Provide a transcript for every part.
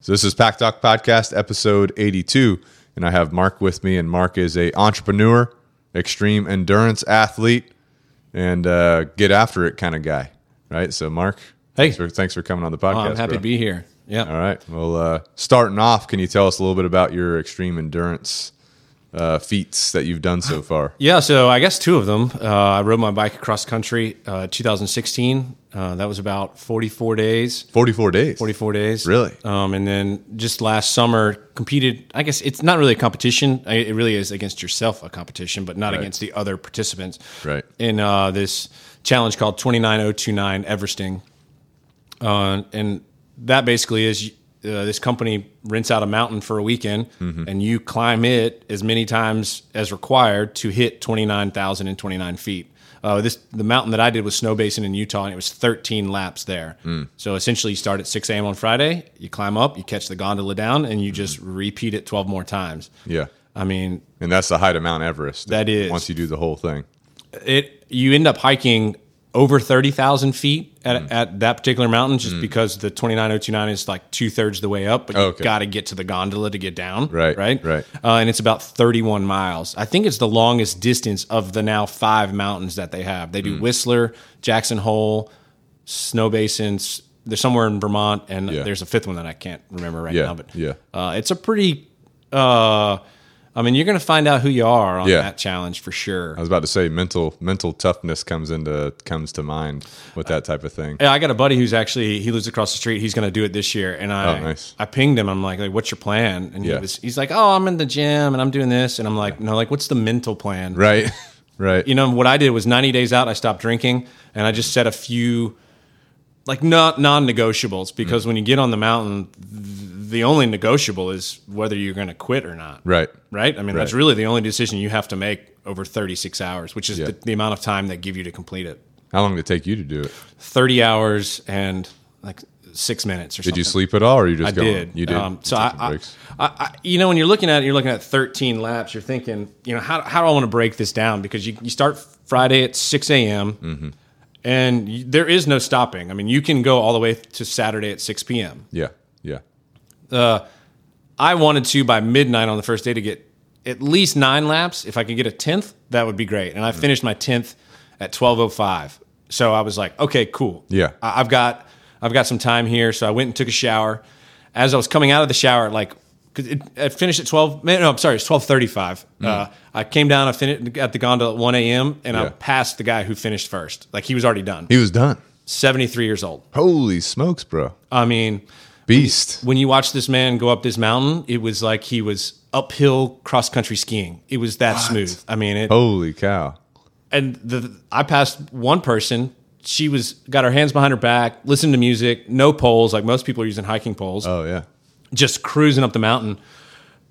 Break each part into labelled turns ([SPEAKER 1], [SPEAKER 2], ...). [SPEAKER 1] So this is Pack Doc Podcast, episode 82, and I have Mark with me, and Mark is a entrepreneur, extreme endurance athlete, and uh, get after it kind of guy, right? So Mark,
[SPEAKER 2] Hey.
[SPEAKER 1] thanks for, thanks for coming on the
[SPEAKER 2] Oh,
[SPEAKER 1] podcast.
[SPEAKER 2] I'm happy
[SPEAKER 1] bro.
[SPEAKER 2] to be here. Yeah.
[SPEAKER 1] All right. Well, uh, starting off, can you tell us a little bit about your extreme endurance uh, feats that you've done so far?
[SPEAKER 2] Yeah. So I guess two of them. Uh, I rode my bike across country, uh, 2016. Uh, that was about 44 days.
[SPEAKER 1] 44 days.
[SPEAKER 2] 44 days.
[SPEAKER 1] Really?
[SPEAKER 2] Um, and then just last summer competed. I guess it's not really a competition. I- It really is against yourself a competition, but not against the other participants.
[SPEAKER 1] Right.
[SPEAKER 2] In uh, this challenge called 29029 Eversting. Uh, and that basically is uh, this company rents out a mountain for a weekend and you climb it as many times as required to hit 29,029 feet. Uh, this the mountain that I did was Snow Basin in Utah, and it was 13 laps there. So essentially, you start at 6 a.m. on Friday, you climb up, you catch the gondola down, and you just repeat it 12 more times.
[SPEAKER 1] Yeah.
[SPEAKER 2] I mean,
[SPEAKER 1] And that's the height of Mount Everest.
[SPEAKER 2] That is.
[SPEAKER 1] Once you do the whole thing.
[SPEAKER 2] it you end up hiking over 30,000 feet at,
[SPEAKER 1] Hmm.
[SPEAKER 2] at that particular mountain just because the 29029 is like two thirds the way up, but you
[SPEAKER 1] Okay.
[SPEAKER 2] got to get to the gondola to get down.
[SPEAKER 1] Right,
[SPEAKER 2] Right.
[SPEAKER 1] right.
[SPEAKER 2] Uh, and it's about 31 miles. I think it's the longest distance of the now five mountains that they have. They
[SPEAKER 1] Hmm.
[SPEAKER 2] do Whistler, Jackson Hole, Snow Basins. They're somewhere in Vermont, and
[SPEAKER 1] Yeah.
[SPEAKER 2] there's a fifth one that I can't remember right
[SPEAKER 1] Yeah,
[SPEAKER 2] now. But
[SPEAKER 1] yeah.
[SPEAKER 2] uh, it's a pretty. Uh, I mean, you're going to find out who you are on
[SPEAKER 1] Yeah.
[SPEAKER 2] that challenge for sure.
[SPEAKER 1] I was about to say mental mental toughness comes into comes to mind with that type of thing.
[SPEAKER 2] Yeah, I got a buddy who's actually he lives across the street. He's going to do it this year, and I
[SPEAKER 1] Oh, nice.
[SPEAKER 2] I pinged him. I'm like, like, what's your plan? And
[SPEAKER 1] Yeah.
[SPEAKER 2] he was, he's like, oh, I'm in the gym and I'm doing this, and I'm like, no, like, what's the mental plan?
[SPEAKER 1] Right. right.
[SPEAKER 2] You know, what I did was 90 days out, I stopped drinking, and I just set a few like not non-negotiables because
[SPEAKER 1] Mm.
[SPEAKER 2] when you get on the mountain, th- the only negotiable is whether you're going to quit or not.
[SPEAKER 1] right.
[SPEAKER 2] Right. I mean, that's
[SPEAKER 1] Right.
[SPEAKER 2] really the only decision you have to make over 36 hours, which is the, the amount of time they give you to complete it.
[SPEAKER 1] How long did it take you to do it?
[SPEAKER 2] 30 hours and like six minutes or
[SPEAKER 1] Did
[SPEAKER 2] something.
[SPEAKER 1] you sleep at all or you just
[SPEAKER 2] I
[SPEAKER 1] going?
[SPEAKER 2] did.
[SPEAKER 1] You did.
[SPEAKER 2] Um,
[SPEAKER 1] You
[SPEAKER 2] so
[SPEAKER 1] took
[SPEAKER 2] I,
[SPEAKER 1] some
[SPEAKER 2] I,
[SPEAKER 1] breaks.
[SPEAKER 2] I, I, you know, when you're looking at it, you're looking at 13 laps. You're thinking, you know, how, how do I want to break this down? Because you, you start Friday at 6 a.m.
[SPEAKER 1] Mm-hmm.
[SPEAKER 2] and you, there is no stopping. I mean, you can go all the way to Saturday at 6 p.m.
[SPEAKER 1] yeah. Yeah.
[SPEAKER 2] I wanted to by midnight on the first day to get at least nine laps. If I could get a tenth, that would be great. And I
[SPEAKER 1] Mm-hmm.
[SPEAKER 2] finished my tenth at twelve oh five. So I was like, okay, cool.
[SPEAKER 1] Yeah.
[SPEAKER 2] I- I've got I've got some time here. So I went and took a shower. As I was coming out of the shower, like 'cause it, I finished at twelve. man, No, I'm sorry, it's twelve thirty-five.
[SPEAKER 1] Mm-hmm.
[SPEAKER 2] Uh, I came down. I finished at the gondola at one a.m. and
[SPEAKER 1] Yeah.
[SPEAKER 2] I passed the guy who finished first. Like he was already done.
[SPEAKER 1] He was done.
[SPEAKER 2] Seventy-three years old.
[SPEAKER 1] Holy smokes, bro.
[SPEAKER 2] I mean,
[SPEAKER 1] Beast.
[SPEAKER 2] when you watch this man go up this mountain, it was like he was uphill cross country skiing. It was that smooth. I mean, it,
[SPEAKER 1] Holy cow.
[SPEAKER 2] and the I passed one person. She was got her hands behind her back, listened to music, no poles like most people are using hiking poles,
[SPEAKER 1] Oh yeah.
[SPEAKER 2] just cruising up the mountain.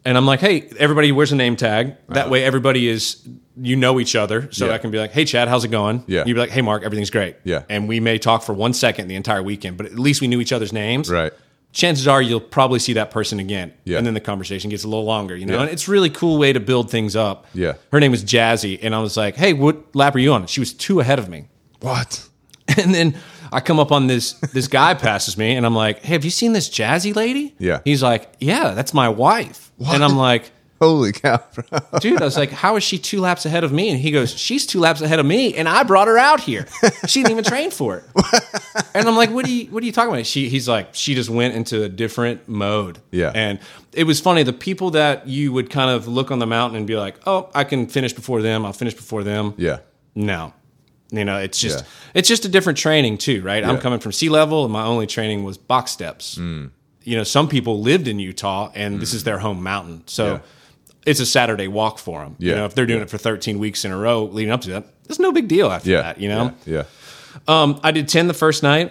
[SPEAKER 2] And I'm like, hey, everybody wears a name tag. That way, everybody is you know each other.
[SPEAKER 1] Uh-huh.
[SPEAKER 2] So
[SPEAKER 1] Yeah.
[SPEAKER 2] I can be like, hey, Chad, how's it going?
[SPEAKER 1] Yeah.
[SPEAKER 2] You'd be like, hey, Mark, everything's great.
[SPEAKER 1] Yeah.
[SPEAKER 2] And we may talk for one second the entire weekend, but at least we knew each other's names
[SPEAKER 1] Right.
[SPEAKER 2] chances are you'll probably see that person again.
[SPEAKER 1] Yeah.
[SPEAKER 2] And then the conversation gets a little longer, you know?
[SPEAKER 1] Yeah.
[SPEAKER 2] And it's a really cool way to build things up.
[SPEAKER 1] Yeah.
[SPEAKER 2] Her name was Jazzy. And I was like, hey, what lap are you on? She was two ahead of me.
[SPEAKER 1] What?
[SPEAKER 2] And then I come up on this this guy passes me and I'm like, hey, have you seen this Jazzy lady?
[SPEAKER 1] Yeah.
[SPEAKER 2] He's like, yeah, that's my wife. And I'm like,
[SPEAKER 1] Holy cow, bro.
[SPEAKER 2] dude, I was like, how is she two laps ahead of me? And he goes, she's two laps ahead of me, and I brought her out here. She didn't even train for it. And I'm like, what are you, what are you talking about? She, he's like, she just went into a different mode.
[SPEAKER 1] Yeah.
[SPEAKER 2] And it was funny. The people that you would kind of look on the mountain and be like, oh, I can finish before them. I'll finish before them.
[SPEAKER 1] Yeah.
[SPEAKER 2] No. You know, it's just
[SPEAKER 1] Yeah.
[SPEAKER 2] it's just a different training too, right? I'm
[SPEAKER 1] Yeah. Mm.
[SPEAKER 2] coming from sea level, and my only training was box steps. You know, some people lived in Utah, and this is their home mountain, so
[SPEAKER 1] Yeah.
[SPEAKER 2] it's a Saturday walk for them.
[SPEAKER 1] Yeah.
[SPEAKER 2] You know, if they're doing it for 13 weeks in a row leading up to that, it's no big deal after
[SPEAKER 1] Yeah.
[SPEAKER 2] that. You know,
[SPEAKER 1] Yeah. yeah.
[SPEAKER 2] um, I did 10 the first night,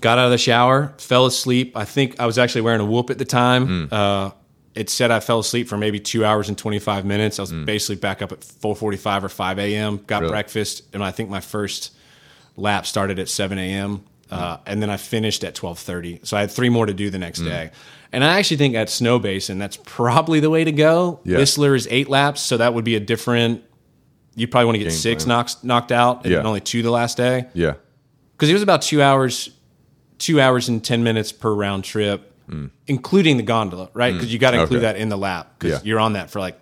[SPEAKER 2] got out of the shower, fell asleep. I think I was actually wearing a whoop at the time.
[SPEAKER 1] Hmm.
[SPEAKER 2] Uh, it said I fell asleep for maybe two hours and 25 minutes. I was
[SPEAKER 1] Hmm.
[SPEAKER 2] basically back up at 4.45 or 5 a.m., got breakfast, and I think my first lap started at 7 a.m., uh,
[SPEAKER 1] Hmm.
[SPEAKER 2] and then I finished at 12.30. So I had three more to do the next day. And I actually think at Snow Basin, that's probably the way to go.
[SPEAKER 1] Yeah.
[SPEAKER 2] Whistler is eight laps, so that would be a different – you probably want to get six knocks, knocked out and
[SPEAKER 1] Yeah.
[SPEAKER 2] then only two the last day
[SPEAKER 1] Yeah.
[SPEAKER 2] because it was about two hours, two hours and ten minutes per round trip. including the gondola, right? Because you got to include
[SPEAKER 1] Mm. Okay.
[SPEAKER 2] that in the lap because
[SPEAKER 1] Yeah.
[SPEAKER 2] you're on that for like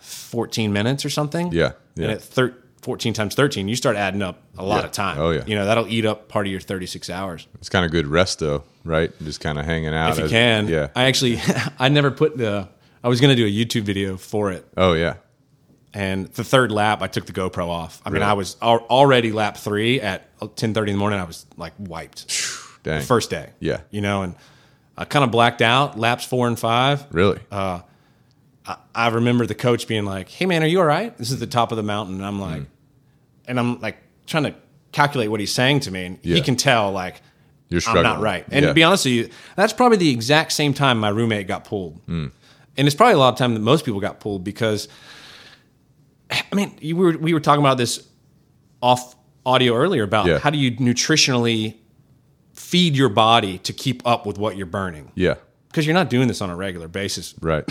[SPEAKER 2] 14 minutes or something.
[SPEAKER 1] Yeah, yeah.
[SPEAKER 2] And at thir- 14 times 13, you start adding up a lot
[SPEAKER 1] Yeah.
[SPEAKER 2] of time.
[SPEAKER 1] Oh, yeah.
[SPEAKER 2] You know, that'll eat up part of your 36 hours
[SPEAKER 1] It's kind of good rest though, right? Just kind of hanging out.
[SPEAKER 2] if you
[SPEAKER 1] as-
[SPEAKER 2] can.
[SPEAKER 1] Uh, Yeah.
[SPEAKER 2] I actually, I never put the, I was going to do a YouTube video for it.
[SPEAKER 1] oh yeah.
[SPEAKER 2] And the third lap, I took the GoPro off. I mean,
[SPEAKER 1] Really?
[SPEAKER 2] I was al- already lap three at 10.30 in the morning. I was like wiped
[SPEAKER 1] Dang.
[SPEAKER 2] first day.
[SPEAKER 1] Yeah.
[SPEAKER 2] You know, and I kind of blacked out laps four and five.
[SPEAKER 1] Really.
[SPEAKER 2] uh, I remember the coach being like, "Hey man, are you all right?" This is the top of the mountain, and I'm
[SPEAKER 1] Mm.
[SPEAKER 2] like, and I'm like trying to calculate what he's saying to me, and
[SPEAKER 1] Yeah.
[SPEAKER 2] he can tell like
[SPEAKER 1] You're
[SPEAKER 2] I'm
[SPEAKER 1] struggling.
[SPEAKER 2] not right. And
[SPEAKER 1] Yeah.
[SPEAKER 2] to be honest with you, that's probably the exact same time my roommate got pulled,
[SPEAKER 1] Hmm.
[SPEAKER 2] and it's probably a lot of time that most people got pulled because, I mean, you were we were talking about this off audio earlier about
[SPEAKER 1] Yeah.
[SPEAKER 2] how do you nutritionally feed your body to keep up with what you're burning
[SPEAKER 1] Yeah.
[SPEAKER 2] because you're not doing this on a regular basis
[SPEAKER 1] Right.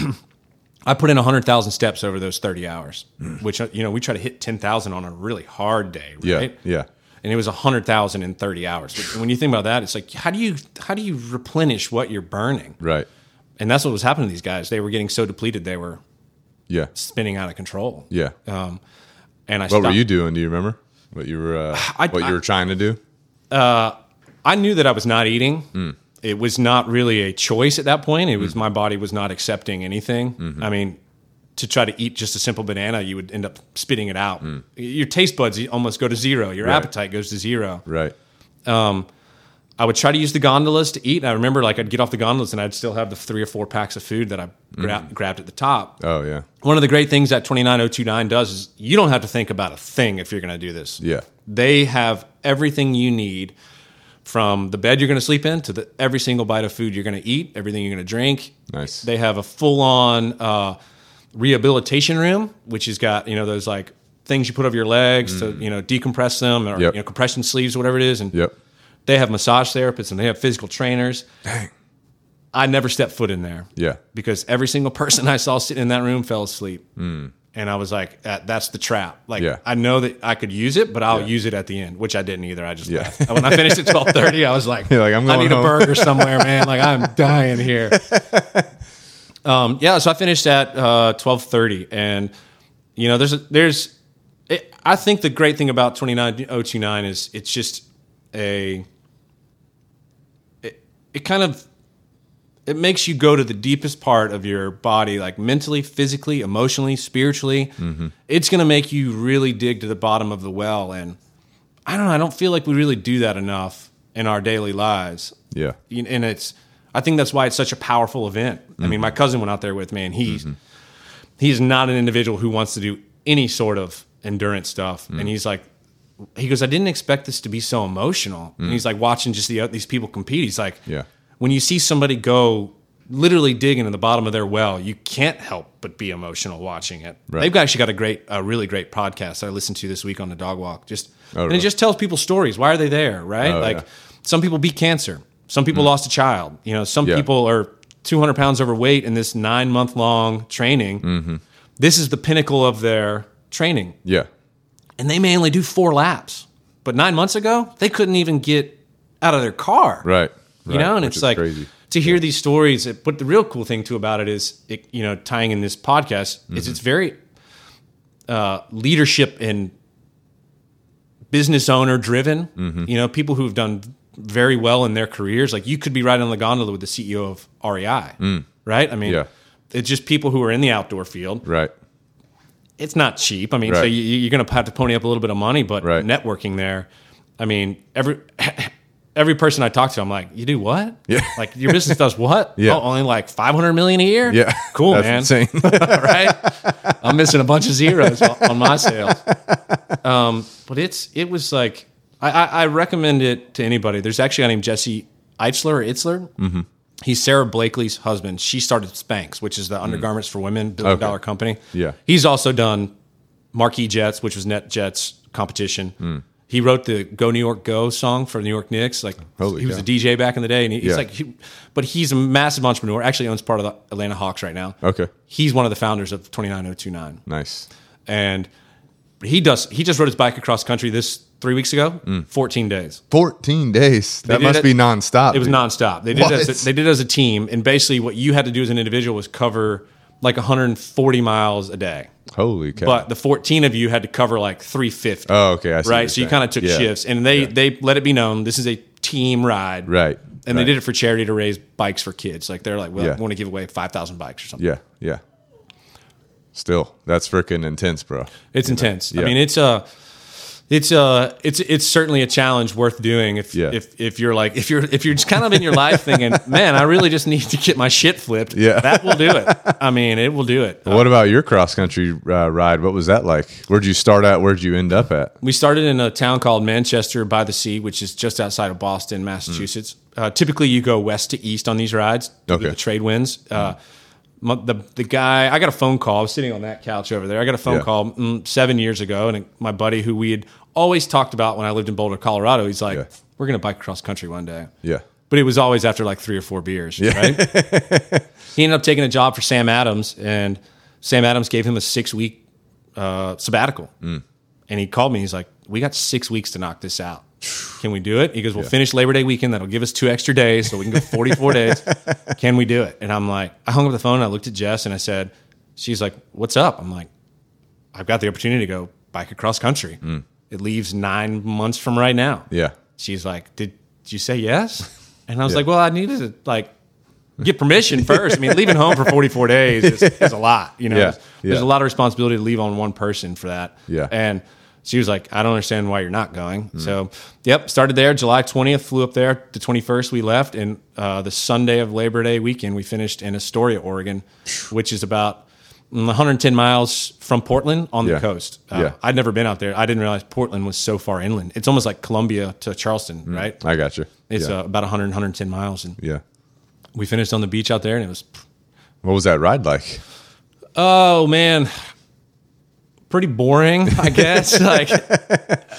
[SPEAKER 2] I put in 100,000 steps over those 30 hours, which, you know, we try to hit 10,000 on a really hard day,
[SPEAKER 1] Hmm. Yeah.
[SPEAKER 2] right?
[SPEAKER 1] Yeah.
[SPEAKER 2] And it was 100,000 in 30 hours. Which, when you think about that, it's like, how do you, how do you replenish what you're burning?
[SPEAKER 1] Right.
[SPEAKER 2] And that's what was happening to these guys. They were getting so depleted, they were
[SPEAKER 1] Yeah.
[SPEAKER 2] spinning out of control. Um,
[SPEAKER 1] Yeah.
[SPEAKER 2] And I
[SPEAKER 1] what
[SPEAKER 2] stopped.
[SPEAKER 1] were you doing? Do you remember what you were uh,
[SPEAKER 2] I-
[SPEAKER 1] what
[SPEAKER 2] I-
[SPEAKER 1] you were trying to do?
[SPEAKER 2] I knew that I was not eating.
[SPEAKER 1] Hmm.
[SPEAKER 2] It was not really a choice at that point. It was my body was not accepting anything.
[SPEAKER 1] Hmm.
[SPEAKER 2] I mean, to try to eat just a simple banana, you would end up spitting it out.
[SPEAKER 1] Hmm.
[SPEAKER 2] Your taste buds almost go to zero. Your appetite goes to zero.
[SPEAKER 1] Right.
[SPEAKER 2] I would try to use the gondolas to eat. I remember like I'd get off the gondolas and I'd still have the three or four packs of food that I gra-
[SPEAKER 1] Mm.
[SPEAKER 2] grabbed at the top.
[SPEAKER 1] Oh yeah.
[SPEAKER 2] One of the great things that 29029 does is you don't have to think about a thing if you're going to do this.
[SPEAKER 1] Yeah.
[SPEAKER 2] They have everything you need from the bed you're going to sleep in to the, every single bite of food you're going to eat, everything you're going to drink.
[SPEAKER 1] Nice.
[SPEAKER 2] They have a full on uh, rehabilitation room, which has got, you know, those like things you put over your legs to, you know, decompress them or,
[SPEAKER 1] Mm. Yep.
[SPEAKER 2] you know, compression sleeves, whatever it is. And
[SPEAKER 1] Yep.
[SPEAKER 2] they have massage therapists and they have physical trainers. Dang. I never stepped foot in there
[SPEAKER 1] Yeah.
[SPEAKER 2] because every single person I saw sitting in that room fell asleep. And I was like, that, that's the trap. Like,
[SPEAKER 1] Hmm. Yeah.
[SPEAKER 2] I know that I could use it, but I'll use it at the end, which I didn't either. I just,
[SPEAKER 1] Yeah.
[SPEAKER 2] left. when I finished at 1230, I was like,
[SPEAKER 1] You're like, "I'm
[SPEAKER 2] I
[SPEAKER 1] going
[SPEAKER 2] need
[SPEAKER 1] home."
[SPEAKER 2] a burger somewhere, man. Like I'm dying here. um, yeah. So I finished at, uh, 1230 and you know, there's, a, there's, it, I think the great thing about 29029 is it's just a, it kind of it makes you go to the deepest part of your body like mentally physically emotionally spiritually
[SPEAKER 1] Mm-hmm.
[SPEAKER 2] it's going to make you really dig to the bottom of the well and i don't know i don't feel like we really do that enough in our daily lives
[SPEAKER 1] Yeah.
[SPEAKER 2] You- and it's i think that's why it's such a powerful event i mean my cousin went out there with me and he's he's not an individual who wants to do any sort of endurance stuff and he's like he goes i didn't expect this to be so emotional and he's like watching just the, these people compete he's like
[SPEAKER 1] Yeah.
[SPEAKER 2] when you see somebody go literally digging in the bottom of their well, you can't help but be emotional watching it.
[SPEAKER 1] Right.
[SPEAKER 2] They've actually got a great, a really great podcast that I listened to this week on the dog walk. Just
[SPEAKER 1] Oh,
[SPEAKER 2] and
[SPEAKER 1] really?
[SPEAKER 2] it just tells people stories. Why are they there? Right?
[SPEAKER 1] Oh,
[SPEAKER 2] like
[SPEAKER 1] yeah. Hmm.
[SPEAKER 2] some people beat cancer. Some people lost a child. You know, some
[SPEAKER 1] Yeah.
[SPEAKER 2] people are 200 pounds overweight in this nine month long training.
[SPEAKER 1] Mm-hmm.
[SPEAKER 2] This is the pinnacle of their training,
[SPEAKER 1] Yeah.
[SPEAKER 2] and they may only do four laps. But nine months ago, they couldn't even get out of their car
[SPEAKER 1] Right.
[SPEAKER 2] you know
[SPEAKER 1] Right.
[SPEAKER 2] and
[SPEAKER 1] Which
[SPEAKER 2] it's
[SPEAKER 1] is
[SPEAKER 2] like
[SPEAKER 1] crazy.
[SPEAKER 2] to hear these stories it- but the real cool thing too about it is it, you know tying in this podcast is
[SPEAKER 1] Mm-hmm.
[SPEAKER 2] it's very uh, leadership and business owner driven
[SPEAKER 1] Mm-hmm.
[SPEAKER 2] you know people who've done very well in their careers like you could be right on the gondola with the ceo of rei right i mean
[SPEAKER 1] Mm. Yeah.
[SPEAKER 2] it's just people who are in the outdoor field
[SPEAKER 1] Right.
[SPEAKER 2] it's not cheap. I mean, so
[SPEAKER 1] Right.
[SPEAKER 2] you, you're going to have to pony up a little bit of money, but
[SPEAKER 1] Right.
[SPEAKER 2] networking there, I mean, every every person I talk to, I'm like, you do what?
[SPEAKER 1] Yeah.
[SPEAKER 2] Like your business does what?
[SPEAKER 1] Yeah.
[SPEAKER 2] Oh, only like 500 million a year.
[SPEAKER 1] Yeah.
[SPEAKER 2] Cool,
[SPEAKER 1] That's
[SPEAKER 2] man.
[SPEAKER 1] Insane.
[SPEAKER 2] right. I'm missing a bunch of zeros on on my sales. Um, but it's, it was like, I, I, I recommend it to anybody. There's actually a guy named Jesse Eitzler or Itzler. Mm-hmm. He's Sarah Blakely's husband. She started Spanx, which is the undergarments for women billion dollar company.
[SPEAKER 1] Hmm. Yeah.
[SPEAKER 2] He's also done Marquee Jets, which was Net Jets competition.
[SPEAKER 1] Hmm.
[SPEAKER 2] He wrote the "Go New York Go" song for New York Knicks. Like
[SPEAKER 1] Holy
[SPEAKER 2] he was
[SPEAKER 1] cow.
[SPEAKER 2] a DJ back in the day, and he, he's
[SPEAKER 1] Yeah.
[SPEAKER 2] like, he, but he's a massive entrepreneur. Actually, owns part of the Atlanta Hawks right now.
[SPEAKER 1] Okay.
[SPEAKER 2] he's one of the founders of Twenty Nine Oh Two Nine,
[SPEAKER 1] nice.
[SPEAKER 2] and he does. He just rode his bike across country this three weeks ago,
[SPEAKER 1] Hmm.
[SPEAKER 2] 14 days.
[SPEAKER 1] 14 days. That
[SPEAKER 2] did
[SPEAKER 1] must
[SPEAKER 2] it-
[SPEAKER 1] be nonstop.
[SPEAKER 2] It was
[SPEAKER 1] dude.
[SPEAKER 2] nonstop. They did
[SPEAKER 1] What?
[SPEAKER 2] it as a, they did it as a team, and basically what you had to do as an individual was cover like 140 miles a day.
[SPEAKER 1] Holy cow.
[SPEAKER 2] But the 14 of you had to cover like 350.
[SPEAKER 1] oh, okay. I see what you're
[SPEAKER 2] right. So you
[SPEAKER 1] saying.
[SPEAKER 2] kind of took
[SPEAKER 1] Yeah.
[SPEAKER 2] shifts, and they they let it be known this is a team ride.
[SPEAKER 1] Right.
[SPEAKER 2] And
[SPEAKER 1] right.
[SPEAKER 2] they did it for charity to raise bikes for kids. Like they're like, well,
[SPEAKER 1] Yeah.
[SPEAKER 2] we want to give away 5,000 bikes or something.
[SPEAKER 1] Yeah. Yeah. Still, that's freaking intense, bro.
[SPEAKER 2] It's intense.
[SPEAKER 1] Yeah.
[SPEAKER 2] I mean, it's a, it's a, it's it's certainly a challenge worth doing if
[SPEAKER 1] Yeah.
[SPEAKER 2] if if you're like if you're if you're just kind of in your life thinking, man, I really just need to get my shit flipped.
[SPEAKER 1] Yeah.
[SPEAKER 2] that will do it. I mean, it will do it.
[SPEAKER 1] What about your cross country uh, ride? What was that like? Where'd you start at? Where'd you end up at?
[SPEAKER 2] We started in a town called Manchester by the Sea, which is just outside of Boston, Massachusetts. Uh, typically, you go west to east on these rides. due to
[SPEAKER 1] Mm. Okay.
[SPEAKER 2] The trade winds. Uh, my- the, the guy, I got a phone call. I was sitting on that couch over there. I got a phone
[SPEAKER 1] Yeah.
[SPEAKER 2] call mm, seven years ago, and my buddy, who we had always talked about when I lived in Boulder, Colorado, he's like,
[SPEAKER 1] Yeah.
[SPEAKER 2] We're going to bike cross country one day.
[SPEAKER 1] Yeah.
[SPEAKER 2] But it was always after like three or four beers, right? he ended up taking a job for Sam Adams, and Sam Adams gave him a six week uh, sabbatical. And he called me. He's like, "We got six weeks to knock this out. Can we do it?" He goes, "We'll finish Labor Day weekend. That'll give us two extra days, so we can go 44 days. Can we do it?" And I'm like, I hung up the phone. And I looked at Jess and I said, "She's like, what's up?" I'm like, "I've got the opportunity to go bike across country. It leaves nine months from right now."
[SPEAKER 1] Yeah.
[SPEAKER 2] she's like, "Did you say yes?" And I was like, "Well, I needed to like get permission first. I mean, leaving home for 44 days is, is a lot. You know,
[SPEAKER 1] Yeah,
[SPEAKER 2] There's- there's
[SPEAKER 1] yeah.
[SPEAKER 2] a lot of responsibility to leave on one person for that.
[SPEAKER 1] Yeah. Mm.
[SPEAKER 2] and she was like, "I don't understand why you're not going." So, yep, started there. July 20th, flew up there. The 21st, we left, and uh, the Sunday of Labor Day weekend, we finished in Astoria, Oregon, which is about. mm, 110 miles from Portland on the
[SPEAKER 1] Yeah.
[SPEAKER 2] coast. Uh,
[SPEAKER 1] Yeah.
[SPEAKER 2] I'd never been out there. I didn't realize Portland was so far inland. It's almost like Columbia to Charleston, right?
[SPEAKER 1] I got you.
[SPEAKER 2] It's
[SPEAKER 1] Mm. yeah.
[SPEAKER 2] uh, about 100, 110 miles. And
[SPEAKER 1] yeah.
[SPEAKER 2] we finished on the beach out there, and it was,
[SPEAKER 1] What was that ride like?
[SPEAKER 2] oh man, pretty boring, I guess. like,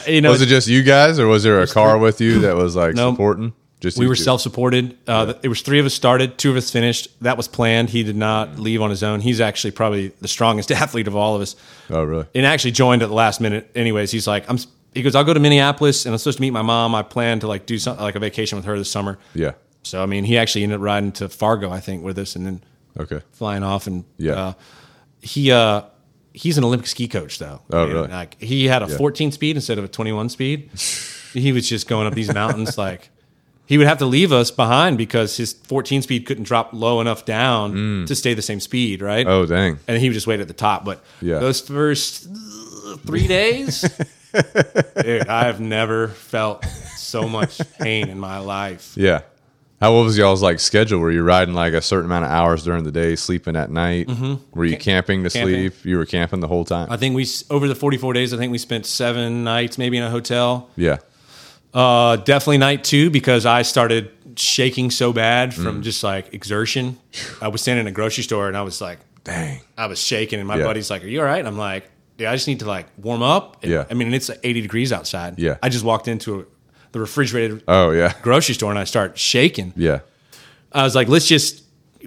[SPEAKER 2] you know,
[SPEAKER 1] Was it just you guys, or was there a car with you that was like supporting? Just
[SPEAKER 2] we
[SPEAKER 1] you
[SPEAKER 2] were
[SPEAKER 1] two?
[SPEAKER 2] self-supported. Uh, th- It was three of us started, two of us finished. That was planned. He did
[SPEAKER 1] Mm.
[SPEAKER 2] not leave on his own. He's actually probably the strongest athlete of all of us.
[SPEAKER 1] Oh, really?
[SPEAKER 2] and actually joined at the last minute. Anyways, he's like, I'm. He goes, I'll go to Minneapolis, and I'm supposed to meet my mom. I plan to like do something like a vacation with her this summer.
[SPEAKER 1] Yeah.
[SPEAKER 2] So I mean, he actually ended up riding to Fargo, I think, with us, and then
[SPEAKER 1] Okay.
[SPEAKER 2] flying off. And
[SPEAKER 1] Yeah.
[SPEAKER 2] uh, he uh, he's an Olympic ski coach though.
[SPEAKER 1] Oh,
[SPEAKER 2] And,
[SPEAKER 1] really?
[SPEAKER 2] Like he had a 14 speed instead of a 21 speed. he was just going up these mountains like. He would have to leave us behind because his 14 speed couldn't drop low enough down to stay the same speed, right?
[SPEAKER 1] Mm. Oh, dang.
[SPEAKER 2] and he would just wait at the top. But
[SPEAKER 1] Yeah.
[SPEAKER 2] those first uh, three days, dude, I have never felt so much pain in my life.
[SPEAKER 1] Yeah. How what was y'all's like schedule? Were you riding like a certain amount of hours during the day, sleeping at night? Were you camping to
[SPEAKER 2] Mm-hmm. Camping.
[SPEAKER 1] sleep? You were camping the whole time.
[SPEAKER 2] I think we s- over the 44 days, I think we spent seven nights maybe in a hotel.
[SPEAKER 1] yeah.
[SPEAKER 2] Uh, definitely night two because I started shaking so bad
[SPEAKER 1] Mm.
[SPEAKER 2] from just like exertion. I was standing in a grocery store and I was like,
[SPEAKER 1] Dang.
[SPEAKER 2] I was shaking, and my
[SPEAKER 1] Yeah.
[SPEAKER 2] buddy's like, "Are you all right?" And I'm like, "Yeah, I just need to like warm up." And,
[SPEAKER 1] Yeah.
[SPEAKER 2] I mean, and it's like 80 degrees outside.
[SPEAKER 1] Yeah.
[SPEAKER 2] I just walked into a, the refrigerated
[SPEAKER 1] Oh yeah.
[SPEAKER 2] grocery store and I start shaking.
[SPEAKER 1] Yeah.
[SPEAKER 2] I was like, let's just,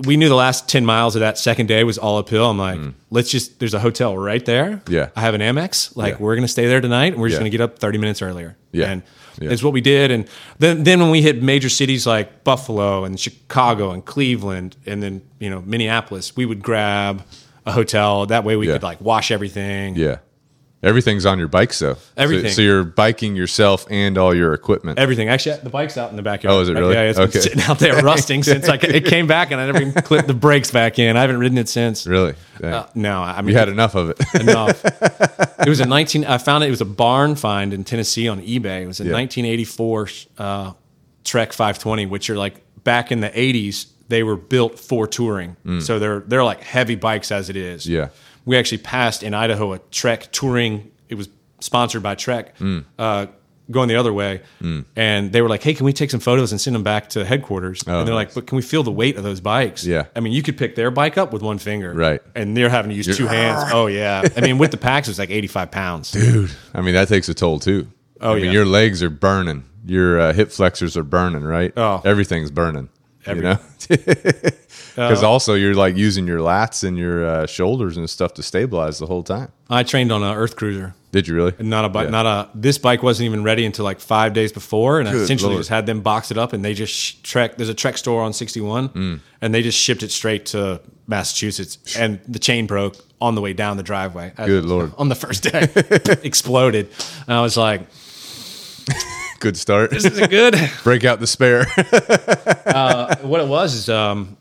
[SPEAKER 2] we knew the last 10 miles of that second day was all uphill. I'm like, let's just, there's a hotel right there.
[SPEAKER 1] Hmm. Yeah.
[SPEAKER 2] I have an Amex. Like,
[SPEAKER 1] Yeah.
[SPEAKER 2] we're going to stay there tonight and we're just
[SPEAKER 1] Yeah.
[SPEAKER 2] going to get up 30 minutes earlier.
[SPEAKER 1] Yeah.
[SPEAKER 2] And
[SPEAKER 1] Yeah.
[SPEAKER 2] it's what we did. And then, then when we hit major cities like Buffalo and Chicago and Cleveland and then, you know, Minneapolis, we would grab a hotel. That way we
[SPEAKER 1] Yeah.
[SPEAKER 2] could like wash everything.
[SPEAKER 1] Yeah. Everything's on your bike though.
[SPEAKER 2] Everything.
[SPEAKER 1] So, so you're biking yourself and all your equipment.
[SPEAKER 2] Everything. Actually, the bike's out in the backyard.
[SPEAKER 1] Oh, is it really?
[SPEAKER 2] Yeah, it's
[SPEAKER 1] Okay.
[SPEAKER 2] been sitting out there rusting since I, it came back, and I never even clipped the brakes back in. I haven't ridden it since.
[SPEAKER 1] really? Dang.
[SPEAKER 2] Uh, no, I mean,
[SPEAKER 1] you had enough of it.
[SPEAKER 2] enough. it was a 19. I found it. It was a barn find in Tennessee on eBay. It was a 1984 uh, Trek 520, which are like back in the 80s. They were built for touring, so they're they're like heavy bikes as it is.
[SPEAKER 1] Yeah.
[SPEAKER 2] we actually passed in Idaho a Trek touring. It was sponsored by Trek. Uh, Going the other way, and they were like, "Hey, can we take some photos and send them back to headquarters?" and they're like, "But can we feel the weight of those bikes?"
[SPEAKER 1] Yeah.
[SPEAKER 2] I mean, you could pick their bike up with one finger,
[SPEAKER 1] Right.
[SPEAKER 2] and they're having to use two hands. Oh yeah, I mean with the packs it was like eighty five pounds.
[SPEAKER 1] Dude, I mean that takes a toll too.
[SPEAKER 2] Oh,
[SPEAKER 1] I mean,
[SPEAKER 2] yeah.
[SPEAKER 1] your legs are burning. Your uh, hip flexors are burning, right?
[SPEAKER 2] Oh. Uh-huh.
[SPEAKER 1] everything's burning. You know, Because also you're like using your lats and your uh, shoulders and stuff to stabilize the whole time.
[SPEAKER 2] I trained on an Earth Cruiser.
[SPEAKER 1] Did you really?
[SPEAKER 2] Not a bike.
[SPEAKER 1] Yeah.
[SPEAKER 2] Not a. This bike wasn't even ready until like five days before, and I
[SPEAKER 1] Good
[SPEAKER 2] essentially
[SPEAKER 1] Lord.
[SPEAKER 2] just had them box it up, and they just sh- trek. There's a Trek store on 61,
[SPEAKER 1] Mm.
[SPEAKER 2] and they just shipped it straight to Massachusetts, and the chain broke on the way down the driveway. I-
[SPEAKER 1] Good Lord.
[SPEAKER 2] On the first day, exploded. And I was like,
[SPEAKER 1] Good start.
[SPEAKER 2] "This isn't good."
[SPEAKER 1] Break out the spare.
[SPEAKER 2] what it was is um,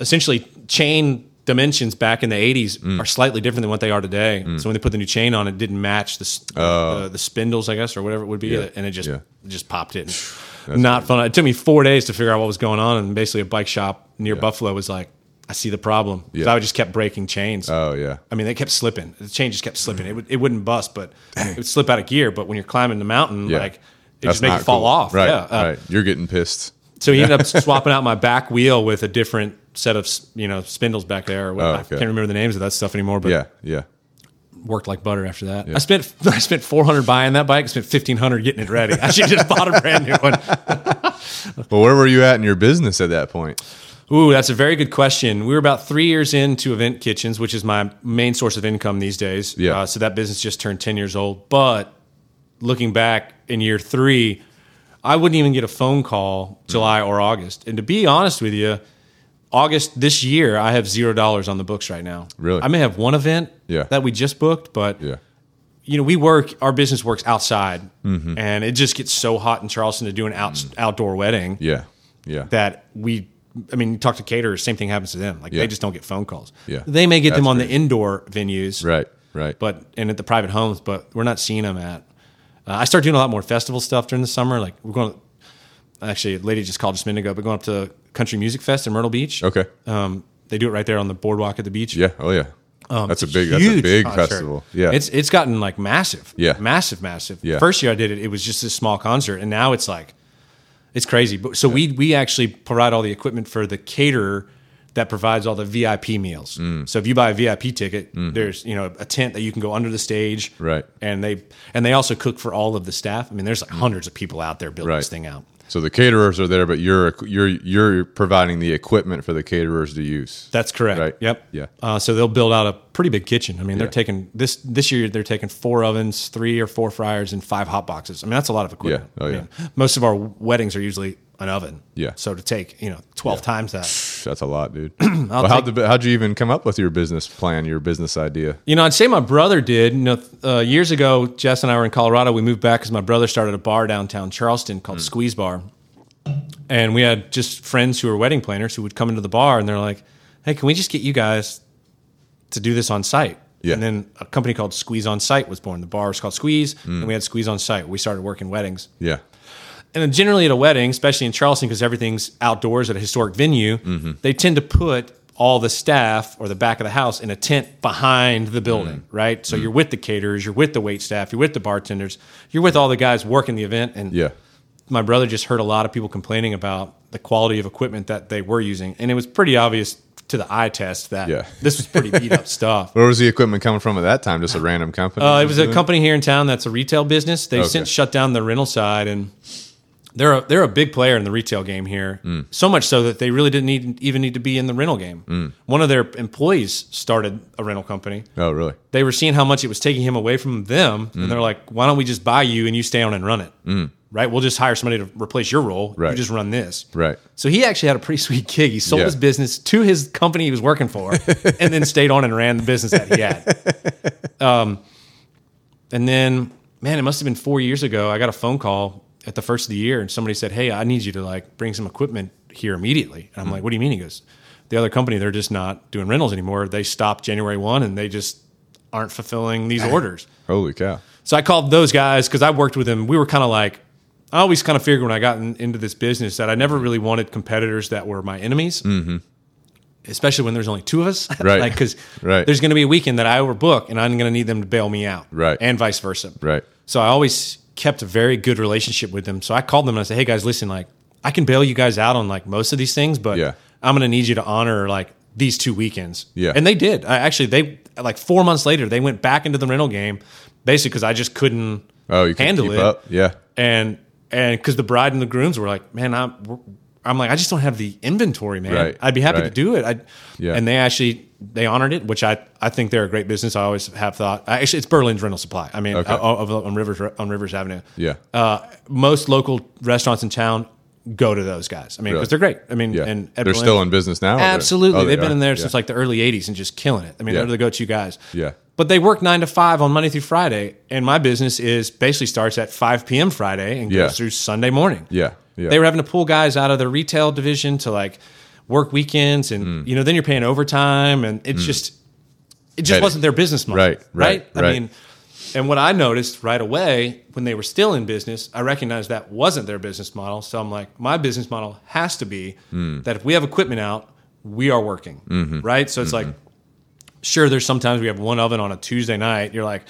[SPEAKER 2] essentially chain dimensions back in the 80s
[SPEAKER 1] Mm.
[SPEAKER 2] are slightly different than what they are today. So when they put the new chain on, it didn't match the s the, the spindles, I guess, or whatever it would be, and it just
[SPEAKER 1] Oh. yeah.
[SPEAKER 2] just popped in. Not fun. It took me four days to figure out what was going on, and basically a bike shop near Buffalo was like, "I see the problem." 'Cause
[SPEAKER 1] Yeah.
[SPEAKER 2] I just kept breaking chains.
[SPEAKER 1] oh yeah.
[SPEAKER 2] I mean, they kept slipping. The chain just kept slipping. It would it wouldn't bust, but it would slip out of gear. But when you're climbing the mountain,
[SPEAKER 1] Yeah.
[SPEAKER 2] like it
[SPEAKER 1] That's
[SPEAKER 2] just make
[SPEAKER 1] not
[SPEAKER 2] it fall
[SPEAKER 1] cool.
[SPEAKER 2] off.
[SPEAKER 1] Right.
[SPEAKER 2] Yeah. Uh,
[SPEAKER 1] right. You're getting pissed.
[SPEAKER 2] so he ended up swapping out my back wheel with a different set of you know spindles back there. Or whatever.
[SPEAKER 1] Oh, okay.
[SPEAKER 2] I can't remember the names of that stuff anymore, but
[SPEAKER 1] Yeah. Yeah.
[SPEAKER 2] worked like butter after that. I spent I spent four hundred buying that bike. I spent fifteen hundred getting it ready. I should just bought a brand new one.
[SPEAKER 1] Well, where were you at in your business at that point?
[SPEAKER 2] Ooh, that's a very good question. We were about three years into Event Kitchens, which is my main source of income these days.
[SPEAKER 1] Yeah.
[SPEAKER 2] Uh, so that business just turned 10 years old. But looking back in year three, I wouldn't even get a phone call July or August. And to be honest with you, August this year, I have zero dollars on the books right now.
[SPEAKER 1] Really?
[SPEAKER 2] I may have one event
[SPEAKER 1] Yeah.
[SPEAKER 2] that we just booked, but
[SPEAKER 1] Yeah.
[SPEAKER 2] you know, we work, our business works outside.
[SPEAKER 1] Mm-hmm.
[SPEAKER 2] And it just gets so hot in Charleston to do an out,
[SPEAKER 1] Mm.
[SPEAKER 2] outdoor wedding
[SPEAKER 1] Yeah. Yeah.
[SPEAKER 2] that we I mean, you talk to caterers, same thing happens to them. Like they just don't get phone calls.
[SPEAKER 1] Yeah.
[SPEAKER 2] They may get them
[SPEAKER 1] That's
[SPEAKER 2] on the indoor venues,
[SPEAKER 1] right. Right.
[SPEAKER 2] but and at the private homes, but we're not seeing them at. Uh, I start doing a lot more festival stuff during the summer. Like we're going. Actually, a lady just called just a minute ago, but going up to Country Music Fest in Myrtle Beach.
[SPEAKER 1] okay.
[SPEAKER 2] Um, they do it right there on the boardwalk at the beach.
[SPEAKER 1] Yeah. Oh yeah. that's a big. That's a
[SPEAKER 2] Um, Huge
[SPEAKER 1] big
[SPEAKER 2] concert.
[SPEAKER 1] festival. Yeah.
[SPEAKER 2] It's it's gotten like massive.
[SPEAKER 1] Yeah.
[SPEAKER 2] Massive, massive.
[SPEAKER 1] Yeah.
[SPEAKER 2] First year I did it, it was just a small concert, and now it's like it's crazy. But so we we actually provide all the equipment for the caterer that provides all the VIP meals.
[SPEAKER 1] Mm.
[SPEAKER 2] So if you buy a VIP ticket, there's you know a tent that you can go under the stage.
[SPEAKER 1] Mm-hmm. Right. Mm.
[SPEAKER 2] And they and they also cook for all of the staff. I mean, there's like hundreds of people out there building
[SPEAKER 1] Right.
[SPEAKER 2] this thing out.
[SPEAKER 1] so the caterers are there, but you're you're you're providing the equipment for the caterers to use.
[SPEAKER 2] That's correct.
[SPEAKER 1] Right.
[SPEAKER 2] Yep.
[SPEAKER 1] Yeah.
[SPEAKER 2] Uh, so they'll build out a pretty big kitchen. I mean, they're
[SPEAKER 1] Yeah.
[SPEAKER 2] taking this this year. They're taking four ovens, three or four fryers, and five hot boxes. I mean, that's a lot of equipment.
[SPEAKER 1] Yeah. Oh,
[SPEAKER 2] I
[SPEAKER 1] yeah.
[SPEAKER 2] mean, most of our weddings are usually an oven.
[SPEAKER 1] Yeah.
[SPEAKER 2] So to take you know twelve times that.
[SPEAKER 1] That's a lot, dude. well, how'd, the, how'd you even come up with your business plan, your business idea?
[SPEAKER 2] You know, I'd say my brother did. You know, th- uh, years ago, Jess and I were in Colorado. We moved back because my brother started a bar downtown Charleston called Squeeze Bar, and we had just friends who were wedding planners who would come into the bar and they're like, "Hey, can we just get you guys to do this on site.
[SPEAKER 1] Yeah.
[SPEAKER 2] And then a company called Squeeze On Site was born. The bar was called Squeeze, and we had Squeeze On Site. We started working weddings.
[SPEAKER 1] Yeah.
[SPEAKER 2] And then generally at a wedding, especially in Charleston, because everything's outdoors at a historic venue,
[SPEAKER 1] Mm-hmm.
[SPEAKER 2] they tend to put all the staff or the back of the house in a tent behind the building,
[SPEAKER 1] Mm-hmm.
[SPEAKER 2] right? So you're with the caterers, you're with the wait staff, you're with the bartenders, you're with all the guys working the event. And
[SPEAKER 1] Yeah.
[SPEAKER 2] my brother just heard a lot of people complaining about the quality of equipment that they were using. And it was pretty obvious to the eye test that
[SPEAKER 1] Yeah.
[SPEAKER 2] this was pretty beat up stuff.
[SPEAKER 1] Where was the equipment coming from at that time? Just a random company?
[SPEAKER 2] Uh, it was a company here in town that's a retail business. They've
[SPEAKER 1] Okay.
[SPEAKER 2] since shut down the rental side, and they're a, they're a big player in the retail game here.
[SPEAKER 1] Mm.
[SPEAKER 2] So much so that they really didn't need, even need to be in the rental game.
[SPEAKER 1] Mm.
[SPEAKER 2] One of their employees started a rental company.
[SPEAKER 1] Oh, really?
[SPEAKER 2] They were seeing how much it was taking him away from them,
[SPEAKER 1] Mm.
[SPEAKER 2] and they're like, "Why don't we just buy you and you stay on and run it? Right? We'll just hire somebody to replace your role.
[SPEAKER 1] Right.
[SPEAKER 2] You just run this.
[SPEAKER 1] Right.
[SPEAKER 2] So he actually had a pretty sweet gig. He sold
[SPEAKER 1] Yeah.
[SPEAKER 2] his business to his company he was working for, and then stayed on and ran the business that he had. Um, and then, man, it must have been four years ago. I got a phone call at the first of the year, and somebody said, "Hey, I need you to like bring some equipment here immediately." And I'm
[SPEAKER 1] Hmm.
[SPEAKER 2] like, "What do you mean?" He goes, "The other company, they're just not doing rentals anymore. They stopped January one, and they just aren't fulfilling these orders."
[SPEAKER 1] Holy cow.
[SPEAKER 2] So I called those guys because I worked with them. We were kind of like, I always kind of figured when I got in, into this business that I never really wanted competitors that were my enemies, mm-hmm. especially when there's only two of us.
[SPEAKER 1] Right.
[SPEAKER 2] like, because
[SPEAKER 1] Right.
[SPEAKER 2] there's going to be a weekend that I overbook and I'm going to need them to bail me out.
[SPEAKER 1] Right.
[SPEAKER 2] And vice versa.
[SPEAKER 1] Right.
[SPEAKER 2] So I always kept a very good relationship with them. So I called them and I said, hey guys, listen, like, I can bail you guys out on like most of these things, but
[SPEAKER 1] Yeah.
[SPEAKER 2] I'm going to need you to honor like these two weekends.
[SPEAKER 1] Yeah.
[SPEAKER 2] And they did. I actually, they like four months later, they went back into the rental game basically because I just couldn't
[SPEAKER 1] Oh, you can
[SPEAKER 2] handle
[SPEAKER 1] keep
[SPEAKER 2] it.
[SPEAKER 1] up? Yeah.
[SPEAKER 2] And, and because the bride and the grooms were like, man, I'm, we're, I'm like, I just don't have the inventory, man.
[SPEAKER 1] Right,
[SPEAKER 2] I'd be happy to
[SPEAKER 1] right.
[SPEAKER 2] do it. I,
[SPEAKER 1] Yeah.
[SPEAKER 2] And they actually they honored it, which I, I think they're a great business. I always have thought. I, actually, it's Berlin's Rental Supply. I mean,
[SPEAKER 1] Okay.
[SPEAKER 2] uh, of- on Rivers on Rivers Avenue.
[SPEAKER 1] Yeah.
[SPEAKER 2] Uh, most local restaurants in town go to those guys. I mean,
[SPEAKER 1] Really?
[SPEAKER 2] because they're great. I mean,
[SPEAKER 1] Yeah.
[SPEAKER 2] and Ed
[SPEAKER 1] they're
[SPEAKER 2] Berlin-
[SPEAKER 1] still in business now. or they're-
[SPEAKER 2] Absolutely.
[SPEAKER 1] oh, they
[SPEAKER 2] They've been
[SPEAKER 1] are?
[SPEAKER 2] in there
[SPEAKER 1] Yeah.
[SPEAKER 2] since like the early 80s and just killing it. I mean,
[SPEAKER 1] Yeah.
[SPEAKER 2] they're the go to guys.
[SPEAKER 1] Yeah.
[SPEAKER 2] But they work nine to five on Monday through Friday. And my business is basically starts at 5 p.m. Friday and goes
[SPEAKER 1] Yeah.
[SPEAKER 2] through Sunday morning.
[SPEAKER 1] Yeah. Yeah.
[SPEAKER 2] They were having to pull guys out of the retail division to like work weekends.
[SPEAKER 1] Mm.
[SPEAKER 2] And, you know, then you're paying overtime. And it's just, it just
[SPEAKER 1] Headache.
[SPEAKER 2] wasn't their business model.
[SPEAKER 1] Mm. Right, right,
[SPEAKER 2] I
[SPEAKER 1] right.
[SPEAKER 2] mean, and what I noticed right away when they were still in business, I recognized that wasn't their business model. So I'm like, my business model has to be
[SPEAKER 1] Mm.
[SPEAKER 2] that if we have equipment out, we are working,
[SPEAKER 1] Mm-hmm.
[SPEAKER 2] right? So it's like, sure, there's sometimes we have one oven on a Tuesday night. You're like,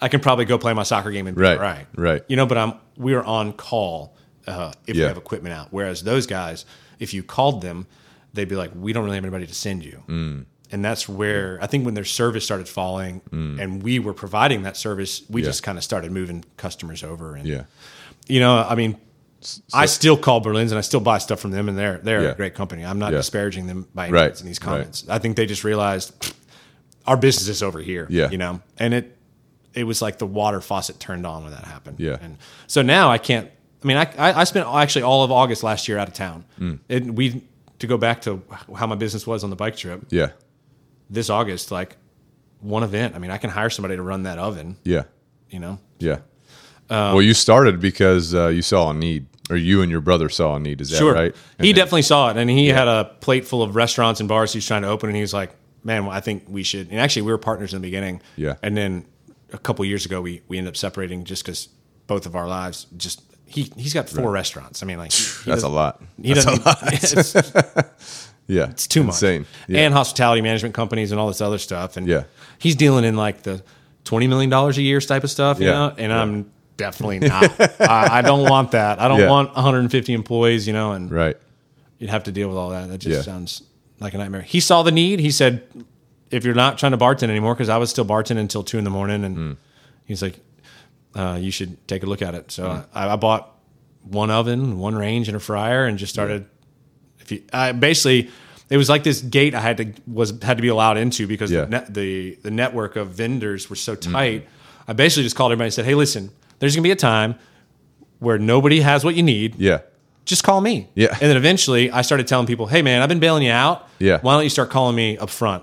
[SPEAKER 2] I can probably go play my soccer game and be
[SPEAKER 1] Right,
[SPEAKER 2] all right,
[SPEAKER 1] right.
[SPEAKER 2] You know, but I'm we are on call uh, if
[SPEAKER 1] Yeah.
[SPEAKER 2] we have equipment out. Whereas those guys, if you called them, they'd be like, we don't really have anybody to send you.
[SPEAKER 1] Mm.
[SPEAKER 2] And that's where I think when their service started falling, and we were providing that service, we
[SPEAKER 1] Mm. Yeah.
[SPEAKER 2] just kind of started moving customers over. And
[SPEAKER 1] yeah.
[SPEAKER 2] you know, I mean, I still call Berlin's and I still buy stuff from them, and they're they're
[SPEAKER 1] Yeah.
[SPEAKER 2] a great company. I'm not
[SPEAKER 1] Yeah.
[SPEAKER 2] disparaging them by any
[SPEAKER 1] Right.
[SPEAKER 2] means in these comments. I think they just realized "Pfft, our business is over here.
[SPEAKER 1] Yeah.
[SPEAKER 2] you know, and it it was like the water faucet turned on when that happened.
[SPEAKER 1] Yeah.
[SPEAKER 2] and so now I can't. I mean, I I, I spent actually all of August last year out of town.
[SPEAKER 1] Hmm.
[SPEAKER 2] And we to go back to how my business was on the bike trip
[SPEAKER 1] Yeah.
[SPEAKER 2] this August, like one event. I mean, I can hire somebody to run that oven.
[SPEAKER 1] Yeah.
[SPEAKER 2] You know,
[SPEAKER 1] Yeah.
[SPEAKER 2] Um,
[SPEAKER 1] well, you started because uh, you saw a need, or you and your brother saw a need. Is that
[SPEAKER 2] Sure.
[SPEAKER 1] right? And
[SPEAKER 2] he
[SPEAKER 1] then-
[SPEAKER 2] definitely saw it, and he had a plate full of restaurants and bars he's trying to open, and he was like, "Man, well, I think we should." And actually, we were partners in the beginning.
[SPEAKER 1] Yeah.
[SPEAKER 2] And then a couple years ago, we we ended up separating just because both of our lives just he he's got four restaurants. I mean, like he- he
[SPEAKER 1] That's a
[SPEAKER 2] doesn't-
[SPEAKER 1] lot.
[SPEAKER 2] He doesn't. it's,
[SPEAKER 1] Yeah.
[SPEAKER 2] it's too much.
[SPEAKER 1] Insane. Yeah.
[SPEAKER 2] And hospitality management companies and all this other stuff. And
[SPEAKER 1] Yeah.
[SPEAKER 2] he's dealing in like the twenty million dollars a year type of stuff. You
[SPEAKER 1] Yeah.
[SPEAKER 2] know, and I'm definitely not. I, I don't want that. I don't
[SPEAKER 1] Yeah.
[SPEAKER 2] want 150 employees. You know, and
[SPEAKER 1] right.
[SPEAKER 2] you'd have to deal with all that. That just
[SPEAKER 1] Yeah.
[SPEAKER 2] sounds like a nightmare. He saw the need. He said, "If you're not trying to bartend anymore, because I was still bartending until two in the morning," and
[SPEAKER 1] Hmm.
[SPEAKER 2] he's like, uh, "You should take a look at it." So
[SPEAKER 1] Hmm.
[SPEAKER 2] I, I bought one oven, one range, and a fryer, and just started. If you I basically, it was like this gate I had to was had to be allowed into because
[SPEAKER 1] Yeah. Hmm.
[SPEAKER 2] the, net, the the network of vendors were so tight. I basically just called everybody and said, "Hey, listen, there's gonna be a time." Where nobody has what you need,
[SPEAKER 1] Yeah.
[SPEAKER 2] just call me.
[SPEAKER 1] Yeah.
[SPEAKER 2] And then eventually I started telling people, hey man, I've been bailing you out.
[SPEAKER 1] Yeah. Mm.
[SPEAKER 2] Why don't you start calling me up front?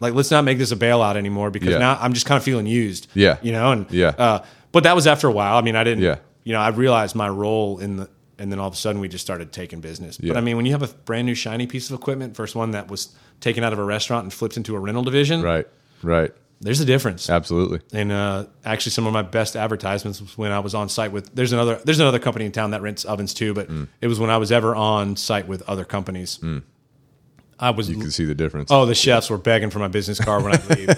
[SPEAKER 2] Like, let's not make this a bailout anymore because
[SPEAKER 1] Yeah.
[SPEAKER 2] now I'm just kind of feeling used.
[SPEAKER 1] Yeah.
[SPEAKER 2] You know, and
[SPEAKER 1] Yeah.
[SPEAKER 2] Uh, but that was after a while. I mean, I didn't,
[SPEAKER 1] Yeah.
[SPEAKER 2] you know, I realized my role in the, and then all of a sudden we just started taking business.
[SPEAKER 1] Yeah.
[SPEAKER 2] But I mean, when you have a brand new shiny piece of equipment versus one that was taken out of a restaurant and flipped into a rental division,
[SPEAKER 1] Right. Right.
[SPEAKER 2] there's a difference
[SPEAKER 1] Absolutely.
[SPEAKER 2] and uh, actually some of my best advertisements was when I was on site with there's another there's another company in town that rents ovens too, but
[SPEAKER 1] Mm.
[SPEAKER 2] it was when I was ever on site with other companies. I was
[SPEAKER 1] You can see the difference.
[SPEAKER 2] oh the chefs were begging for my business card when I leave.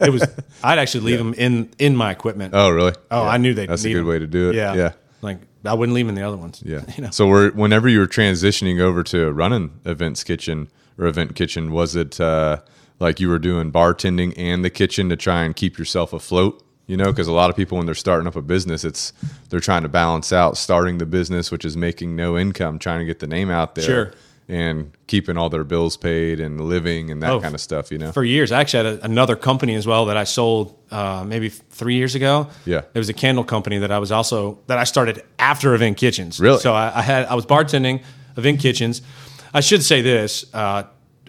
[SPEAKER 2] it was I'd actually leave them in in my equipment.
[SPEAKER 1] Oh, really?
[SPEAKER 2] oh,
[SPEAKER 1] Yeah.
[SPEAKER 2] I knew they
[SPEAKER 1] That's a good way to do it.
[SPEAKER 2] Yeah,
[SPEAKER 1] Yeah.
[SPEAKER 2] Like I wouldn't leave 'em in the other ones.
[SPEAKER 1] Yeah.
[SPEAKER 2] you know.
[SPEAKER 1] So we're, whenever you were transitioning over to running events kitchen or event kitchen, was it uh, like you were doing bartending and the kitchen to try and keep yourself afloat? You know, because a lot of people when they're starting up a business, it's they're trying to balance out starting the business, which is making no income, trying to get the name out there,
[SPEAKER 2] Sure.
[SPEAKER 1] and keeping all their bills paid and living and that
[SPEAKER 2] Oh,
[SPEAKER 1] kind of stuff. You know,
[SPEAKER 2] for years. I actually had a, another company as well that I sold uh, maybe f- three years ago.
[SPEAKER 1] Yeah.
[SPEAKER 2] it was a candle company that I was also that I started after Event Kitchens.
[SPEAKER 1] Really?
[SPEAKER 2] So I, I had I was bartending Event Kitchens. I should say this. Uh,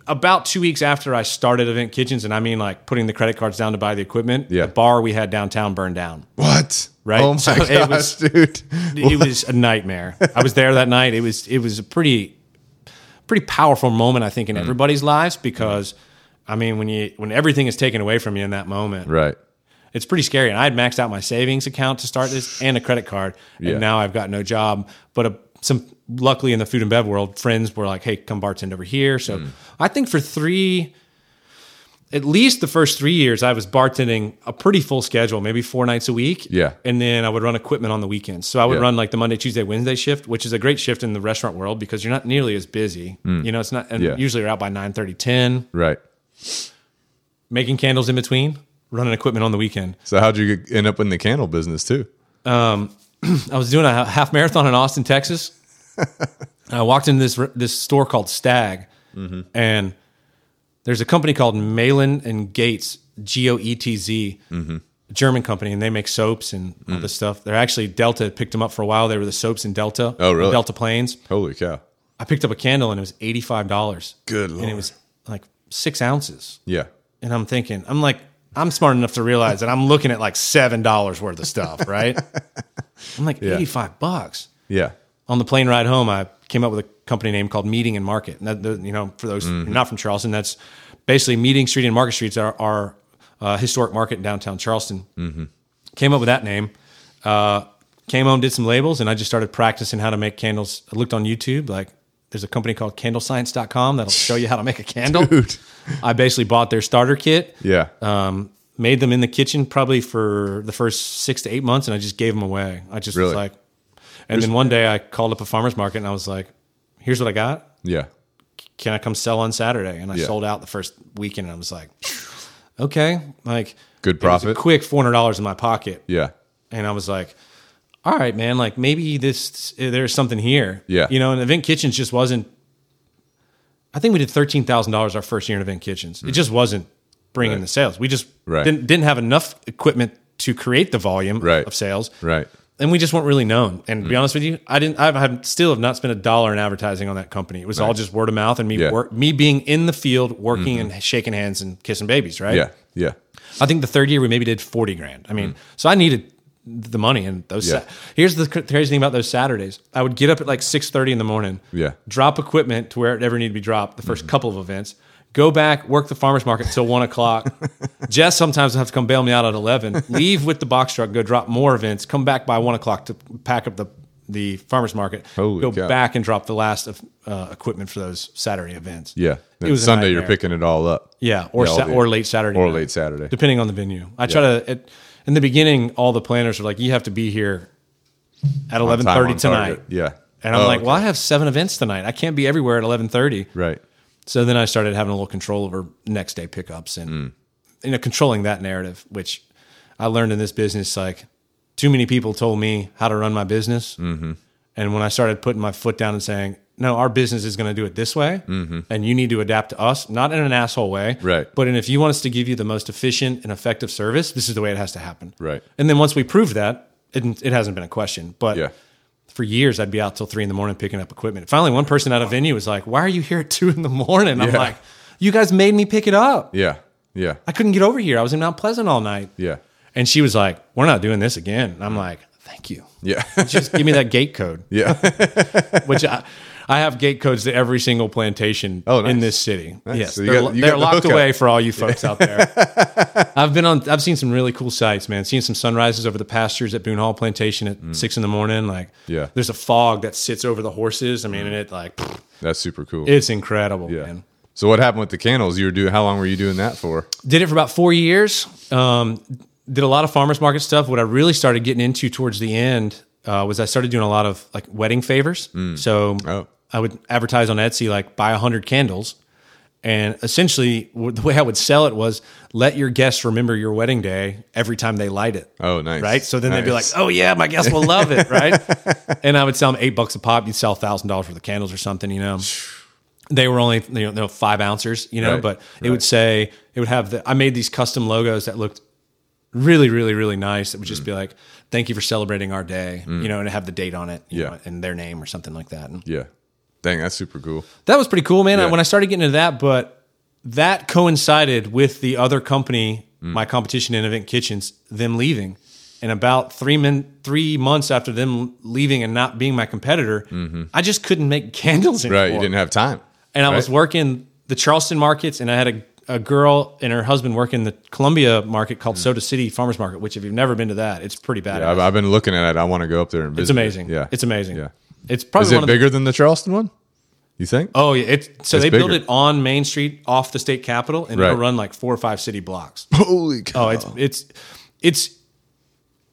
[SPEAKER 2] about two weeks after I started Event Kitchens, and I mean like putting the credit cards down to buy the equipment,
[SPEAKER 1] Yeah.
[SPEAKER 2] the bar we had downtown burned down.
[SPEAKER 1] what?
[SPEAKER 2] Right.
[SPEAKER 1] Oh my
[SPEAKER 2] So
[SPEAKER 1] gosh,
[SPEAKER 2] it was-
[SPEAKER 1] dude.
[SPEAKER 2] It was a nightmare. I was there that night. It was it was a pretty pretty powerful moment I think
[SPEAKER 1] Mm.
[SPEAKER 2] in everybody's lives because I mean when you when everything is taken away from you in that moment,
[SPEAKER 1] Right.
[SPEAKER 2] it's pretty scary. And I had maxed out my savings account to start this and a credit card, and
[SPEAKER 1] Yeah.
[SPEAKER 2] now I've got no job. But a, some luckily in the food and bev world, friends were like, "Hey, come bartend over here." So
[SPEAKER 1] Mm.
[SPEAKER 2] I think for three, at least the first three years, I was bartending a pretty full schedule, maybe four nights a week.
[SPEAKER 1] Yeah.
[SPEAKER 2] and then I would run equipment on the weekends. So I would
[SPEAKER 1] Yeah.
[SPEAKER 2] run like the Monday, Tuesday, Wednesday shift, which is a great shift in the restaurant world because you're not nearly as busy. You know, it's not. And
[SPEAKER 1] Mm. Yeah.
[SPEAKER 2] usually you're out by 9, 10,
[SPEAKER 1] Right.
[SPEAKER 2] making candles in between, running equipment on the weekend.
[SPEAKER 1] So how'd you get- end up in the candle business too?
[SPEAKER 2] I was doing a half marathon in Austin, Texas. And I walked into this this store called Stag,
[SPEAKER 1] Mm-hmm.
[SPEAKER 2] and there's a company called Malin and Gates, G O E T Z,
[SPEAKER 1] Mm-hmm.
[SPEAKER 2] a German company, and they make soaps and all
[SPEAKER 1] Mm.
[SPEAKER 2] this stuff. They're actually Delta picked them up for a while. They were the soaps in Delta.
[SPEAKER 1] Oh, really?
[SPEAKER 2] Delta planes.
[SPEAKER 1] Holy cow.
[SPEAKER 2] I picked up a candle and it was eighty five dollars.
[SPEAKER 1] Good lord.
[SPEAKER 2] And it was like six ounces.
[SPEAKER 1] Yeah.
[SPEAKER 2] And I'm thinking, I'm like, I'm smart enough to realize that I'm looking at like seven dollars worth of stuff, right? I'm like eighty five bucks
[SPEAKER 1] Yeah.
[SPEAKER 2] on the plane ride home, I came up with a company name called Meeting and Market. And that, the, you know, for those who are not from Charleston, that's basically Meeting Street and Market Streets are our uh, historic market in downtown Charleston. Came up with that name. Uh, came home, did some labels, and I just started practicing how to make candles. I looked on YouTube, like there's a company called CandleScience.com that'll show you how to make a candle.
[SPEAKER 1] Dude.
[SPEAKER 2] I basically bought their starter kit.
[SPEAKER 1] Yeah.
[SPEAKER 2] Um, made them in the kitchen probably for the first six to eight months, and I just gave them away. I just
[SPEAKER 1] Really?
[SPEAKER 2] was like, and then one day I called up a farmer's market and I was like, "Here's what I got.
[SPEAKER 1] yeah.
[SPEAKER 2] Can I come sell on Saturday?" And I
[SPEAKER 1] Yeah.
[SPEAKER 2] sold out the first weekend. And I was like, "Okay, like
[SPEAKER 1] Good
[SPEAKER 2] it was a
[SPEAKER 1] profit.
[SPEAKER 2] quick four hundred dollars in my pocket."
[SPEAKER 1] Yeah.
[SPEAKER 2] And I was like, "All right, man. Like maybe this eh, there's something here."
[SPEAKER 1] Yeah.
[SPEAKER 2] you know, and Event Kitchens just wasn't. I think we did thirteen thousand dollars our first year in Event Kitchens. It just wasn't bringing the sales. We just
[SPEAKER 1] Mm. Right.
[SPEAKER 2] didn't didn't have enough equipment to create the volume
[SPEAKER 1] Right.
[SPEAKER 2] of sales
[SPEAKER 1] Right. Mm.
[SPEAKER 2] and we just weren't really known. And to be honest with you, I didn't. I've, I've still have not spent a dollar in advertising on that company. It was all just word of mouth and me
[SPEAKER 1] Yeah. Mm-hmm.
[SPEAKER 2] work, me being in the field, working and shaking hands and kissing babies. Right.
[SPEAKER 1] Yeah. Yeah.
[SPEAKER 2] I think the third year we maybe did forty grand. I mean, so I needed the money and those.
[SPEAKER 1] Mm. Yeah.
[SPEAKER 2] Sa- Here's the cr- crazy thing about those Saturdays. I would get up at like six thirty in the morning.
[SPEAKER 1] Yeah. Mm-hmm.
[SPEAKER 2] Drop equipment to where it ever needed to be dropped. The 1st couple of events. Go back, work the farmers market till one o'clock. Jess sometimes will have to come bail me out at eleven. Leave with the box truck, go drop more events. Come back by one o'clock to pack up the the farmers market.
[SPEAKER 1] Holy
[SPEAKER 2] go
[SPEAKER 1] cow.
[SPEAKER 2] back and drop the last of uh, equipment for those Saturday events.
[SPEAKER 1] Yeah.
[SPEAKER 2] It was a
[SPEAKER 1] Sunday. You're
[SPEAKER 2] nightmare.
[SPEAKER 1] picking it all up.
[SPEAKER 2] Yeah, or
[SPEAKER 1] all
[SPEAKER 2] sa-
[SPEAKER 1] the-
[SPEAKER 2] or late Saturday
[SPEAKER 1] or
[SPEAKER 2] night,
[SPEAKER 1] late Saturday.
[SPEAKER 2] depending on the venue. I try to at, in the beginning. All the planners are like, "You have to be here at eleven
[SPEAKER 1] Time
[SPEAKER 2] thirty
[SPEAKER 1] on
[SPEAKER 2] tonight,"
[SPEAKER 1] target. Yeah.
[SPEAKER 2] and I'm
[SPEAKER 1] Oh,
[SPEAKER 2] like,
[SPEAKER 1] okay.
[SPEAKER 2] "Well, I have seven events tonight. I can't be everywhere at eleven thirty.
[SPEAKER 1] Right.
[SPEAKER 2] So then I started having a little control over next day pickups and
[SPEAKER 1] Mm.
[SPEAKER 2] you know controlling that narrative, which I learned in this business. Like, too many people told me how to run my business, mm-hmm. and when I started putting my foot down and saying. No, our business is going to do it this way, and you need to adapt to us, not in an asshole way,
[SPEAKER 1] Mm-hmm. Right.
[SPEAKER 2] But in if you want us to give you the most efficient and effective service, this is the way it has to happen,
[SPEAKER 1] Right.
[SPEAKER 2] And then once we prove that, it, it hasn't been a question. But
[SPEAKER 1] Yeah.
[SPEAKER 2] for years I'd be out till three in the morning picking up equipment. Finally, one person at a venue was like, "Why are you here at two in the morning?" I'm
[SPEAKER 1] Yeah.
[SPEAKER 2] like, "You guys made me pick it up.
[SPEAKER 1] Yeah. Yeah.
[SPEAKER 2] I couldn't get over here. I was in Mount Pleasant all night."
[SPEAKER 1] Yeah.
[SPEAKER 2] And she was like, "We're not doing this again." And I'm like, "Thank you.
[SPEAKER 1] Yeah.
[SPEAKER 2] Just give me that gate code."
[SPEAKER 1] yeah.
[SPEAKER 2] Which I, I have gate codes to every single plantation
[SPEAKER 1] Oh, nice.
[SPEAKER 2] in this city. Yes,
[SPEAKER 1] So you
[SPEAKER 2] they're,
[SPEAKER 1] got- you
[SPEAKER 2] they're
[SPEAKER 1] got the
[SPEAKER 2] locked
[SPEAKER 1] hookup.
[SPEAKER 2] away for all you folks out there. I've been on. I've seen some really cool sights, man. Seen some sunrises over the pastures at Boone Hall Plantation at six in the morning. Like,
[SPEAKER 1] Mm. Yeah.
[SPEAKER 2] there's a fog that sits over the horses. I mean, and it like
[SPEAKER 1] That's super cool.
[SPEAKER 2] it's incredible,
[SPEAKER 1] yeah.
[SPEAKER 2] man.
[SPEAKER 1] So what happened with the candles? You were doing how long were you doing that for?
[SPEAKER 2] Did it for about four years. Um, did a lot of farmers market stuff. What I really started getting into towards the end uh, was I started doing a lot of like wedding favors. So
[SPEAKER 1] Oh.
[SPEAKER 2] I would advertise on Etsy like buy hundred candles, and essentially w- the way I would sell it was let your guests remember your wedding day every time they light it.
[SPEAKER 1] Oh, nice.
[SPEAKER 2] Right. So then they'd be like,
[SPEAKER 1] Nice.
[SPEAKER 2] oh, yeah, my guests will love it. Right. and I would sell them eight bucks a pop. You'd sell $1,000 worth of candles or something, you know. They were only, you know, they were five ounces, you know,
[SPEAKER 1] Right,
[SPEAKER 2] but it would say, it would have the, I made these custom logos that looked really, really, really nice. It would
[SPEAKER 1] Mm.
[SPEAKER 2] just be like, thank you for celebrating our day, you know, and have the date on it, you
[SPEAKER 1] Yeah.
[SPEAKER 2] know, and their name or something like that. And
[SPEAKER 1] Yeah. Dang, that's super cool.
[SPEAKER 2] that was pretty cool, man.
[SPEAKER 1] Yeah.
[SPEAKER 2] When I started getting into that, but that coincided with the other company,
[SPEAKER 1] Mm.
[SPEAKER 2] my competition in Event Kitchens, them leaving. And about three min, three months after them leaving and not being my competitor, I just couldn't make candles anymore.
[SPEAKER 1] Mm-hmm. Right. You didn't have time.
[SPEAKER 2] and I was working the Charleston markets, and I had a, a girl and her husband working the Columbia market called Soda City Farmers Market. Which, if you've never been to that, it's pretty bad.
[SPEAKER 1] Hmm. I've, I've been looking at it. I want to go up there and visit.
[SPEAKER 2] it's amazing.
[SPEAKER 1] Yeah.
[SPEAKER 2] it's amazing.
[SPEAKER 1] Yeah.
[SPEAKER 2] it's probably
[SPEAKER 1] Is
[SPEAKER 2] one
[SPEAKER 1] it
[SPEAKER 2] of the
[SPEAKER 1] bigger than the Charleston one? You think?
[SPEAKER 2] Oh yeah, it, so
[SPEAKER 1] It's
[SPEAKER 2] they built
[SPEAKER 1] bigger.
[SPEAKER 2] it on Main Street off the state capitol, and
[SPEAKER 1] Right.
[SPEAKER 2] it'll run like four or five city blocks.
[SPEAKER 1] Holy cow.
[SPEAKER 2] Oh, it's it's it's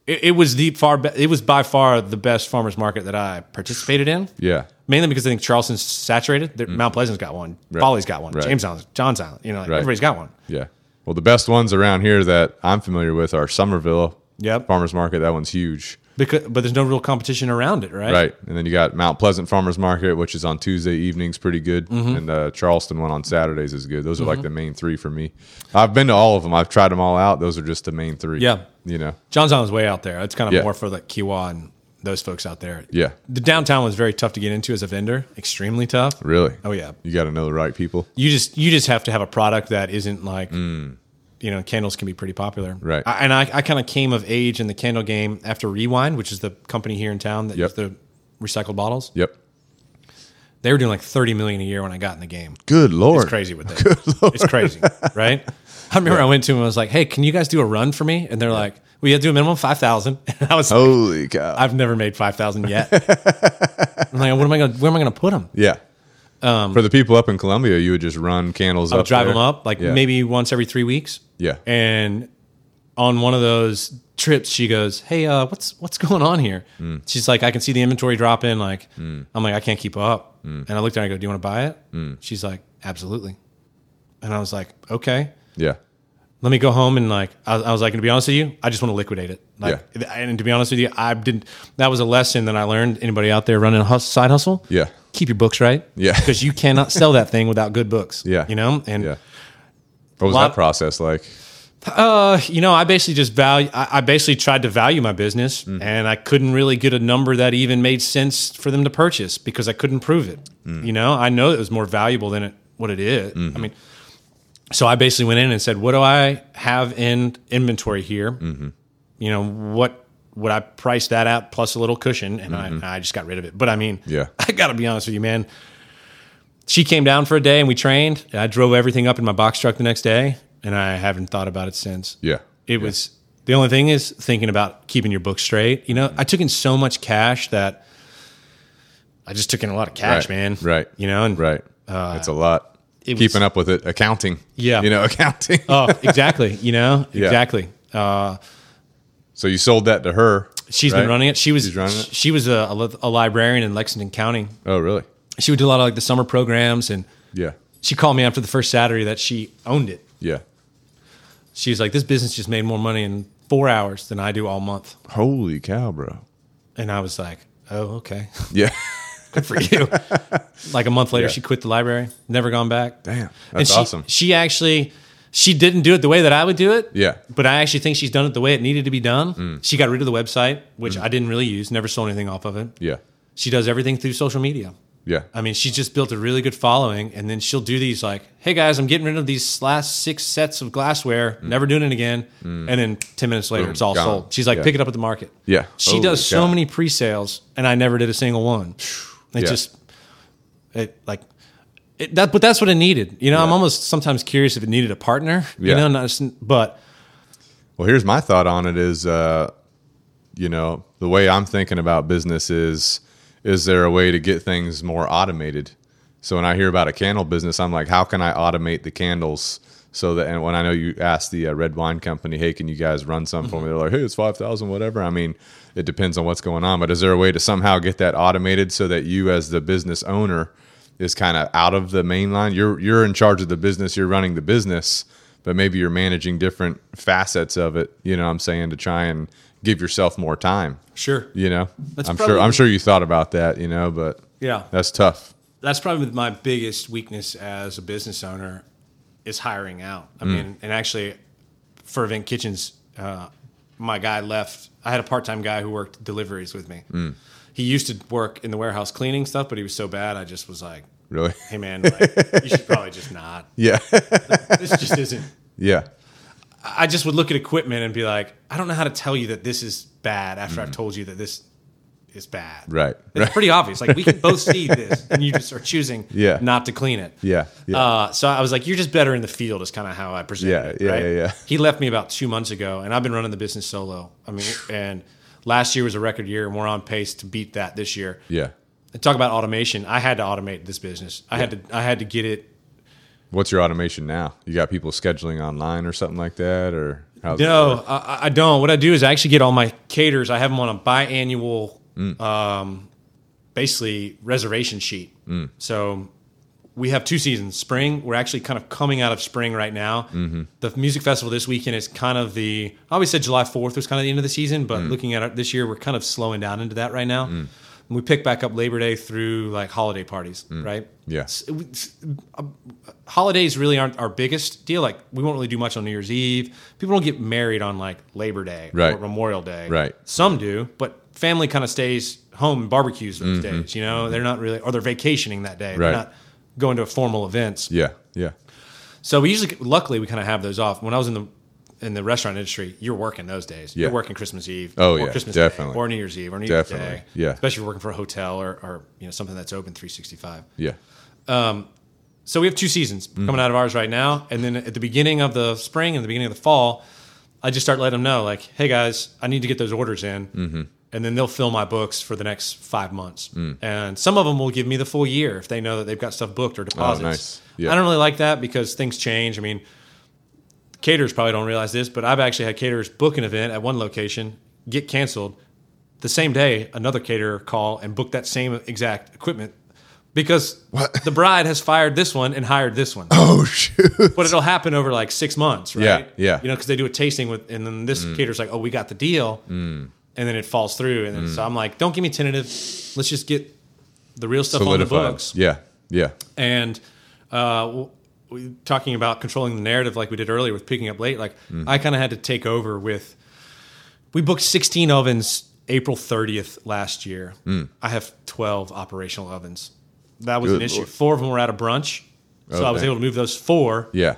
[SPEAKER 2] it, it was the far be- it was by far the best farmers market that I participated in.
[SPEAKER 1] yeah.
[SPEAKER 2] Mainly because I think Charleston's saturated. There- Mount Pleasant's got one, Folly's got one,
[SPEAKER 1] Hmm. Right.
[SPEAKER 2] James Island, John's Island. You know, like, everybody's got one.
[SPEAKER 1] Yeah. Well, the best ones around here that I'm familiar with are Somerville.
[SPEAKER 2] Yep.
[SPEAKER 1] Farmers Market. That one's huge.
[SPEAKER 2] because but there's no real competition around it, right?
[SPEAKER 1] Right. And then you got Mount Pleasant Farmers Market, which is on Tuesday evenings, pretty good.
[SPEAKER 2] Mm-hmm.
[SPEAKER 1] And the Charleston one on Saturdays is good. Those are like the main three for me. I've been to all of them, I've tried them all out. Those are just the main three.
[SPEAKER 2] Yeah.
[SPEAKER 1] You know,
[SPEAKER 2] John's on his way out there. It's kind of
[SPEAKER 1] Yeah.
[SPEAKER 2] more for like Kiwa and those folks out there.
[SPEAKER 1] yeah.
[SPEAKER 2] The downtown was very tough to get into as a vendor. Extremely tough.
[SPEAKER 1] Really?
[SPEAKER 2] Oh yeah.
[SPEAKER 1] You got to know the right people.
[SPEAKER 2] You just you just have to have a product that isn't like you know, candles can be pretty popular.
[SPEAKER 1] Mm. Right.
[SPEAKER 2] I, and I, I kind of came of age in the candle game after Rewind, which is the company here in town that
[SPEAKER 1] Yep.
[SPEAKER 2] used the recycled bottles.
[SPEAKER 1] Yep.
[SPEAKER 2] They were doing like 30 million a year when I got in the game.
[SPEAKER 1] Good Lord.
[SPEAKER 2] It's crazy what they do. It's crazy, right? I remember I went to them and I was like, hey, can you guys do a run for me? And they're like, well, you have to do a minimum of 5,000. And I was like,
[SPEAKER 1] Holy cow.
[SPEAKER 2] I've never made 5,000 yet. I'm like, what am I going to, where am I going to put them?
[SPEAKER 1] yeah. for the people up in Columbia, you would just run candles up.
[SPEAKER 2] I'll Um, Oh, drive
[SPEAKER 1] there.
[SPEAKER 2] them up like
[SPEAKER 1] Yeah.
[SPEAKER 2] maybe once every three weeks.
[SPEAKER 1] Yeah.
[SPEAKER 2] And on one of those trips, she goes, hey, uh, what's, what's going on here?
[SPEAKER 1] Hmm.
[SPEAKER 2] She's like, I can see the inventory drop in. Like, I'm like, I can't keep up.
[SPEAKER 1] Hmm.
[SPEAKER 2] And I looked at her and I go, do you want to buy it? She's like, absolutely. And I was like, okay.
[SPEAKER 1] Yeah.
[SPEAKER 2] let me go home and like I, I was like to be honest with you i just want to liquidate it like and to be honest with you i didn't that was a lesson that i learned anybody out there running a hus- side hustle
[SPEAKER 1] Yeah.
[SPEAKER 2] keep your books right
[SPEAKER 1] Yeah.
[SPEAKER 2] because you cannot sell that thing without good books
[SPEAKER 1] Yeah.
[SPEAKER 2] you know and
[SPEAKER 1] Yeah. What was
[SPEAKER 2] Lot-
[SPEAKER 1] that process like?
[SPEAKER 2] uh you know i basically just value i, I basically tried to value my business and i couldn't really get a number that even made sense for them to purchase because i couldn't prove it you know i know it was more valuable than it what it is. i mean so I basically went in and said, "What do I have in inventory here? You know, what would I price that at plus a little cushion?" And I, I just got rid of it. But I mean,
[SPEAKER 1] Yeah.
[SPEAKER 2] I got to be honest with you, man. She came down for a day and we trained. I drove everything up in my box truck the next day, and I haven't thought about it since.
[SPEAKER 1] Yeah.
[SPEAKER 2] It was the only thing is thinking about keeping your books straight. You know, I took in so much cash that I just took in a lot of cash,
[SPEAKER 1] Right.
[SPEAKER 2] man.
[SPEAKER 1] Right.
[SPEAKER 2] You know, and
[SPEAKER 1] Right. It's a lot.
[SPEAKER 2] Uh, it was-
[SPEAKER 1] Keeping up with it. Accounting.
[SPEAKER 2] Yeah.
[SPEAKER 1] You know, accounting.
[SPEAKER 2] oh, exactly. You know, exactly. Uh,
[SPEAKER 1] so you sold that to her.
[SPEAKER 2] She's
[SPEAKER 1] right?
[SPEAKER 2] been running it. She was
[SPEAKER 1] She's running it?
[SPEAKER 2] she was a, a li- a librarian in Lexington County.
[SPEAKER 1] Oh, really?
[SPEAKER 2] She would do a lot of like the summer programs, and
[SPEAKER 1] Yeah.
[SPEAKER 2] she called me after the first Saturday that she owned it.
[SPEAKER 1] Yeah.
[SPEAKER 2] She was like, "This business just made more money in four hours than I do all month,"
[SPEAKER 1] Holy cow, bro.
[SPEAKER 2] and I was like, "Oh, okay,
[SPEAKER 1] Yeah.
[SPEAKER 2] good for you." like a month later, she quit the library, never gone back.
[SPEAKER 1] Damn.
[SPEAKER 2] And
[SPEAKER 1] That's
[SPEAKER 2] she,
[SPEAKER 1] awesome.
[SPEAKER 2] She actually she didn't do it the way that I would do it.
[SPEAKER 1] Yeah. Mm.
[SPEAKER 2] But I actually think she's done it the way it needed to be done. She got rid of the website, which I didn't really use. Never sold anything off of it.
[SPEAKER 1] Yeah.
[SPEAKER 2] She does everything through social media.
[SPEAKER 1] Yeah.
[SPEAKER 2] I mean, she's just built a really good following, and then she'll do these like, "Hey guys, I'm getting rid of these last six sets of glassware. Never doing it again." And then ten minutes later,
[SPEAKER 1] Mm. Boom,
[SPEAKER 2] it's all
[SPEAKER 1] gone.
[SPEAKER 2] sold. She's like,
[SPEAKER 1] Yeah.
[SPEAKER 2] "Pick it up at the market."
[SPEAKER 1] Yeah.
[SPEAKER 2] she
[SPEAKER 1] Holy
[SPEAKER 2] does so
[SPEAKER 1] cow.
[SPEAKER 2] many pre-sales, and I never did a single one. It
[SPEAKER 1] Yeah.
[SPEAKER 2] just, it like, it, that. But that's what it needed. You know, I'm almost sometimes curious if it needed a partner. You
[SPEAKER 1] Yeah.
[SPEAKER 2] know, not just, but
[SPEAKER 1] Well, here's my thought on it is, uh, you know, the way I'm thinking about business is, is there a way to get things more automated? So when I hear about a candle business, I'm like, how can I automate the candles? So that, and when I know you asked the uh, red wine company, hey, can you guys run some for me? They're like, hey, it's 5,000, whatever. I mean, it depends on what's going on, but is there a way to somehow get that automated so that you, as the business owner, is kind of out of the main line. You're you're in charge of the business, you're running the business, but maybe you're managing different facets of it, you know what I'm saying, to try and give yourself more time.
[SPEAKER 2] sure,
[SPEAKER 1] You know?
[SPEAKER 2] That's
[SPEAKER 1] I'm sure
[SPEAKER 2] probably-
[SPEAKER 1] I'm sure you thought about that, you know, but
[SPEAKER 2] yeah,
[SPEAKER 1] that's tough.
[SPEAKER 2] that's probably my biggest weakness as a business owner is hiring out.
[SPEAKER 1] Mm.
[SPEAKER 2] I mean, and actually, for Event Kitchens, uh, my guy left. I had a part time guy who worked deliveries with me.
[SPEAKER 1] Mm.
[SPEAKER 2] He used to work in the warehouse cleaning stuff, but he was so bad, I just was like,
[SPEAKER 1] Really?
[SPEAKER 2] hey, man, like, you should probably just not.
[SPEAKER 1] Yeah.
[SPEAKER 2] This just isn't.
[SPEAKER 1] yeah.
[SPEAKER 2] I just would look at equipment and be like, I don't know how to tell you that this is bad after I've told you that this is bad.
[SPEAKER 1] Mm. Right.
[SPEAKER 2] It's pretty obvious. Like, we can both see this, and you just are choosing
[SPEAKER 1] Yeah.
[SPEAKER 2] not to clean it.
[SPEAKER 1] Yeah. Yeah.
[SPEAKER 2] Uh, so I was like, "You're just better in the field," is kind of how I presented
[SPEAKER 1] Yeah,
[SPEAKER 2] it.
[SPEAKER 1] yeah,
[SPEAKER 2] right?
[SPEAKER 1] yeah, yeah.
[SPEAKER 2] He left me about two months ago, and I've been running the business solo. I mean, and last year was a record year, and we're on pace to beat that this year.
[SPEAKER 1] yeah.
[SPEAKER 2] And talk about automation. I had to automate this business. I had to. I had to get it.
[SPEAKER 1] What's your automation now? You got people scheduling online or something like that or how's it
[SPEAKER 2] No, I- I, I don't. What I do is I actually get all my caterers. I have them on a biannual, um, basically reservation sheet. So we have two seasons. Spring, we're actually kind of coming out of spring right now. The music festival this weekend is kind of the. I always said July fourth was kind of the end of the season, but looking at it this year, we're kind of slowing down into that right now. And we pick back up Labor Day through like holiday parties, right?
[SPEAKER 1] Yeah.
[SPEAKER 2] S- we- s- uh, Holidays really aren't our biggest deal. Like we won't really do much on New Year's Eve. People don't get married on like Labor Day
[SPEAKER 1] Right.
[SPEAKER 2] or Memorial Day.
[SPEAKER 1] Right.
[SPEAKER 2] Some do, but family kind of stays home and barbecues those days. You know, they're not really, or they're vacationing that day.
[SPEAKER 1] Mm-hmm. Right.
[SPEAKER 2] They're not going to formal events.
[SPEAKER 1] Yeah. Yeah.
[SPEAKER 2] So we usually, luckily, we kind of have those off. When I was in the in the restaurant industry, you're working those days.
[SPEAKER 1] Yeah.
[SPEAKER 2] You're working Christmas Eve.
[SPEAKER 1] Oh,
[SPEAKER 2] or
[SPEAKER 1] yeah,
[SPEAKER 2] Christmas
[SPEAKER 1] definitely.
[SPEAKER 2] Day, or New Year's Eve, or New Year's
[SPEAKER 1] Definitely,
[SPEAKER 2] Day.
[SPEAKER 1] yeah.
[SPEAKER 2] Especially if you're working for a hotel or, or you know something that's open 365.
[SPEAKER 1] Yeah.
[SPEAKER 2] So we have two seasons
[SPEAKER 1] Mm-hmm.
[SPEAKER 2] coming out of ours right now, and then at the beginning of the spring and the beginning of the fall, I just start letting them know, like, "Hey guys, I need to get those orders in," mm-hmm. and then they'll fill my books for the next five months.
[SPEAKER 1] Mm.
[SPEAKER 2] And some of them will give me the full year if they know that they've got stuff booked or deposits.
[SPEAKER 1] Oh, nice. Yeah.
[SPEAKER 2] I don't really like that because things change. I mean, caterers probably don't realize this, but I've actually had caterers book an event at one location, get canceled. The same day, another caterer call and book that same exact equipment because
[SPEAKER 1] What?
[SPEAKER 2] the bride has fired this one and hired this one.
[SPEAKER 1] Oh shoot.
[SPEAKER 2] But it'll happen over like six months, right?
[SPEAKER 1] Yeah, yeah. Mm.
[SPEAKER 2] You know, because they do a tasting with, and then this caterer's like, "Oh, we got the deal," and then it falls through, and then,
[SPEAKER 1] Mm.
[SPEAKER 2] so I'm like, "Don't give me tentative. Let's just get the real stuff on the
[SPEAKER 1] Solidified.
[SPEAKER 2] books."
[SPEAKER 1] Yeah. Yeah.
[SPEAKER 2] and uh, w- we- talking about controlling the narrative like we did earlier with picking up late like
[SPEAKER 1] Mm-hmm.
[SPEAKER 2] i kind of had to take over with we booked 16 ovens april 30th last year i have 12 operational ovens that was
[SPEAKER 1] Mm. Good
[SPEAKER 2] an issue
[SPEAKER 1] Lord.
[SPEAKER 2] four of them were at a brunch so i was
[SPEAKER 1] Okay.
[SPEAKER 2] able to move those four
[SPEAKER 1] Yeah.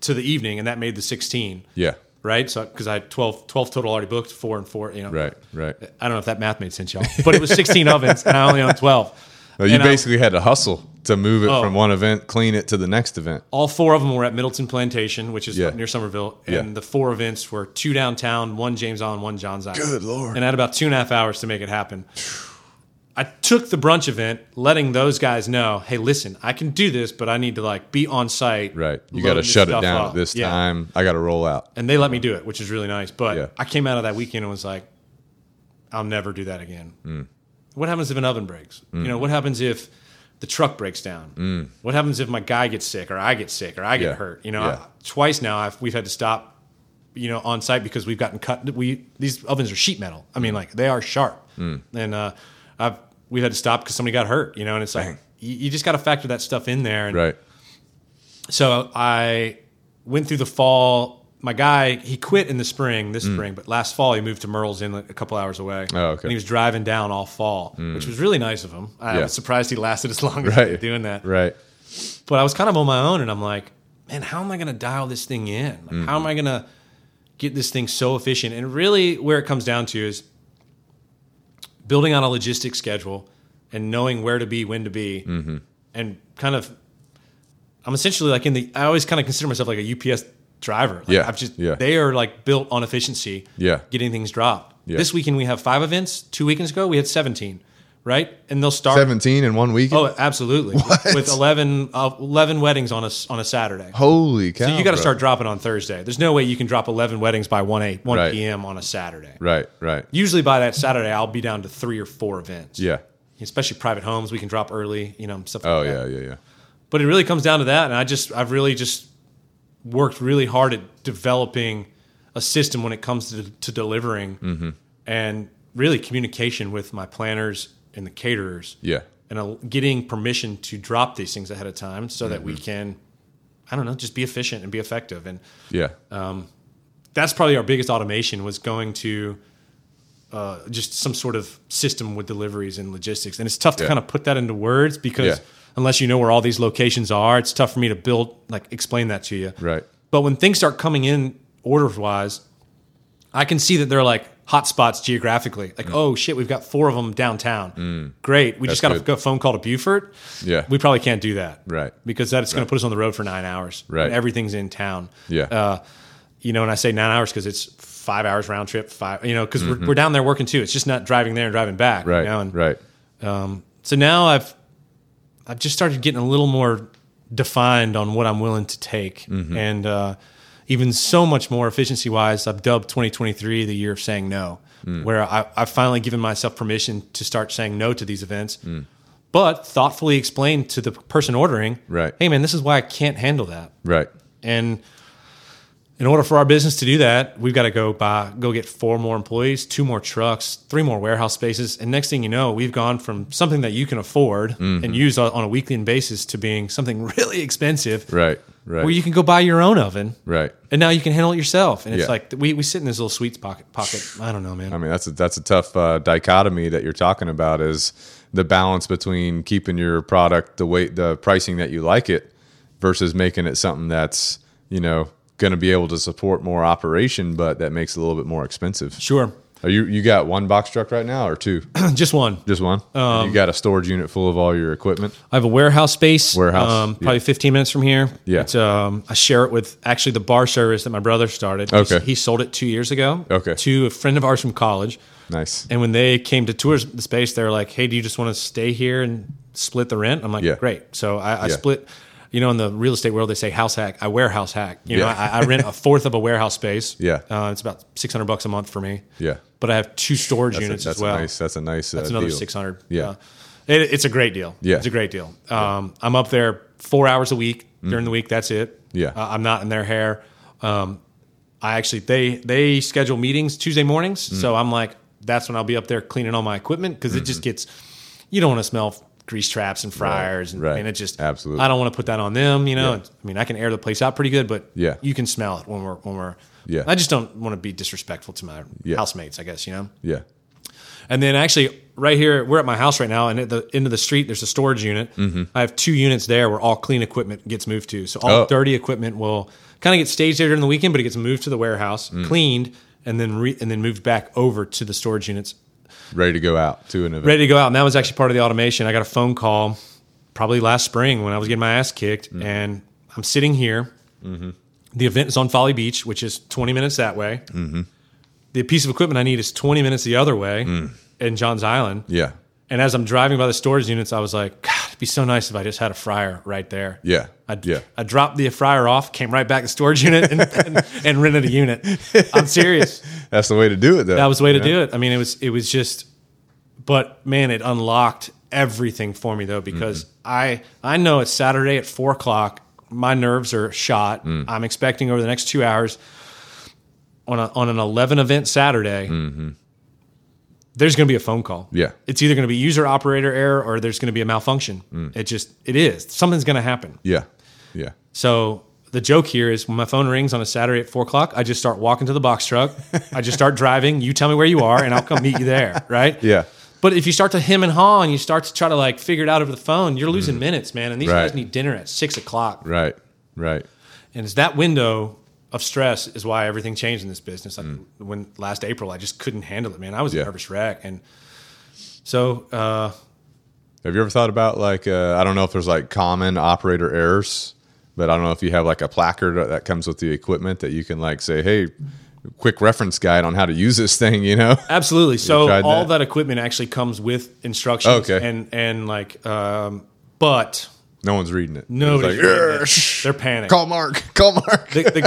[SPEAKER 2] to the evening and that made the 16
[SPEAKER 1] Yeah.
[SPEAKER 2] right so because i had 12, 12 total already booked four and four you know
[SPEAKER 1] Right. Right.
[SPEAKER 2] i don't know if that math made sense y'all but it was 16 ovens and i only own 12
[SPEAKER 1] Well, you
[SPEAKER 2] And I- Oh.
[SPEAKER 1] basically had to hustle to move it from one event, clean it to the next event.
[SPEAKER 2] all four of them were at Middleton Plantation, which is
[SPEAKER 1] Yeah.
[SPEAKER 2] near Somerville, and
[SPEAKER 1] Yeah.
[SPEAKER 2] the four events were two downtown, one James Island, one John's Island.
[SPEAKER 1] Good Lord.
[SPEAKER 2] And I had about two and a half hours to make it happen. I took the brunch event, letting those guys know, hey, listen, I can do this, but I need to like be on site.
[SPEAKER 1] Right. You
[SPEAKER 2] load
[SPEAKER 1] got to
[SPEAKER 2] this
[SPEAKER 1] shut it
[SPEAKER 2] stuff
[SPEAKER 1] down
[SPEAKER 2] up."
[SPEAKER 1] at this
[SPEAKER 2] Yeah.
[SPEAKER 1] time. I got to roll out.
[SPEAKER 2] And they let me do it, which is really nice. But
[SPEAKER 1] Yeah.
[SPEAKER 2] I came out of that weekend and was like, I'll never do that again.
[SPEAKER 1] Mm.
[SPEAKER 2] What happens if an oven breaks? You know, what happens if the truck breaks down? What happens if my guy gets sick or I get sick or I get
[SPEAKER 1] Mm. Yeah.
[SPEAKER 2] hurt? You know,
[SPEAKER 1] Yeah.
[SPEAKER 2] twice now I've, we've had to stop, you know, on site because we've gotten cut. We these ovens are sheet metal. I
[SPEAKER 1] Mm.
[SPEAKER 2] mean, like they are sharp, and uh, I've we've had to stop because somebody got hurt. You know, and it's like you, you just got to factor that stuff in there. And
[SPEAKER 1] Right.
[SPEAKER 2] so I went through the fall. My guy, he quit in the spring, this spring, but last fall he moved to Merle's Inlet a couple hours away.
[SPEAKER 1] Mm. Oh, okay. Mm.
[SPEAKER 2] And he was driving down all fall, which was really nice of him. I
[SPEAKER 1] Yeah.
[SPEAKER 2] was surprised he lasted as long as he
[SPEAKER 1] Right.
[SPEAKER 2] did doing that.
[SPEAKER 1] Right.
[SPEAKER 2] But I was kind of on my own, and I'm like, man, how am I going to dial this thing in? Like, How
[SPEAKER 1] Mm-hmm.
[SPEAKER 2] am I going to get this thing so efficient? And really, where it comes down to is building on a logistic schedule and knowing where to be, when to be,
[SPEAKER 1] Mm-hmm.
[SPEAKER 2] and kind of. I'm essentially like in the. I always kind of consider myself like a UPS driver. Like,
[SPEAKER 1] Yeah,
[SPEAKER 2] I've just
[SPEAKER 1] yeah.
[SPEAKER 2] they are like built on efficiency.
[SPEAKER 1] Yeah.
[SPEAKER 2] getting things dropped.
[SPEAKER 1] Yeah.
[SPEAKER 2] This weekend we have five events. Two weekends ago we had 17, right? And they'll start
[SPEAKER 1] 17 in one weekend.
[SPEAKER 2] Oh, absolutely. With, with 11, uh, 11 weddings on a, s- on a Saturday.
[SPEAKER 1] Holy cow.
[SPEAKER 2] So you got to
[SPEAKER 1] Oh, bro.
[SPEAKER 2] start dropping on Thursday. There's no way you can drop 11 weddings by 1, 8, 1
[SPEAKER 1] Right.
[SPEAKER 2] p.m. on a Saturday.
[SPEAKER 1] Right. Right.
[SPEAKER 2] Usually by that Saturday, I'll be down to three or four events.
[SPEAKER 1] Yeah.
[SPEAKER 2] Especially private homes, we can drop early, you know, stuff like
[SPEAKER 1] Oh,
[SPEAKER 2] that.
[SPEAKER 1] yeah. Yeah. Yeah.
[SPEAKER 2] But it really comes down to that. And I just, I've really just worked really hard at developing a system when it comes to, to delivering
[SPEAKER 1] Mm-hmm.
[SPEAKER 2] and really communication with my planners and the caterers
[SPEAKER 1] Yeah.
[SPEAKER 2] and a, getting permission to drop these things ahead of time so that we
[SPEAKER 1] Mm-hmm.
[SPEAKER 2] can i don't know just be efficient and be effective and
[SPEAKER 1] Yeah.
[SPEAKER 2] Uh, that's probably our biggest automation was going to uh, just some sort of system with deliveries and logistics and it's tough to
[SPEAKER 1] Yeah.
[SPEAKER 2] kind of put that into words because
[SPEAKER 1] Yeah.
[SPEAKER 2] unless you know where all these locations are it's tough for me to build like explain that to you
[SPEAKER 1] right.
[SPEAKER 2] but when things start coming in orders wise, I can see that they're like hot spots geographically.
[SPEAKER 1] Mm.
[SPEAKER 2] Like, oh shit, we've got four of them downtown. Great. We just got
[SPEAKER 1] good.
[SPEAKER 2] a f- phone call to Buford.
[SPEAKER 1] Yeah.
[SPEAKER 2] We probably can't do that.
[SPEAKER 1] Right.
[SPEAKER 2] Because that's going to put us on the road for nine hours.
[SPEAKER 1] Right.
[SPEAKER 2] And everything's in town.
[SPEAKER 1] Yeah.
[SPEAKER 2] Uh, you know, and I say nine hours because it's five hours round trip, five, you know, because we're, we're down there working too. It's just not driving there and driving back. you
[SPEAKER 1] Mm-hmm. Right.
[SPEAKER 2] know, and-
[SPEAKER 1] right.
[SPEAKER 2] so now I've I've just started getting a little more defined on what I'm willing to take, and uh, even so much more efficiency wise. I've dubbed 2023 the year of saying no, where I, I've finally given myself permission to start saying no to these events but thoughtfully explain to the person ordering,
[SPEAKER 1] Right.
[SPEAKER 2] Hey, man, this is why I can't handle that.
[SPEAKER 1] Right.
[SPEAKER 2] And in order for our business to do that, we've got to go buy, go get four more employees, two more trucks, three more warehouse spaces, and next thing you know, we've gone from something that you can afford
[SPEAKER 1] Mm-hmm.
[SPEAKER 2] and use on on a weekly basis to being something really expensive,
[SPEAKER 1] Right. Right.
[SPEAKER 2] where you can go buy your own oven,
[SPEAKER 1] right.
[SPEAKER 2] and now you can handle it yourself. And it's
[SPEAKER 1] Yeah.
[SPEAKER 2] like we, we sit in this little sweet pocket. Pocket. I don't know, man.
[SPEAKER 1] I mean, that's a, that's a tough uh, dichotomy that you're talking about is the balance between keeping your product the way the pricing that you like it versus making it something that's you know going to be able to support more operation, but that makes it a little bit more expensive.
[SPEAKER 2] sure,
[SPEAKER 1] Are you you got one box truck right now or two?
[SPEAKER 2] just one.
[SPEAKER 1] Just one.
[SPEAKER 2] Um,
[SPEAKER 1] you got a storage unit full of all your equipment.
[SPEAKER 2] I have a warehouse space.
[SPEAKER 1] Warehouse,
[SPEAKER 2] um,
[SPEAKER 1] yeah.
[SPEAKER 2] probably 15 minutes from here.
[SPEAKER 1] Yeah.
[SPEAKER 2] it's, um, I share it with actually the bar service that my brother started. He's-
[SPEAKER 1] Okay.
[SPEAKER 2] he sold it two years ago.
[SPEAKER 1] Okay.
[SPEAKER 2] to a friend of ours from college,
[SPEAKER 1] Nice.
[SPEAKER 2] and when they came to tour the space, they were like, "Hey, do you just want to stay here and split the rent?" I'm like,
[SPEAKER 1] Yeah.
[SPEAKER 2] "Great." So I, I
[SPEAKER 1] Yeah.
[SPEAKER 2] split. You know, in the real estate world, they say house hack. I warehouse hack. You know,
[SPEAKER 1] Yeah.
[SPEAKER 2] I, I rent a fourth of a warehouse space.
[SPEAKER 1] Yeah.
[SPEAKER 2] uh, it's about 600 bucks a month for me.
[SPEAKER 1] Yeah.
[SPEAKER 2] but I have two storage
[SPEAKER 1] That's,
[SPEAKER 2] units
[SPEAKER 1] a, that's
[SPEAKER 2] as well.
[SPEAKER 1] a nice. That's a nice.
[SPEAKER 2] That's
[SPEAKER 1] uh,
[SPEAKER 2] another
[SPEAKER 1] deal.
[SPEAKER 2] 600.
[SPEAKER 1] Yeah.
[SPEAKER 2] Uh, it, it's a great deal.
[SPEAKER 1] Yeah.
[SPEAKER 2] It's a great deal. Um, I'm up there four hours a week during the week. That's it.
[SPEAKER 1] Mm. Yeah.
[SPEAKER 2] Uh, I'm not in their hair. Um, I actually, they, they schedule meetings Tuesday mornings.
[SPEAKER 1] Mm.
[SPEAKER 2] So I'm like, that's when I'll be up there cleaning all my equipment because it just gets, you don't want to smell grease traps and fryers. and,
[SPEAKER 1] Mm-hmm. right.
[SPEAKER 2] and it just,
[SPEAKER 1] Absolutely.
[SPEAKER 2] I don't want to put that on them, you know? I mean, I can air the place out pretty good, but
[SPEAKER 1] Yeah.
[SPEAKER 2] you can smell it when we're, when we're,
[SPEAKER 1] Yeah.
[SPEAKER 2] I just don't want to be disrespectful to my
[SPEAKER 1] Yeah.
[SPEAKER 2] housemates, I guess, you know?
[SPEAKER 1] Yeah.
[SPEAKER 2] And then actually, right here, we're at my house right now, and at the end of the street, there's a storage unit. I have two units there where all clean equipment gets moved to. So all
[SPEAKER 1] Oh.
[SPEAKER 2] dirty equipment will kind of get staged there during the weekend, but it gets moved to the warehouse, cleaned, and then re- and then moved back over to the storage units,
[SPEAKER 1] Ready to go out to an event.
[SPEAKER 2] ready to go out. And that was actually part of the automation. I got a phone call probably last spring when I was getting my ass kicked, and I'm sitting here. The event is on Folly Beach, which is 20 minutes that way. The piece of equipment I need is 20 minutes the other way in Johns Island.
[SPEAKER 1] Yeah.
[SPEAKER 2] And as I'm driving by the storage units, I was like, God, it'd be so nice if I just had a fryer right there.
[SPEAKER 1] Yeah.
[SPEAKER 2] I,
[SPEAKER 1] yeah.
[SPEAKER 2] I dropped the fryer off, came right back to the storage unit, and, and, and rented a unit. I'm serious.
[SPEAKER 1] That's the way to do it, though.
[SPEAKER 2] That was the way to do it. I mean, it was it was just, but man, it unlocked everything for me though because I I know it's Saturday at four o'clock. My nerves are shot. I'm expecting over the next two hours on a, on an eleven event Saturday. There's going to be a phone call.
[SPEAKER 1] Yeah.
[SPEAKER 2] it's either going to be user operator error or there's going to be a malfunction. It just it is something's going to happen.
[SPEAKER 1] Yeah. Yeah.
[SPEAKER 2] So the joke here is when my phone rings on a Saturday at four o'clock, I just start walking to the box truck. I just start driving. You tell me where you are, and I'll come meet you there. Right?
[SPEAKER 1] Yeah.
[SPEAKER 2] But if you start to hem and haw and you start to try to like figure it out over the phone, you're losing minutes, man. And these
[SPEAKER 1] Mm-hmm. Right.
[SPEAKER 2] guys need dinner at six o'clock.
[SPEAKER 1] Right. Right.
[SPEAKER 2] And it's that window of stress is why everything changed in this business. Like when last April, I just couldn't handle it, man. I was
[SPEAKER 1] Mm. Yeah.
[SPEAKER 2] a nervous wreck. And so, uh,
[SPEAKER 1] Have you ever thought about like uh, I don't know if there's like common operator errors, but I don't know if you have like a placard that comes with the equipment that you can like say, hey, quick reference guide on how to use this thing, you know?
[SPEAKER 2] Absolutely. So
[SPEAKER 1] tried
[SPEAKER 2] all
[SPEAKER 1] that?
[SPEAKER 2] that? equipment actually comes with instructions.
[SPEAKER 1] Okay.
[SPEAKER 2] And and like, um, but
[SPEAKER 1] No one's reading it.
[SPEAKER 2] no,
[SPEAKER 1] It's like, "Shh,
[SPEAKER 2] they're panicked.
[SPEAKER 1] call Mark, call Mark.
[SPEAKER 2] The, the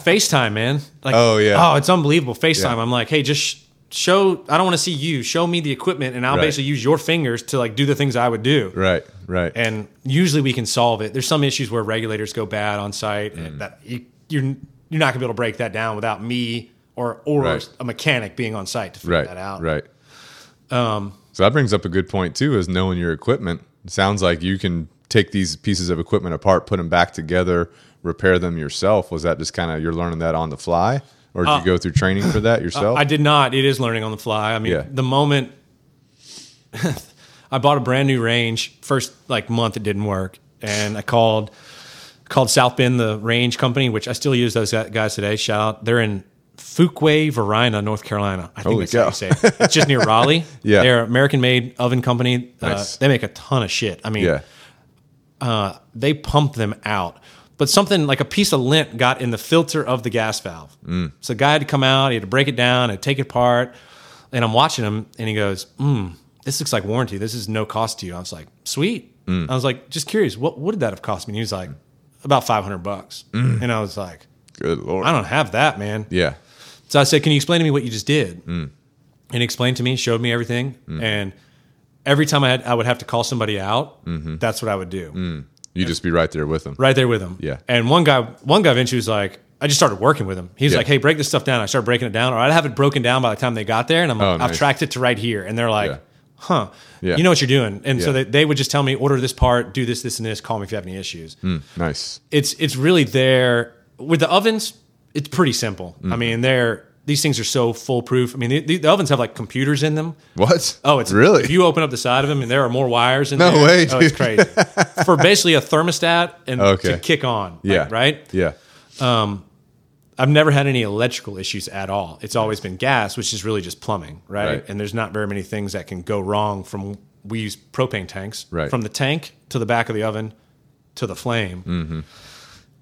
[SPEAKER 2] FaceTime, man. Like,
[SPEAKER 1] Oh, yeah.
[SPEAKER 2] oh, it's unbelievable. FaceTime.
[SPEAKER 1] Yeah.
[SPEAKER 2] I'm like, hey, just sh- show. I don't want to see you. Show me the equipment, and I'll
[SPEAKER 1] Right.
[SPEAKER 2] basically use your fingers to like do the things I would do.
[SPEAKER 1] right, right.
[SPEAKER 2] And usually we can solve it. There's some issues where regulators go bad on site,
[SPEAKER 1] Mm.
[SPEAKER 2] and that you, you're you're not gonna be able to break that down without me or or
[SPEAKER 1] Right.
[SPEAKER 2] a mechanic being on site to figure
[SPEAKER 1] right,
[SPEAKER 2] that out. Um,
[SPEAKER 1] right. so that brings up a good point too, is knowing your equipment. It sounds like you can take these pieces of equipment apart, put them back together, repair them yourself. Was that just kind of you're learning that on the fly, or did you go through training for that yourself?
[SPEAKER 2] Uh, I did not. It is learning on the fly. I mean,
[SPEAKER 1] Yeah.
[SPEAKER 2] the moment I bought a brand new range, first like month it didn't work, and I called called South Bend the range company, which I still use those guys today. Shout out, they're in Fuquay, Verina, North Carolina. I think
[SPEAKER 1] Holy
[SPEAKER 2] that's how you
[SPEAKER 1] cow.
[SPEAKER 2] say it. It's just near Raleigh.
[SPEAKER 1] Yeah.
[SPEAKER 2] they're American-made oven company.
[SPEAKER 1] Nice.
[SPEAKER 2] Uh, they make a ton of shit. I mean,
[SPEAKER 1] yeah.
[SPEAKER 2] uh, they pump them out. But something like a piece of lint got in the filter of the gas valve. So the guy had to come out, he had to break it down and take it apart. And I'm watching him and he goes, mm, this looks like warranty. This is no cost to you. I was like, sweet. I was like, just curious, what would that have cost me? And he was like, about 500 bucks. And I was like,
[SPEAKER 1] Good lord.
[SPEAKER 2] I don't have that, man.
[SPEAKER 1] Yeah.
[SPEAKER 2] So I said, "Can you explain to me what you just did?" And he explained to me, showed me everything, and every time I had, I would have to call somebody out. That's what I would do,
[SPEAKER 1] You just be right there with them.
[SPEAKER 2] right there with them.
[SPEAKER 1] Yeah.
[SPEAKER 2] And one guy, one guy eventually was like, I just started working with him. He was
[SPEAKER 1] Yeah.
[SPEAKER 2] like, Hey, break this stuff down. I started breaking it down, or I'd have it broken down by the time they got there, and I'm like,
[SPEAKER 1] Oh,
[SPEAKER 2] I've
[SPEAKER 1] nice.
[SPEAKER 2] tracked it to right here, and they're like.
[SPEAKER 1] Yeah.
[SPEAKER 2] Huh?
[SPEAKER 1] Yeah.
[SPEAKER 2] You know what you're doing, and so
[SPEAKER 1] Yeah.
[SPEAKER 2] they, they would just tell me, order this part, do this, this, and this. Call me if you have any issues
[SPEAKER 1] Hmm. Nice.
[SPEAKER 2] it's it's really there with the ovens. It's pretty simple.
[SPEAKER 1] Hmm.
[SPEAKER 2] I mean, they're these things are so foolproof. I mean, the, the ovens have like computers in them.
[SPEAKER 1] What?
[SPEAKER 2] Oh, it's
[SPEAKER 1] really.
[SPEAKER 2] If you open up the side of them, and there are more wires in
[SPEAKER 1] No
[SPEAKER 2] there.
[SPEAKER 1] way,
[SPEAKER 2] Oh, it's
[SPEAKER 1] dude.
[SPEAKER 2] crazy. For basically a thermostat and
[SPEAKER 1] Okay.
[SPEAKER 2] to kick on. like,
[SPEAKER 1] yeah.
[SPEAKER 2] right.
[SPEAKER 1] Yeah.
[SPEAKER 2] I've never had any electrical issues at all. It's always been gas, which is really just plumbing, right?
[SPEAKER 1] Right.
[SPEAKER 2] And there's not very many things that can go wrong from we use propane tanks
[SPEAKER 1] Right.
[SPEAKER 2] from the tank to the back of the oven to the flame. Mm-hmm.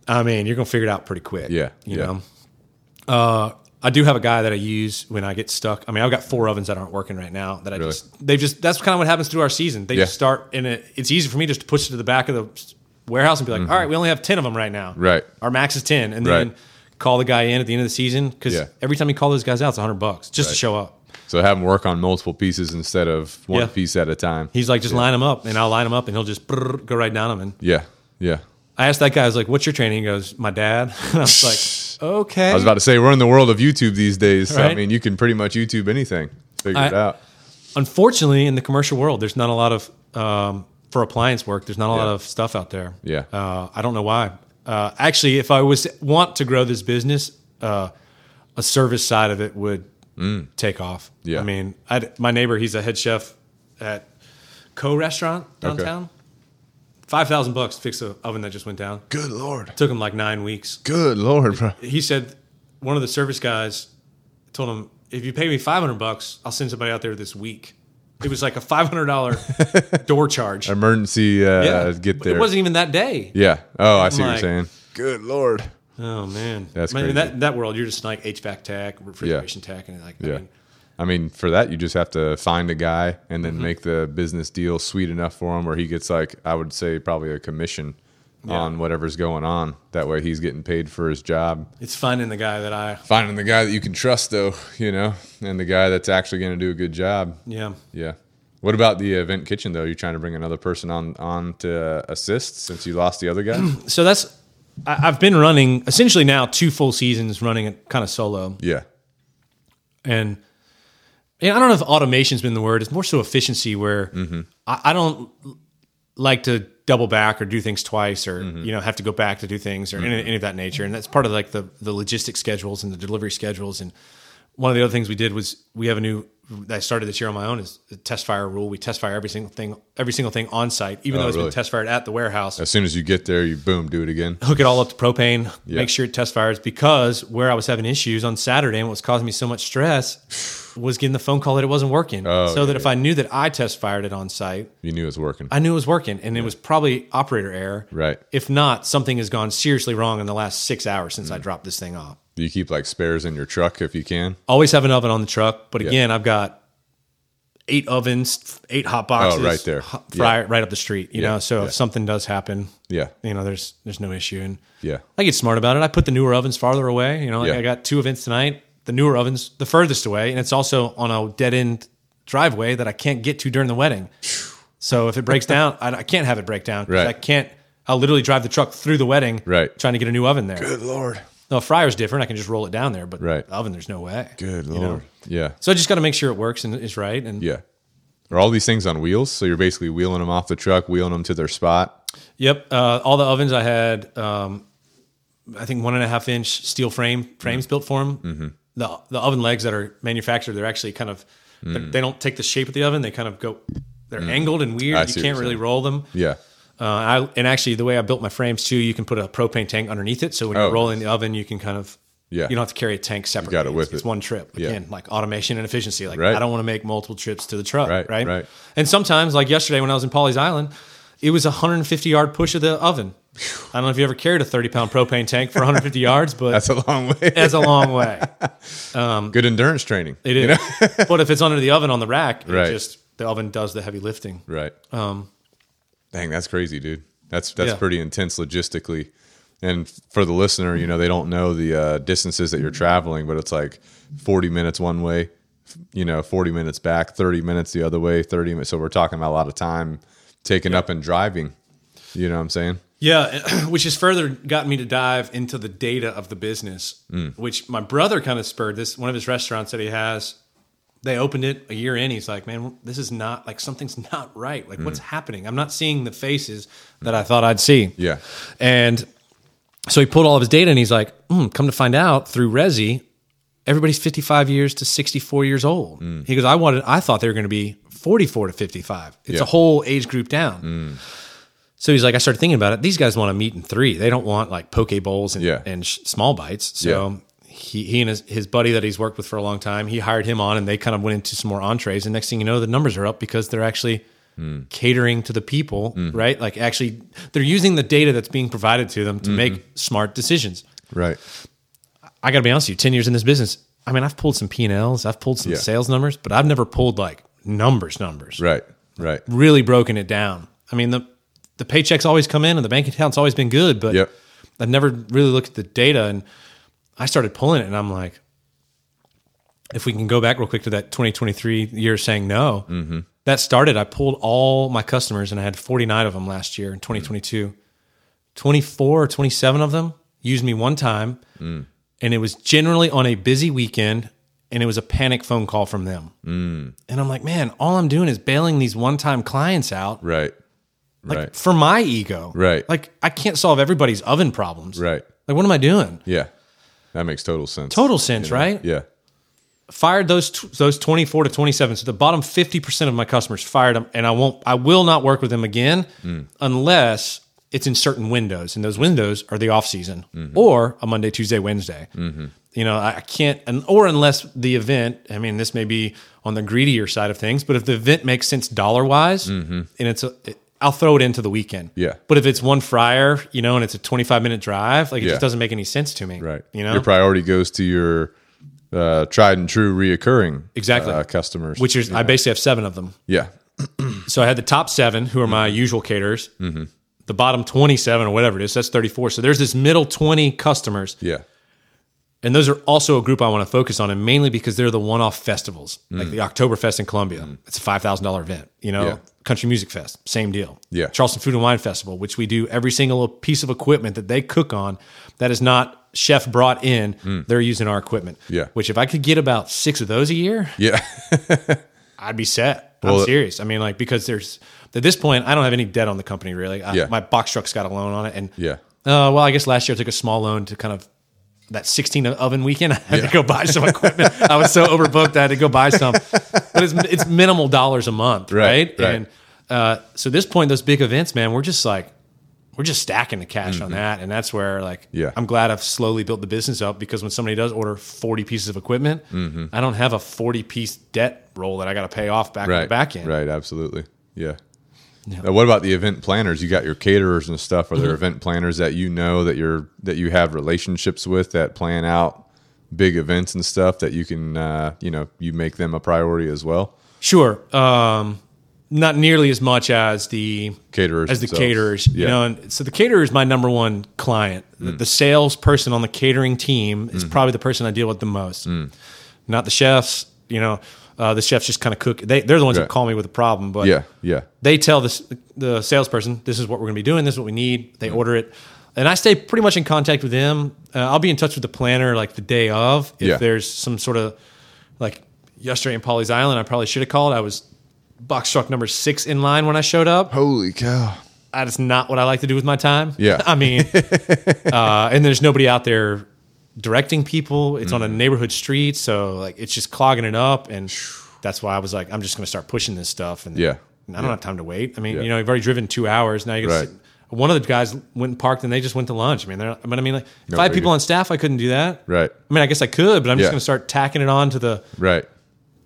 [SPEAKER 2] I mean, you're gonna figure it out pretty quick.
[SPEAKER 1] Yeah,
[SPEAKER 2] you
[SPEAKER 1] yeah.
[SPEAKER 2] know. Uh, I do have a guy that I use when I get stuck. I mean, I've got four ovens that aren't working right now. That I
[SPEAKER 1] Really?
[SPEAKER 2] just they've just that's kind of what happens through our season. They
[SPEAKER 1] Yeah.
[SPEAKER 2] just start and it, it's easy for me just to push it to the back of the warehouse and be like, "All right, we only have ten of them right now.
[SPEAKER 1] Mm-hmm. Right.
[SPEAKER 2] Our max is ten, and then
[SPEAKER 1] Right.
[SPEAKER 2] call the guy in at the end of the season because
[SPEAKER 1] Yeah.
[SPEAKER 2] every time you call those guys out, it's hundred bucks just
[SPEAKER 1] Right.
[SPEAKER 2] to show up.
[SPEAKER 1] So have them work on multiple pieces instead of one
[SPEAKER 2] Yeah.
[SPEAKER 1] piece at a time.
[SPEAKER 2] He's like, just line them up, and I'll line them up, and he'll just brrr, go right down them. And
[SPEAKER 1] yeah. Yeah.
[SPEAKER 2] I asked that guy, I was like, "What's your training?" He goes, "My dad." And I was like, "Okay."
[SPEAKER 1] I was about to say we're in the world of YouTube these days. So, I
[SPEAKER 2] Right.
[SPEAKER 1] mean, you can pretty much YouTube anything. Figure it
[SPEAKER 2] I-
[SPEAKER 1] out.
[SPEAKER 2] Unfortunately, in the commercial world, there's not a lot of um, for appliance work. There's not a lot
[SPEAKER 1] Yeah.
[SPEAKER 2] of stuff out there.
[SPEAKER 1] Yeah.
[SPEAKER 2] uh, I don't know why. Uh, actually, if I was want to grow this business, uh, a service side of it would take off.
[SPEAKER 1] Mm. Yeah.
[SPEAKER 2] I mean, I'd, my neighbor, he's a head chef at Co Restaurant downtown. Five thousand bucks to fix the oven that just went down.
[SPEAKER 1] Good lord.
[SPEAKER 2] Took him like nine weeks
[SPEAKER 1] Good lord, bro.
[SPEAKER 2] he said one of the service guys told him if you pay me 500 bucks i'll send somebody out there this week it was like a $500 door charge
[SPEAKER 1] Emergency. Uh,
[SPEAKER 2] Yeah.
[SPEAKER 1] Get
[SPEAKER 2] But
[SPEAKER 1] there.
[SPEAKER 2] it wasn't even that day
[SPEAKER 1] yeah. Oh, I see what
[SPEAKER 2] like-
[SPEAKER 1] you're saying. Good lord.
[SPEAKER 2] oh man
[SPEAKER 1] That's
[SPEAKER 2] Man, in
[SPEAKER 1] crazy.
[SPEAKER 2] that, that world you're just like hvac tech refrigeration tech and like I
[SPEAKER 1] Yeah.
[SPEAKER 2] mean,
[SPEAKER 1] I mean, for that, you just have to find a guy and
[SPEAKER 2] Mm-hmm.
[SPEAKER 1] then make the business deal sweet enough for him where he gets, like, I would say, probably a commission on whatever's going on. That way he's getting paid for his job.
[SPEAKER 2] it's finding the guy that i
[SPEAKER 1] Finding the guy that you can trust, though, you know, and the guy that's actually going to do a good job.
[SPEAKER 2] yeah
[SPEAKER 1] Yeah. What about the event kitchen, though? You're trying to bring another person on, on to uh, assist since you lost the other guy?
[SPEAKER 2] so that's I, i've been running essentially now two full seasons running it kind of solo
[SPEAKER 1] yeah.
[SPEAKER 2] and and I don't know if automation's been the word. It's more so efficiency, where
[SPEAKER 1] Mm-hmm.
[SPEAKER 2] I, I don't like to double back or do things twice, or
[SPEAKER 1] Mm-hmm.
[SPEAKER 2] you know have to go back to do things or any, any of that nature. And that's part of like the the logistic schedules and the delivery schedules. And one of the other things we did was we have a new that I started this year on my own is the test fire rule. We test fire every single thing, every single thing on site, even
[SPEAKER 1] Oh,
[SPEAKER 2] though it's
[SPEAKER 1] really?
[SPEAKER 2] been test fired at the warehouse
[SPEAKER 1] As soon as you get there, you boom, do it again.
[SPEAKER 2] hook it all up to propane,
[SPEAKER 1] Yeah.
[SPEAKER 2] make sure it test fires because where I was having issues on Saturday and what was causing me so much stress was getting the phone call that it wasn't working.
[SPEAKER 1] Oh,
[SPEAKER 2] so that if I knew that I test fired it on site,
[SPEAKER 1] You knew it was working.
[SPEAKER 2] I knew it was working and it was probably operator error.
[SPEAKER 1] Right.
[SPEAKER 2] If not, something has gone seriously wrong in the last six hours since
[SPEAKER 1] Mm.
[SPEAKER 2] I dropped this thing off.
[SPEAKER 1] Do you keep like spares in your truck if you can?
[SPEAKER 2] Always have an oven on the truck, but again, I've got eight ovens, eight hot boxes,
[SPEAKER 1] Oh, right there.
[SPEAKER 2] hot
[SPEAKER 1] Yeah.
[SPEAKER 2] fryer right up the street. You
[SPEAKER 1] Yeah,
[SPEAKER 2] know, so if something does happen,
[SPEAKER 1] Yeah.
[SPEAKER 2] you know, there's there's no issue. And
[SPEAKER 1] Yeah.
[SPEAKER 2] I get smart about it. I put the newer ovens farther away. You know, like
[SPEAKER 1] Yeah.
[SPEAKER 2] I got two events tonight. The newer ovens the furthest away, and it's also on a dead end driveway that I can't get to during the wedding. So if it breaks down, I, I can't have it break down. 'cause
[SPEAKER 1] Right.
[SPEAKER 2] I can't. I'll literally drive the truck through the wedding.
[SPEAKER 1] Right.
[SPEAKER 2] Trying to get a new oven there.
[SPEAKER 1] Good lord.
[SPEAKER 2] Now a fryer's different. I can just roll it down there, but
[SPEAKER 1] Right.
[SPEAKER 2] the oven, there's no way.
[SPEAKER 1] Good
[SPEAKER 2] you
[SPEAKER 1] lord.
[SPEAKER 2] know?
[SPEAKER 1] Yeah.
[SPEAKER 2] So I just got to make sure it works and is right. And
[SPEAKER 1] Yeah. Are all these things on wheels? So you're basically wheeling them off the truck, wheeling them to their spot.
[SPEAKER 2] Yep. Uh, all the ovens I had, um, I think one and a half inch steel frame frames built for them. Mm-hmm. The the oven legs that are manufactured, they're actually kind of they're-
[SPEAKER 1] Mm.
[SPEAKER 2] they don't take the shape of the oven. They kind of go they're angled and weird.
[SPEAKER 1] I see what
[SPEAKER 2] you can't
[SPEAKER 1] you're
[SPEAKER 2] really
[SPEAKER 1] saying.
[SPEAKER 2] roll them.
[SPEAKER 1] Yeah.
[SPEAKER 2] Uh, I and actually the way I built my frames too, you can put a propane tank underneath it, so when
[SPEAKER 1] Oh,
[SPEAKER 2] you're rolling the oven, you can kind of
[SPEAKER 1] Yeah.
[SPEAKER 2] you don't have to carry a tank separately.
[SPEAKER 1] got it
[SPEAKER 2] It's-
[SPEAKER 1] with
[SPEAKER 2] it's,
[SPEAKER 1] it.
[SPEAKER 2] one trip
[SPEAKER 1] Yeah.
[SPEAKER 2] again, like automation and efficiency. Like
[SPEAKER 1] Right.
[SPEAKER 2] I don't want to make multiple trips to the truck,
[SPEAKER 1] Right,
[SPEAKER 2] right?
[SPEAKER 1] right.
[SPEAKER 2] And sometimes, like yesterday when I was in Polly's Island, it was a 150 yard push of the oven. I don't know if you ever carried a 30 pound propane tank for 150 yards, but
[SPEAKER 1] That's a long way.
[SPEAKER 2] that's a long way.
[SPEAKER 1] Good endurance training.
[SPEAKER 2] It is. but if it's under the oven on the rack, it
[SPEAKER 1] Right.
[SPEAKER 2] just the oven does the heavy lifting.
[SPEAKER 1] Right. Um, Dang, that's crazy, dude. That's that's
[SPEAKER 2] Yeah.
[SPEAKER 1] pretty intense logistically. And for the listener, you know, they don't know the uh, distances that you're traveling, but it's like 40 minutes one way, you know, 40 minutes back, 30 minutes the other way, 30 minutes. So we're talking about a lot of time taken up in driving. You know what I'm saying?
[SPEAKER 2] Yeah, which has further gotten me to dive into the data of the business, which my brother kind of spurred this. One of his restaurants that he has, they opened it a year in. He's like, man, this is not like something's not right. Like, what's happening? I'm not seeing the faces that I thought I'd see.
[SPEAKER 1] Yeah.
[SPEAKER 2] And so he pulled all of his data and he's like, hmm, come to find out through Resi, everybody's 55 years to 64 years old.
[SPEAKER 1] Mm.
[SPEAKER 2] He goes, I wanted, I thought they were going to be 44 to 55. It's
[SPEAKER 1] Yeah. Mm.
[SPEAKER 2] a whole age group down. So he's like, I started thinking about it. These guys want to meet in three. They don't want like poke bowls and,
[SPEAKER 1] Yeah.
[SPEAKER 2] and sh- small bites. So he, he and his, his buddy that he's worked with for a long time, he hired him on and they kind of went into some more entrees. And next thing you know, the numbers are up because they're actually catering to the people, right? Like actually, they're using the data that's being provided to them to make smart decisions.
[SPEAKER 1] Right.
[SPEAKER 2] I got to be honest with you, 10 years in this business, I mean, I've pulled some P&Ls, I've pulled some
[SPEAKER 1] Yeah.
[SPEAKER 2] sales numbers, but I've never pulled like numbers, numbers,
[SPEAKER 1] Right. Right.
[SPEAKER 2] really broken it down. I mean, the, the paychecks always come in and the bank account's always been good, but
[SPEAKER 1] Yep.
[SPEAKER 2] I've never really looked at the data. And I started pulling it and I'm like, if we can go back real quick to that 2023 year saying no, that started. I pulled all my customers and I had 49 of them last year in 2022. 24 or 27 of them used me one time. And it was generally on a busy weekend and it was a panic phone call from them. And I'm like, man, all I'm doing is bailing these one time clients out
[SPEAKER 1] Right.
[SPEAKER 2] like
[SPEAKER 1] right.
[SPEAKER 2] for my ego.
[SPEAKER 1] Right.
[SPEAKER 2] Like I can't solve everybody's oven problems.
[SPEAKER 1] Right.
[SPEAKER 2] Like what am I doing?
[SPEAKER 1] Yeah. That makes total sense.
[SPEAKER 2] Total sense, right?
[SPEAKER 1] yeah.
[SPEAKER 2] Fired those t- those 24 to 27. So the bottom 50% of my customers fired them and I won't I will not work with them again
[SPEAKER 1] Hmm.
[SPEAKER 2] unless it's in certain windows and those windows are the off season
[SPEAKER 1] Mm-hmm.
[SPEAKER 2] or a Monday, Tuesday, Wednesday. You know, I I can't, and, or unless the event, I mean, this may be on the greedier side of things, but if the event makes sense dollar wise and it's, a, it, I'll throw it into the weekend.
[SPEAKER 1] Mm-hmm. Yeah.
[SPEAKER 2] But if it's one fryer, you know, and it's a 25 minute drive, like it
[SPEAKER 1] Yeah.
[SPEAKER 2] just doesn't make any sense to me.
[SPEAKER 1] Right.
[SPEAKER 2] You know,
[SPEAKER 1] your priority goes to your uh, tried and true reoccurring
[SPEAKER 2] Exactly.
[SPEAKER 1] uh, customers.
[SPEAKER 2] which is, I basically have seven of them.
[SPEAKER 1] yeah.
[SPEAKER 2] So I had the top seven, who are my
[SPEAKER 1] Mm-hmm.
[SPEAKER 2] usual caterers, the bottom 27 or whatever it is, that's 34. So there's this middle 20 customers.
[SPEAKER 1] Yeah.
[SPEAKER 2] And those are also a group I want to focus on, and mainly because they're the one off festivals, like the Oktoberfest in Columbia. It's a $5,000 event, you know,
[SPEAKER 1] Mm. Yeah.
[SPEAKER 2] Country Music Fest, same deal.
[SPEAKER 1] Yeah.
[SPEAKER 2] Charleston Food and Wine Festival, which we do every single piece of equipment that they cook on that is not chef brought in, they're using our equipment.
[SPEAKER 1] Mm. Yeah.
[SPEAKER 2] Which if I could get about six of those a year,
[SPEAKER 1] Yeah.
[SPEAKER 2] I'd be set.
[SPEAKER 1] Well,
[SPEAKER 2] I'm serious. I mean, like because there's at this point, I don't have any debt on the company really. I,
[SPEAKER 1] Yeah.
[SPEAKER 2] My box truck's got a loan on it, and
[SPEAKER 1] Yeah.
[SPEAKER 2] Uh, well, I guess last year I took a small loan to kind of that 16 oven weekend. I had to go buy some equipment. I was so overbooked I had to go buy some, but it's it's minimal dollars a month,
[SPEAKER 1] Right,
[SPEAKER 2] right?
[SPEAKER 1] right.
[SPEAKER 2] And uh, so at this point, those big events, man, we're just like we're just stacking the cash on that, and that's where like
[SPEAKER 1] Mm-hmm. Yeah.
[SPEAKER 2] I'm glad I've slowly built the business up because when somebody does order 40 pieces of equipment,
[SPEAKER 1] Mm-hmm.
[SPEAKER 2] I don't have a 40 piece debt roll that I got to pay off back on the
[SPEAKER 1] Right.
[SPEAKER 2] back end.
[SPEAKER 1] Right. Absolutely. Yeah. Now, what about the event planners? You got your caterers and stuff. Are there event planners that you know that you're that you have relationships with that plan out big events and stuff that you can uh, you know you make them a priority as well?
[SPEAKER 2] Sure. Um, not nearly as much as the
[SPEAKER 1] Caterers
[SPEAKER 2] as the
[SPEAKER 1] themselves.
[SPEAKER 2] caterers. You
[SPEAKER 1] Yeah. Mm.
[SPEAKER 2] know, and so the caterer is my number one client. The, the salesperson on the catering team
[SPEAKER 1] Mm-hmm.
[SPEAKER 2] is probably the person I deal with the most.
[SPEAKER 1] Mm.
[SPEAKER 2] Not the chefs. You know, uh, the chefs just kind of cook. They they're the ones
[SPEAKER 1] Right.
[SPEAKER 2] that call me with a problem, but
[SPEAKER 1] Yeah. Yeah.
[SPEAKER 2] they tell this, the salesperson, this is what we're going to be doing, this is what we need. They order it. And I stay pretty much in contact with them. Uh, I'll be in touch with the planner like the day of. If
[SPEAKER 1] Yeah.
[SPEAKER 2] there's some sort of like yesterday in Polly's Island, I probably should have called. I was box truck number six in line when I showed up.
[SPEAKER 1] Holy cow.
[SPEAKER 2] That is not what I like to do with my time.
[SPEAKER 1] Yeah.
[SPEAKER 2] I mean, uh, and there's nobody out there directing people. It's
[SPEAKER 1] Mm-hmm.
[SPEAKER 2] on a neighborhood street. So like it's just clogging it up. And that's why I was like, I'm just going to start pushing this stuff. And
[SPEAKER 1] Yeah.
[SPEAKER 2] and I don't have time to wait. I mean, you know, I've already driven two hours. Now you got to
[SPEAKER 1] Right.
[SPEAKER 2] sit. One of the guys went and parked and they just went to lunch. I mean, they're, but I mean, like five
[SPEAKER 1] biggie.
[SPEAKER 2] people on staff, I couldn't do that.
[SPEAKER 1] Right.
[SPEAKER 2] I mean, I guess I could, but I'm
[SPEAKER 1] Yeah.
[SPEAKER 2] just going to start tacking it on to the.
[SPEAKER 1] Right.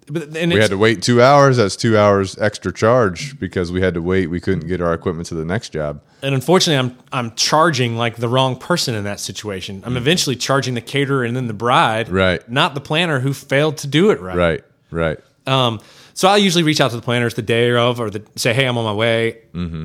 [SPEAKER 2] But, and
[SPEAKER 1] We
[SPEAKER 2] it's,
[SPEAKER 1] had to wait two hours. That's two hours extra charge because we had to wait. We couldn't get our equipment to the next job.
[SPEAKER 2] and unfortunately i'm i'm charging like the wrong person in that situation i'm eventually charging the caterer and then the bride
[SPEAKER 1] Mm. Right.
[SPEAKER 2] not the planner who failed to do it right,
[SPEAKER 1] Right. Right.
[SPEAKER 2] um so i usually reach out to the planners the day of or the say hey i'm on my way mm-hmm.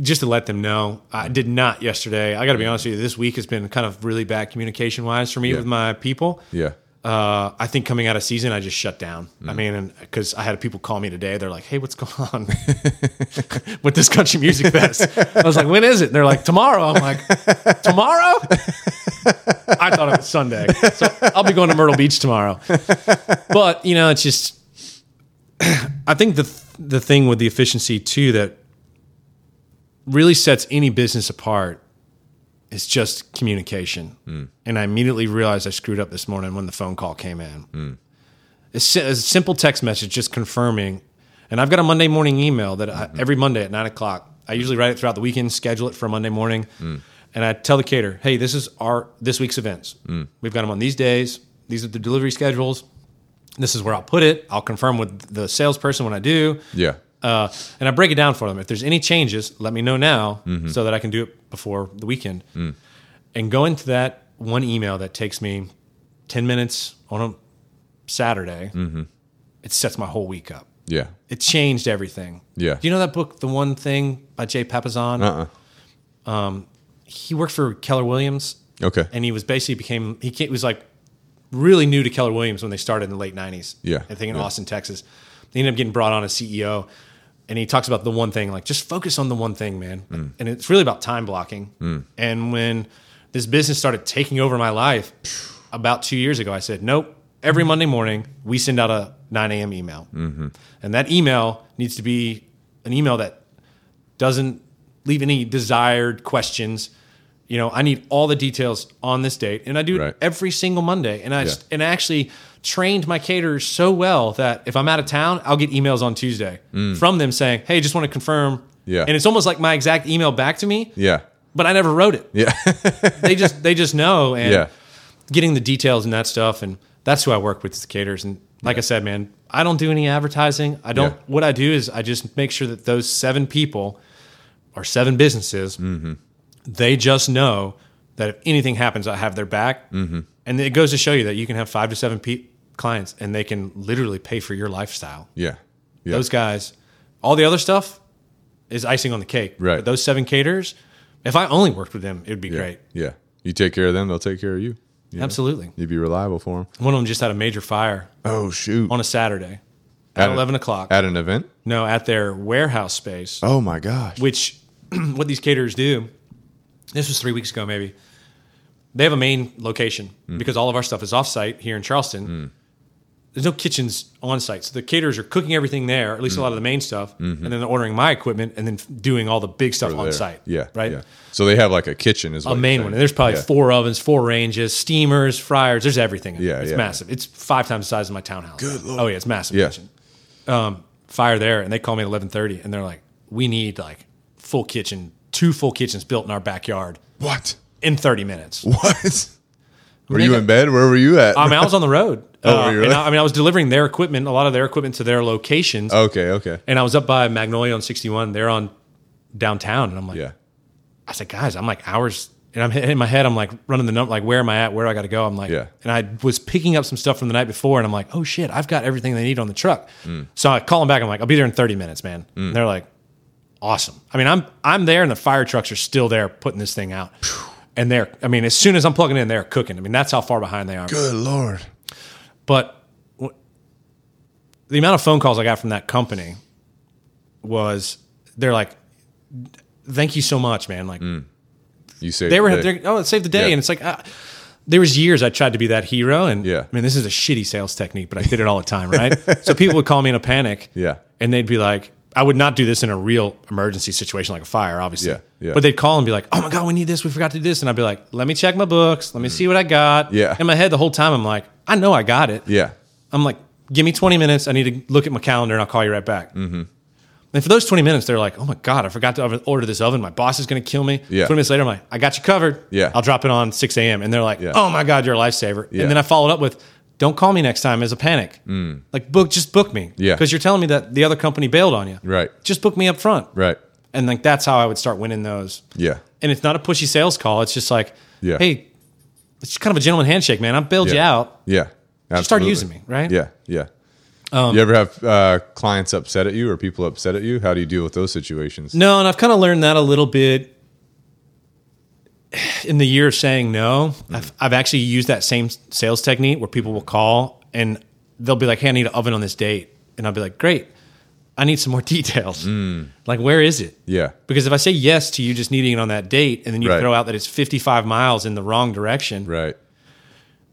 [SPEAKER 2] just to let them know i did not yesterday i gotta be honest with you this week has been kind of really bad communication wise for me with my people
[SPEAKER 1] Yeah.
[SPEAKER 2] uh, I think coming out of season, I just shut down. I mean, because I had people call me today, they're like, "Hey, what's going on with this country music fest?" I was like, "When is it?" And they're like, "Tomorrow." I'm like, "Tomorrow?" I thought it was Sunday, so I'll be going to Myrtle Beach tomorrow. But you know, it's just I think the the thing with the efficiency too that really sets any business apart is just communication. And I immediately realized I screwed up this morning when the phone call came in. It's si- a simple text message just confirming. And I've got a Monday morning email that I, every Monday at nine o'clock, I usually write it throughout the weekend, schedule it for Monday morning. And I tell the caterer, hey, this is our this week's events. We've got them on these days. These are the delivery schedules. This is where I'll put it. I'll confirm with the salesperson when I do.
[SPEAKER 1] Yeah.
[SPEAKER 2] Uh, and I break it down for them. If there's any changes, let me know now
[SPEAKER 1] Mm-hmm.
[SPEAKER 2] so that I can do it before the weekend.
[SPEAKER 1] Mm.
[SPEAKER 2] And go into that one email that takes me 10 minutes on a Saturday,
[SPEAKER 1] Mm-hmm.
[SPEAKER 2] it sets my whole week up.
[SPEAKER 1] Yeah.
[SPEAKER 2] It changed everything.
[SPEAKER 1] Yeah.
[SPEAKER 2] Do you know that book, The One Thing by Jay Papazon?
[SPEAKER 1] Uh-uh.
[SPEAKER 2] He worked for Keller Williams
[SPEAKER 1] Okay.
[SPEAKER 2] and he was basically became he ca- was like really new to Keller Williams when they started in the late '90s.
[SPEAKER 1] Yeah,
[SPEAKER 2] I think in
[SPEAKER 1] yeah.
[SPEAKER 2] Austin, Texas, they ended up getting brought on as CEO, and he talks about the one thing, like just focus on the one thing, man,
[SPEAKER 1] Mm.
[SPEAKER 2] and it's really about time blocking. And when this business started taking over my life about two years ago, I said, nope. Every
[SPEAKER 1] Mm-hmm.
[SPEAKER 2] Monday morning, we send out a 9 a.m. email,
[SPEAKER 1] Mm.
[SPEAKER 2] and that email needs to be an email that doesn't leave any desired questions. You know, I need all the details on this date, and I do
[SPEAKER 1] Right.
[SPEAKER 2] it every single Monday. And I
[SPEAKER 1] Yeah.
[SPEAKER 2] and I actually trained my caterers so well that if I'm out of town, I'll get emails on Tuesday from them saying, "Hey, just want to confirm."
[SPEAKER 1] Mm. Yeah.
[SPEAKER 2] and it's almost like my exact email back to me,
[SPEAKER 1] Yeah.
[SPEAKER 2] but I never wrote it.
[SPEAKER 1] Yeah.
[SPEAKER 2] They just they just know and
[SPEAKER 1] yeah.
[SPEAKER 2] getting the details and that stuff. And that's who I work with is the caterers. And like I said, man, I don't do any advertising. I don't.
[SPEAKER 1] Yeah.
[SPEAKER 2] What I do is I just make sure that those seven people or seven businesses,
[SPEAKER 1] Mm-hmm.
[SPEAKER 2] they just know that if anything happens, I have their back. Mm-hmm. And it goes to show you that you can have five to seven pe- clients, and they can literally pay for your lifestyle.
[SPEAKER 1] Yeah. Yeah.
[SPEAKER 2] Those guys, all the other stuff is icing on the cake.
[SPEAKER 1] Right.
[SPEAKER 2] But those seven caterers, if I only worked with them, it would be
[SPEAKER 1] yeah.
[SPEAKER 2] great.
[SPEAKER 1] Yeah. You take care of them, they'll take care of you.
[SPEAKER 2] Absolutely.
[SPEAKER 1] You'd be reliable for them.
[SPEAKER 2] One of them just had a major fire
[SPEAKER 1] Oh shoot.
[SPEAKER 2] on a Saturday at,
[SPEAKER 1] At a-
[SPEAKER 2] 11 o'clock.
[SPEAKER 1] At an event?
[SPEAKER 2] no, at their warehouse space,
[SPEAKER 1] Oh my gosh.
[SPEAKER 2] which what these caterers do, this was three weeks ago maybe, they have a main location
[SPEAKER 1] Mm.
[SPEAKER 2] because all of our stuff is offsite here in Charleston. There's no kitchens on site. So the caterers are cooking everything there, at
[SPEAKER 1] Mm.
[SPEAKER 2] least a lot of the main stuff, and then they're ordering my equipment and then f- doing all the big stuff on
[SPEAKER 1] Mm-hmm. There.
[SPEAKER 2] site.
[SPEAKER 1] Yeah.
[SPEAKER 2] Right?
[SPEAKER 1] Yeah. So they have like a kitchen as well.
[SPEAKER 2] A main one. And there's probably four ovens, four ranges, steamers, fryers. There's everything. in it.
[SPEAKER 1] Yeah,
[SPEAKER 2] It's
[SPEAKER 1] yeah.
[SPEAKER 2] massive. It's five times the size of my townhouse. Good
[SPEAKER 1] lord.
[SPEAKER 2] Oh, yeah. It's massive.
[SPEAKER 1] Yeah.
[SPEAKER 2] kitchen. fire there and they call me at 11:30 and they're like we need like full kitchen two full kitchens built in our backyard
[SPEAKER 1] What?
[SPEAKER 2] in 30 minutes Um,
[SPEAKER 1] What? Were you in bed? Where were you at?
[SPEAKER 2] I mean I was on the road uh,
[SPEAKER 1] Oh, were you
[SPEAKER 2] and
[SPEAKER 1] really?
[SPEAKER 2] I, I mean I was delivering their equipment a lot of their equipment to their locations
[SPEAKER 1] okay. Okay.
[SPEAKER 2] and I was up by Magnolia on 61 they're on downtown and I'm like
[SPEAKER 1] Yeah.
[SPEAKER 2] I said guys I'm like hours and I'm in my head I'm like running the number like where am I at where do I got to go I'm like
[SPEAKER 1] Yeah.
[SPEAKER 2] and I was picking up some stuff from the night before and I'm like oh shit I've got everything they need on the truck
[SPEAKER 1] Mm.
[SPEAKER 2] so I call them back I'm like I'll be there in 30 minutes man and they're like awesome. I mean, I'm I'm there, and the fire trucks are still there putting this thing out. And they're, I mean, as soon as I'm plugging in, they're cooking. I mean, that's how far behind they are.
[SPEAKER 1] Good lord.
[SPEAKER 2] But wh- the amount of phone calls I got from that company was they're like, "Thank you so much, man." Like
[SPEAKER 1] You say
[SPEAKER 2] they were,
[SPEAKER 1] they-
[SPEAKER 2] they're, oh, it saved the day,
[SPEAKER 1] Yeah.
[SPEAKER 2] and it's like. Uh, there was years I tried to be that hero, and
[SPEAKER 1] Yeah.
[SPEAKER 2] I mean, this is a shitty sales technique, but I did it all the time, right? so people would call me in a panic,
[SPEAKER 1] Yeah.
[SPEAKER 2] and they'd be like, I would not do this in a real emergency situation like a fire, obviously.
[SPEAKER 1] Yeah, yeah.
[SPEAKER 2] But they'd call and be like, oh my God, we need this. We forgot to do this. And I'd be like, let me check my books. Let me see what I got.
[SPEAKER 1] Mm. Yeah.
[SPEAKER 2] In my head, the whole time, I'm like, I know I got it.
[SPEAKER 1] Yeah.
[SPEAKER 2] I'm like, give me 20 minutes. I need to look at my calendar and I'll call you right back.
[SPEAKER 1] Mm-hmm.
[SPEAKER 2] And for those 20 minutes, they're like, oh my God, I forgot to ov- order this oven. My boss is going to kill me.
[SPEAKER 1] Yeah.
[SPEAKER 2] 20 minutes later, I'm like, I got you covered.
[SPEAKER 1] Yeah.
[SPEAKER 2] I'll drop it on 6 a.m. And they're like, oh my God, you're a lifesaver.
[SPEAKER 1] Yeah. Mm.
[SPEAKER 2] And then I followed up with, don't call me next time as a panic. Like, book, just book me.
[SPEAKER 1] Yeah.
[SPEAKER 2] Because you're telling me that the other company bailed on you.
[SPEAKER 1] Right.
[SPEAKER 2] Just book me up front.
[SPEAKER 1] Right.
[SPEAKER 2] And like, that's how I would start winning those.
[SPEAKER 1] Yeah.
[SPEAKER 2] And it's not a pushy sales call. It's just like,
[SPEAKER 1] Yeah.
[SPEAKER 2] hey, it's just kind of a gentleman handshake, man. I bailed you
[SPEAKER 1] Yeah.
[SPEAKER 2] out.
[SPEAKER 1] Yeah.
[SPEAKER 2] Just start
[SPEAKER 1] Absolutely.
[SPEAKER 2] using me, right? Um,
[SPEAKER 1] Yeah. Yeah. you ever have uh, clients upset at you or people upset at you? How do you deal with those situations?
[SPEAKER 2] No, and I've kind of learned that a little bit. in the year of saying no,
[SPEAKER 1] Mm.
[SPEAKER 2] I've, I've actually used that same sales technique where people will call and they'll be like, "Hey, I need an oven on this date," and I'll be like, "Great, I need some more details. Like, where is it?"
[SPEAKER 1] Mm. Yeah.
[SPEAKER 2] Because if I say yes to you just needing it on that date, and then you
[SPEAKER 1] Right.
[SPEAKER 2] throw out that it's 55 miles in the wrong direction,
[SPEAKER 1] Right.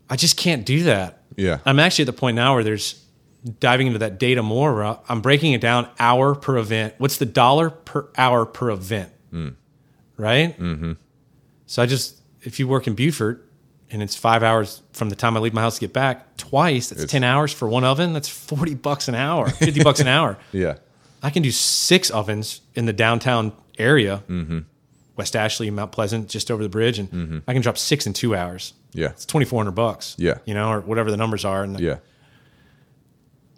[SPEAKER 2] I just can't do that.
[SPEAKER 1] Yeah.
[SPEAKER 2] I'm actually at the point now where there's diving into that data more. Where I'm breaking it down hour per event. What's the dollar per hour per event? Right. Mm-hmm. So I just if you work in Beaufort and it's five hours from the time I leave my house to get back twice, that's ten hours for one oven. That's forty bucks an hour, fifty bucks an hour.
[SPEAKER 1] Yeah.
[SPEAKER 2] I can do six ovens in the downtown area, West Ashley, Mount Pleasant, just over the bridge, and I can drop six in two hours.
[SPEAKER 1] Yeah.
[SPEAKER 2] It's twenty four hundred bucks.
[SPEAKER 1] Yeah.
[SPEAKER 2] you know, or whatever the numbers are. And
[SPEAKER 1] Yeah.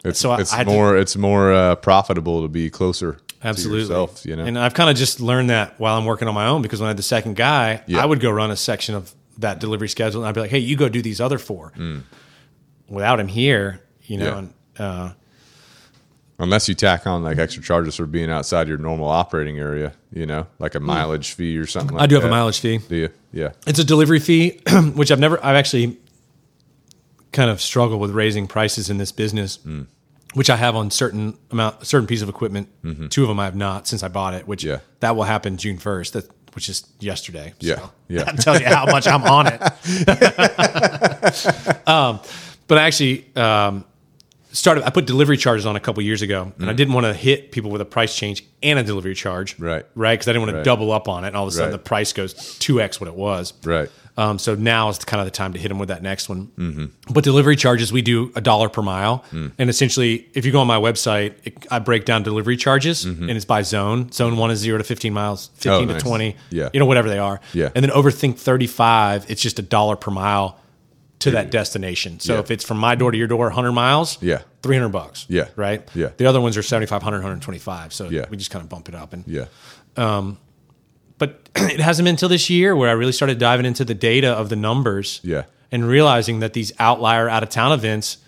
[SPEAKER 1] It's,
[SPEAKER 2] So I-
[SPEAKER 1] it's
[SPEAKER 2] I had to-
[SPEAKER 1] more it's more uh, profitable to be closer
[SPEAKER 2] absolutely,
[SPEAKER 1] to yourself, you know.
[SPEAKER 2] And I've kind of just learned that while I'm working on my own because when I had the second guy,
[SPEAKER 1] Yeah.
[SPEAKER 2] I would go run a section of that delivery schedule, and I'd be like, "Hey, you go do these other four. Without him here, you
[SPEAKER 1] Mm.
[SPEAKER 2] know,
[SPEAKER 1] Yeah.
[SPEAKER 2] and, uh,
[SPEAKER 1] Unless you tack on like extra charges for being outside your normal operating area, you know, like a mileage fee or something like
[SPEAKER 2] Mm. I do have
[SPEAKER 1] that.
[SPEAKER 2] a mileage fee.
[SPEAKER 1] Do you? Yeah.
[SPEAKER 2] It's a delivery fee, which I've never, I've actually kind of struggled with raising prices in this business,
[SPEAKER 1] Mm.
[SPEAKER 2] which I have on certain amount, certain piece of equipment. Two of them I have not since I bought it, which
[SPEAKER 1] Mm-hmm. Yeah.
[SPEAKER 2] that will happen June 1st, that, which is yesterday.
[SPEAKER 1] Yeah.
[SPEAKER 2] So
[SPEAKER 1] Yeah.
[SPEAKER 2] that tells you how much I'm on it. um, but I actually um, started, I put delivery charges on a couple years ago and I didn't want to hit people with a price change and a delivery charge.
[SPEAKER 1] Right.
[SPEAKER 2] Right. Cause I didn't want
[SPEAKER 1] Right.
[SPEAKER 2] to double up on it. And all of a sudden
[SPEAKER 1] Right.
[SPEAKER 2] the price goes 2X what it was.
[SPEAKER 1] Right.
[SPEAKER 2] Um, so now is kind of the time to hit them with that next one. But delivery charges, we do a dollar per mile. And essentially, if you go on my website, it, I break down delivery charges and it's by zone. Zone one is zero to 15 miles, 15
[SPEAKER 1] Oh,
[SPEAKER 2] to
[SPEAKER 1] nice.
[SPEAKER 2] 20,
[SPEAKER 1] Yeah.
[SPEAKER 2] you know, whatever they are.
[SPEAKER 1] Yeah.
[SPEAKER 2] And then overthink 35, it's just a dollar per mile to that destination. So
[SPEAKER 1] Yeah.
[SPEAKER 2] if it's from my door to your door, 100 miles,
[SPEAKER 1] Yeah.
[SPEAKER 2] 300 bucks.
[SPEAKER 1] Yeah.
[SPEAKER 2] Right?
[SPEAKER 1] Yeah.
[SPEAKER 2] The other ones are 75, 100, 125. So
[SPEAKER 1] Yeah.
[SPEAKER 2] we just kind of bump it up. And
[SPEAKER 1] Yeah.
[SPEAKER 2] but it hasn't been until this year where I really started diving into the data of the numbers
[SPEAKER 1] Yeah.
[SPEAKER 2] and realizing that these outlier out of town events,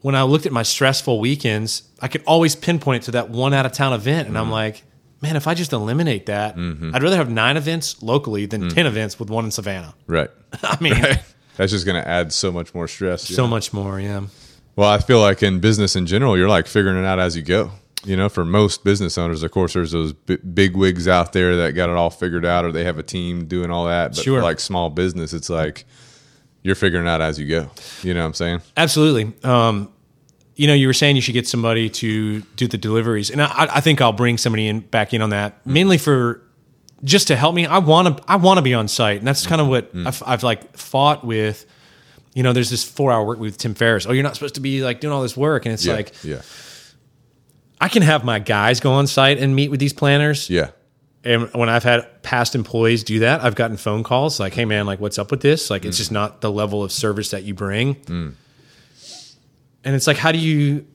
[SPEAKER 2] when I looked at my stressful weekends, I could always pinpoint it to that one out of town event. And I'm like, man, if I just eliminate that, I'd rather have nine events locally than 10 events with one in Savannah.
[SPEAKER 1] Right.
[SPEAKER 2] I mean,
[SPEAKER 1] That's just going to add so much more stress. you
[SPEAKER 2] so
[SPEAKER 1] know?
[SPEAKER 2] much more. Yeah.
[SPEAKER 1] Well, I feel like in business in general, you're like figuring it out as you go. You know, for most business owners, of course, there's those b- big wigs out there that got it all figured out, or they have a team doing all that. But
[SPEAKER 2] Sure.
[SPEAKER 1] for like small business, it's like you're figuring it out as you go. You know what I'm saying?
[SPEAKER 2] Absolutely. Um, you know, you were saying you should get somebody to do the deliveries, and I, I think I'll bring somebody in back in on that mainly for just to help me. I want to I want to be on site, and that's kind of what I've, I've like fought with. You know, there's this four hour work with Tim Ferriss. Oh, you're not supposed to be like doing all this work, and it's
[SPEAKER 1] Yeah.
[SPEAKER 2] like
[SPEAKER 1] yeah,
[SPEAKER 2] I can have my guys go on site and meet with these planners.
[SPEAKER 1] yeah,
[SPEAKER 2] And when I've had past employees do that, I've gotten phone calls like, "Hey, man, like, what's up with this? Like,
[SPEAKER 1] Mm.
[SPEAKER 2] it's just not the level of service that you bring." And it's like, how do you,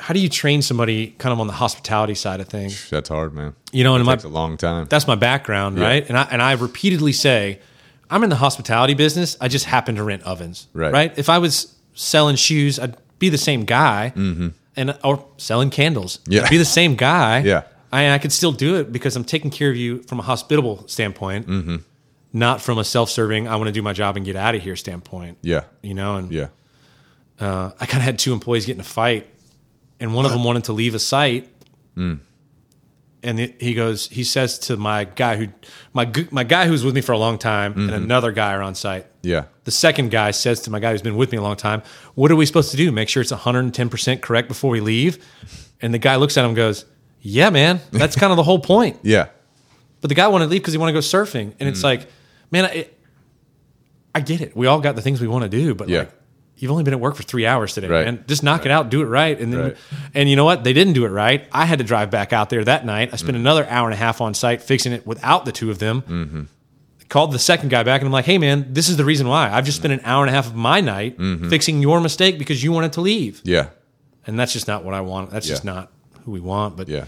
[SPEAKER 2] how do you train somebody kind of on the hospitality side of things?
[SPEAKER 1] that's hard, man.
[SPEAKER 2] You know, and my
[SPEAKER 1] Takes a long time.
[SPEAKER 2] that's my background, right? And I and I repeatedly say, I'm in the hospitality business. I just happen to rent ovens,
[SPEAKER 1] Right.
[SPEAKER 2] If I was selling shoes, I'd be the same guy, and or selling candles,
[SPEAKER 1] Mm-hmm. Yeah.
[SPEAKER 2] I'd be the same guy,
[SPEAKER 1] Yeah.
[SPEAKER 2] I, I could still do it because I'm taking care of you from a hospitable standpoint,
[SPEAKER 1] Mm-hmm.
[SPEAKER 2] not from a self-serving. I want to do my job and get out of here standpoint.
[SPEAKER 1] yeah,
[SPEAKER 2] You know, and
[SPEAKER 1] yeah,
[SPEAKER 2] I kind of had two employees get in a fight, and one of them wanted to leave a site. And it- he goes, he says to my guy who, my gu- my guy who's with me for a long time, and another guy are on site.
[SPEAKER 1] yeah,
[SPEAKER 2] The second guy says to my guy who's been with me a long time, "What are we supposed to do? Make sure it's 110% correct before we leave?" And the guy looks at him and goes, "Yeah, man, that's kind of the whole point."
[SPEAKER 1] yeah,
[SPEAKER 2] But the guy wanted to leave because he wanted to go surfing, and it's like, man, I, I get it. We all got the things we want to do, but
[SPEAKER 1] Yeah.
[SPEAKER 2] like, you've only been at work for three hours today,
[SPEAKER 1] Right.
[SPEAKER 2] man. Just knock it out, do it right, and then,
[SPEAKER 1] Right.
[SPEAKER 2] and you know what? They didn't do it right. I had to drive back out there that night. I spent
[SPEAKER 1] Mm.
[SPEAKER 2] another hour and a half on site fixing it without the two of them.
[SPEAKER 1] Mm-hmm.
[SPEAKER 2] Called the second guy back, and I'm like, hey, man, this is the reason why. I've just spent an hour and a half of my night
[SPEAKER 1] Mm-hmm.
[SPEAKER 2] fixing your mistake because you wanted to leave,
[SPEAKER 1] yeah,
[SPEAKER 2] and that's just not what I want. That's just
[SPEAKER 1] Yeah.
[SPEAKER 2] not who we want. But
[SPEAKER 1] yeah.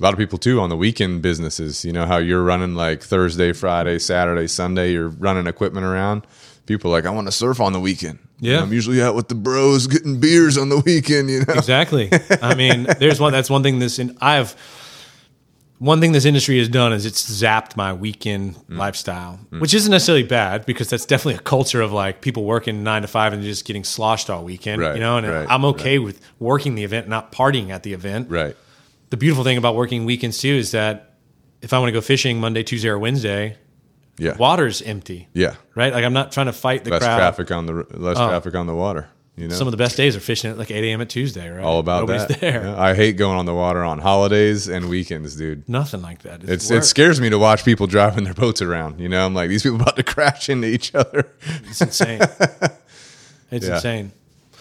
[SPEAKER 1] A lot of people too on the weekend businesses. You know how you're running like Thursday, Friday, Saturday, Sunday. You're running equipment around. People are like I want to surf on the weekend.
[SPEAKER 2] Yeah.
[SPEAKER 1] I'm usually out with the bros getting beers on the weekend. You know.
[SPEAKER 2] Exactly. I mean, there's one. That's one thing. This and I've one thing this industry has done is it's zapped my weekend
[SPEAKER 1] Mm.
[SPEAKER 2] lifestyle, which isn't necessarily bad because that's definitely a culture of like people working nine to five and just getting sloshed all weekend,
[SPEAKER 1] Right,
[SPEAKER 2] you know. And
[SPEAKER 1] right,
[SPEAKER 2] I'm okay with working the event, not partying at the event.
[SPEAKER 1] Right.
[SPEAKER 2] The beautiful thing about working weekends too is that if I want to go fishing Monday, Tuesday, or Wednesday,
[SPEAKER 1] Yeah.
[SPEAKER 2] water's empty.
[SPEAKER 1] Yeah.
[SPEAKER 2] Right. Like I'm not trying to fight the
[SPEAKER 1] Less
[SPEAKER 2] crowd. Oh.
[SPEAKER 1] traffic on the r- less traffic on the water. You know.
[SPEAKER 2] Some of the best days are fishing at like 8 a.m. at Tuesday, right?
[SPEAKER 1] all about
[SPEAKER 2] Nobody's
[SPEAKER 1] that.
[SPEAKER 2] there.
[SPEAKER 1] Yeah, I hate going on the water on holidays and weekends, dude.
[SPEAKER 2] Nothing like that.
[SPEAKER 1] It's,
[SPEAKER 2] work.
[SPEAKER 1] it scares me to watch people driving their boats around. You know, I'm like, these people about to crash into each other.
[SPEAKER 2] It's insane. It's
[SPEAKER 1] Yeah.
[SPEAKER 2] insane.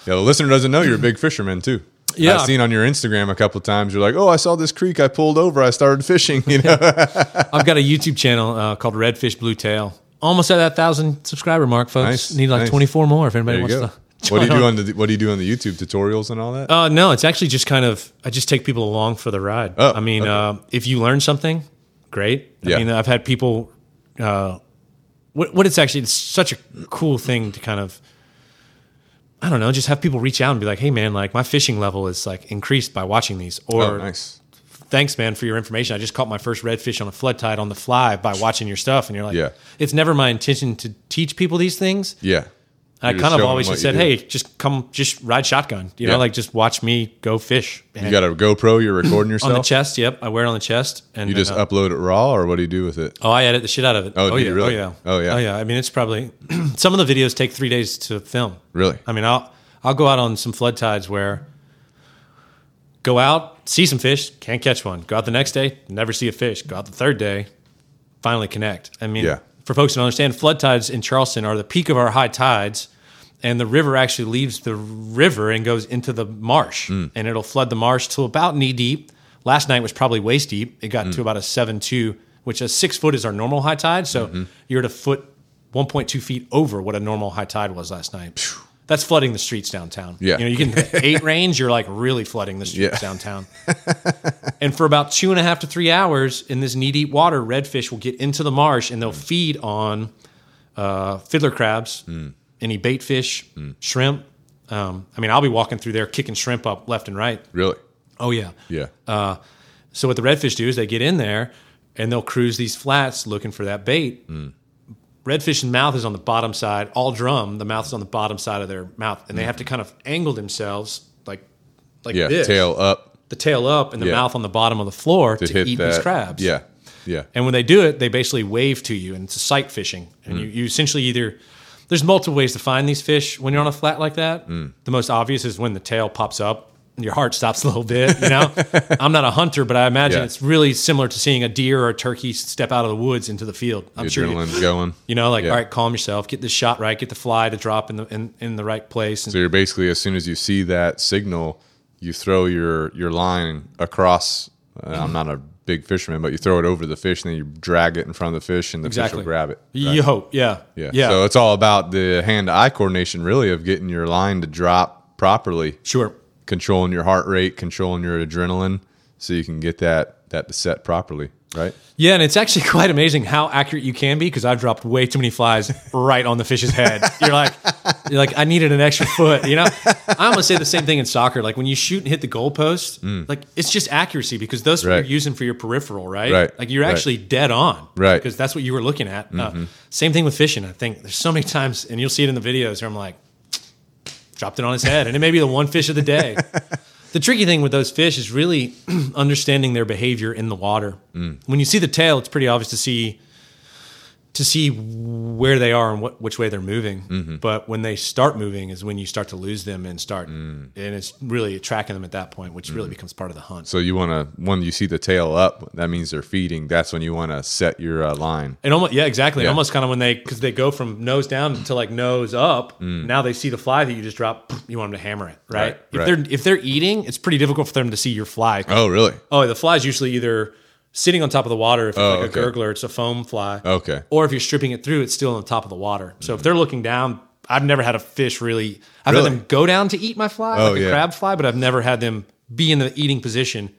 [SPEAKER 1] Yeah, the listener doesn't know you're a big fisherman too.
[SPEAKER 2] Yeah.
[SPEAKER 1] I've seen on your Instagram a couple times. You're like, oh, I saw this creek. I pulled over. I started fishing. You know,
[SPEAKER 2] I've got a YouTube channel uh, called Redfish Blue Tail. Almost at that thousand subscriber mark, folks.
[SPEAKER 1] Nice,
[SPEAKER 2] Need like
[SPEAKER 1] nice.
[SPEAKER 2] 24 more if anybody
[SPEAKER 1] there you
[SPEAKER 2] wants
[SPEAKER 1] go.
[SPEAKER 2] to.
[SPEAKER 1] What do you
[SPEAKER 2] join
[SPEAKER 1] do
[SPEAKER 2] on.
[SPEAKER 1] on the What do you do on the YouTube tutorials and all that?
[SPEAKER 2] Uh, no, it's actually just kind of I just take people along for the ride.
[SPEAKER 1] Oh,
[SPEAKER 2] I mean,
[SPEAKER 1] okay.
[SPEAKER 2] uh, if you learn something, great. I
[SPEAKER 1] Yeah.
[SPEAKER 2] mean, I've had people. Uh, what what it's actually it's such a cool thing to kind of. I don't know, just have people reach out and be like, "Hey, man, like my fishing level is like increased by watching these," or
[SPEAKER 1] oh, nice.
[SPEAKER 2] thanks man for your information i just caught my first redfish on a flood tide on the fly by watching your stuff and you're like
[SPEAKER 1] Yeah.
[SPEAKER 2] it's never my intention to teach people these things
[SPEAKER 1] Yeah.
[SPEAKER 2] i
[SPEAKER 1] You're
[SPEAKER 2] kind
[SPEAKER 1] showing
[SPEAKER 2] of
[SPEAKER 1] them
[SPEAKER 2] always
[SPEAKER 1] what
[SPEAKER 2] just
[SPEAKER 1] you
[SPEAKER 2] said
[SPEAKER 1] do.
[SPEAKER 2] hey just come just ride shotgun you
[SPEAKER 1] Yeah.
[SPEAKER 2] know like just watch me go fish
[SPEAKER 1] you
[SPEAKER 2] And
[SPEAKER 1] got a GoPro. You're recording
[SPEAKER 2] on the
[SPEAKER 1] yourself.
[SPEAKER 2] chest yep i wear it on the chest and
[SPEAKER 1] you
[SPEAKER 2] then,
[SPEAKER 1] just
[SPEAKER 2] uh,
[SPEAKER 1] upload it raw, or what do you do with it?
[SPEAKER 2] oh i edit the shit out of it
[SPEAKER 1] Oh, do
[SPEAKER 2] yeah
[SPEAKER 1] you really?
[SPEAKER 2] oh yeah
[SPEAKER 1] Oh, yeah.
[SPEAKER 2] oh yeah i mean it's probably some of the videos take three days to film
[SPEAKER 1] Really?
[SPEAKER 2] I mean, I'll I'll go out on some flood tides where go out, see some fish, can't catch one. Go out the next day, never see a fish. Go out the third day, finally connect. I mean,
[SPEAKER 1] Yeah.
[SPEAKER 2] for folks who don't understand, flood tides in Charleston are the peak of our high tides, and the river actually leaves the river and goes into the marsh,
[SPEAKER 1] Hmm.
[SPEAKER 2] and it'll flood the marsh till about knee deep. Last night was probably waist deep. It
[SPEAKER 1] Hmm.
[SPEAKER 2] got to about a seven two, which a six foot is our normal high tide. So
[SPEAKER 1] Mm-hmm.
[SPEAKER 2] you're at a foot, one point two feet over what a normal high tide was last night. That's flooding the streets downtown.
[SPEAKER 1] Yeah.
[SPEAKER 2] you know you get into the eight range, you're like really flooding the streets
[SPEAKER 1] Yeah.
[SPEAKER 2] downtown. And for about two and a half to three hours in this knee deep water, redfish will get into the marsh and they'll feed on uh, fiddler crabs, any bait fish, shrimp. Um, I mean, I'll be walking through there kicking shrimp up left and right.
[SPEAKER 1] Really?
[SPEAKER 2] Oh, yeah.
[SPEAKER 1] Yeah.
[SPEAKER 2] So, what the redfish do is they get in there and they'll cruise these flats looking for that bait.
[SPEAKER 1] Hmm.
[SPEAKER 2] Redfish mouth is on the bottom side, all drum, the mouth is on the bottom side of their mouth. And they have to kind of angle themselves like, like
[SPEAKER 1] Hmm. yeah.
[SPEAKER 2] this
[SPEAKER 1] Tail up
[SPEAKER 2] the tail up and the
[SPEAKER 1] Yeah.
[SPEAKER 2] mouth on the bottom of the floor to,
[SPEAKER 1] to hit
[SPEAKER 2] eat
[SPEAKER 1] that.
[SPEAKER 2] these crabs.
[SPEAKER 1] Yeah. Yeah.
[SPEAKER 2] And when they do it, they basically wave to you, and it's a sight fishing. And
[SPEAKER 1] Mm.
[SPEAKER 2] you, you essentially either there's multiple ways to find these fish when you're on a flat like that.
[SPEAKER 1] Mm.
[SPEAKER 2] The most obvious is when the tail pops up and your heart stops a little bit. You know, I'm not a hunter, but I imagine
[SPEAKER 1] Yeah.
[SPEAKER 2] it's really similar to seeing a deer or a turkey step out of the woods into the field. I'm
[SPEAKER 1] The
[SPEAKER 2] sure you,
[SPEAKER 1] adrenaline's going.
[SPEAKER 2] you know, like
[SPEAKER 1] Yeah.
[SPEAKER 2] all right, calm yourself, get the shot right, get the fly to drop in the in, in the right place. And
[SPEAKER 1] So you're basically as soon as you see that signal, you throw your your line across. Uh, I'm not a big fisherman, but you throw it over the fish, and then you drag it in front of the fish, and the fish
[SPEAKER 2] Exactly.
[SPEAKER 1] will grab it.
[SPEAKER 2] you you hope, yeah,
[SPEAKER 1] Yeah. So it's all about the hand-eye coordination, really, of getting your line to drop properly,
[SPEAKER 2] sure.
[SPEAKER 1] controlling your heart rate, controlling your adrenaline, so you can get that that to set properly, right?
[SPEAKER 2] Yeah, and it's actually quite amazing how accurate you can be because I've dropped way too many flies right on the fish's head. You're like, you're like, I needed an extra foot. You know, I almost say the same thing in soccer. Like when you shoot and hit the goalpost, like it's just accuracy because those what
[SPEAKER 1] Mm. Right.
[SPEAKER 2] you're using for your peripheral, right?
[SPEAKER 1] Right,
[SPEAKER 2] Like you're
[SPEAKER 1] right.
[SPEAKER 2] actually dead on,
[SPEAKER 1] Right.
[SPEAKER 2] Because that's what you were looking at. Uh, same thing with fishing. I think there's so many times, and you'll see it in the videos where I'm like, dropped it on his head, and it may be the one fish of the day. The tricky thing with those fish is really understanding their behavior in the water. When you see the tail, it's pretty obvious to see to see where they are and what, which way they're moving. But when they start moving, is when you start to lose them and start, and it's really tracking them at that point, which really becomes part of the hunt.
[SPEAKER 1] So you want to when you see the tail up, that means they're feeding. That's when you want to set your uh, line.
[SPEAKER 2] And almost, yeah, exactly.
[SPEAKER 1] Yeah.
[SPEAKER 2] Almost kind of when they, because they go from nose down to like nose up. Now they see the fly that you just drop. You want them to hammer it, right?
[SPEAKER 1] Mm. Right,
[SPEAKER 2] if
[SPEAKER 1] right.
[SPEAKER 2] they're if they're eating, it's pretty difficult for them to see your fly. Oh,
[SPEAKER 1] Oh, really?
[SPEAKER 2] the fly's usually either sitting on top of the water. If it's like
[SPEAKER 1] Oh, okay. Oh.
[SPEAKER 2] a gurgler, it's a foam fly.
[SPEAKER 1] Okay.
[SPEAKER 2] Or if you're stripping it through, it's still on top of the water. So if they're looking down, I've never had a fish really. I've
[SPEAKER 1] Mm. Really?
[SPEAKER 2] had them go down to eat my fly,
[SPEAKER 1] Oh,
[SPEAKER 2] like a
[SPEAKER 1] yeah.
[SPEAKER 2] crab fly, but I've never had them be in the eating position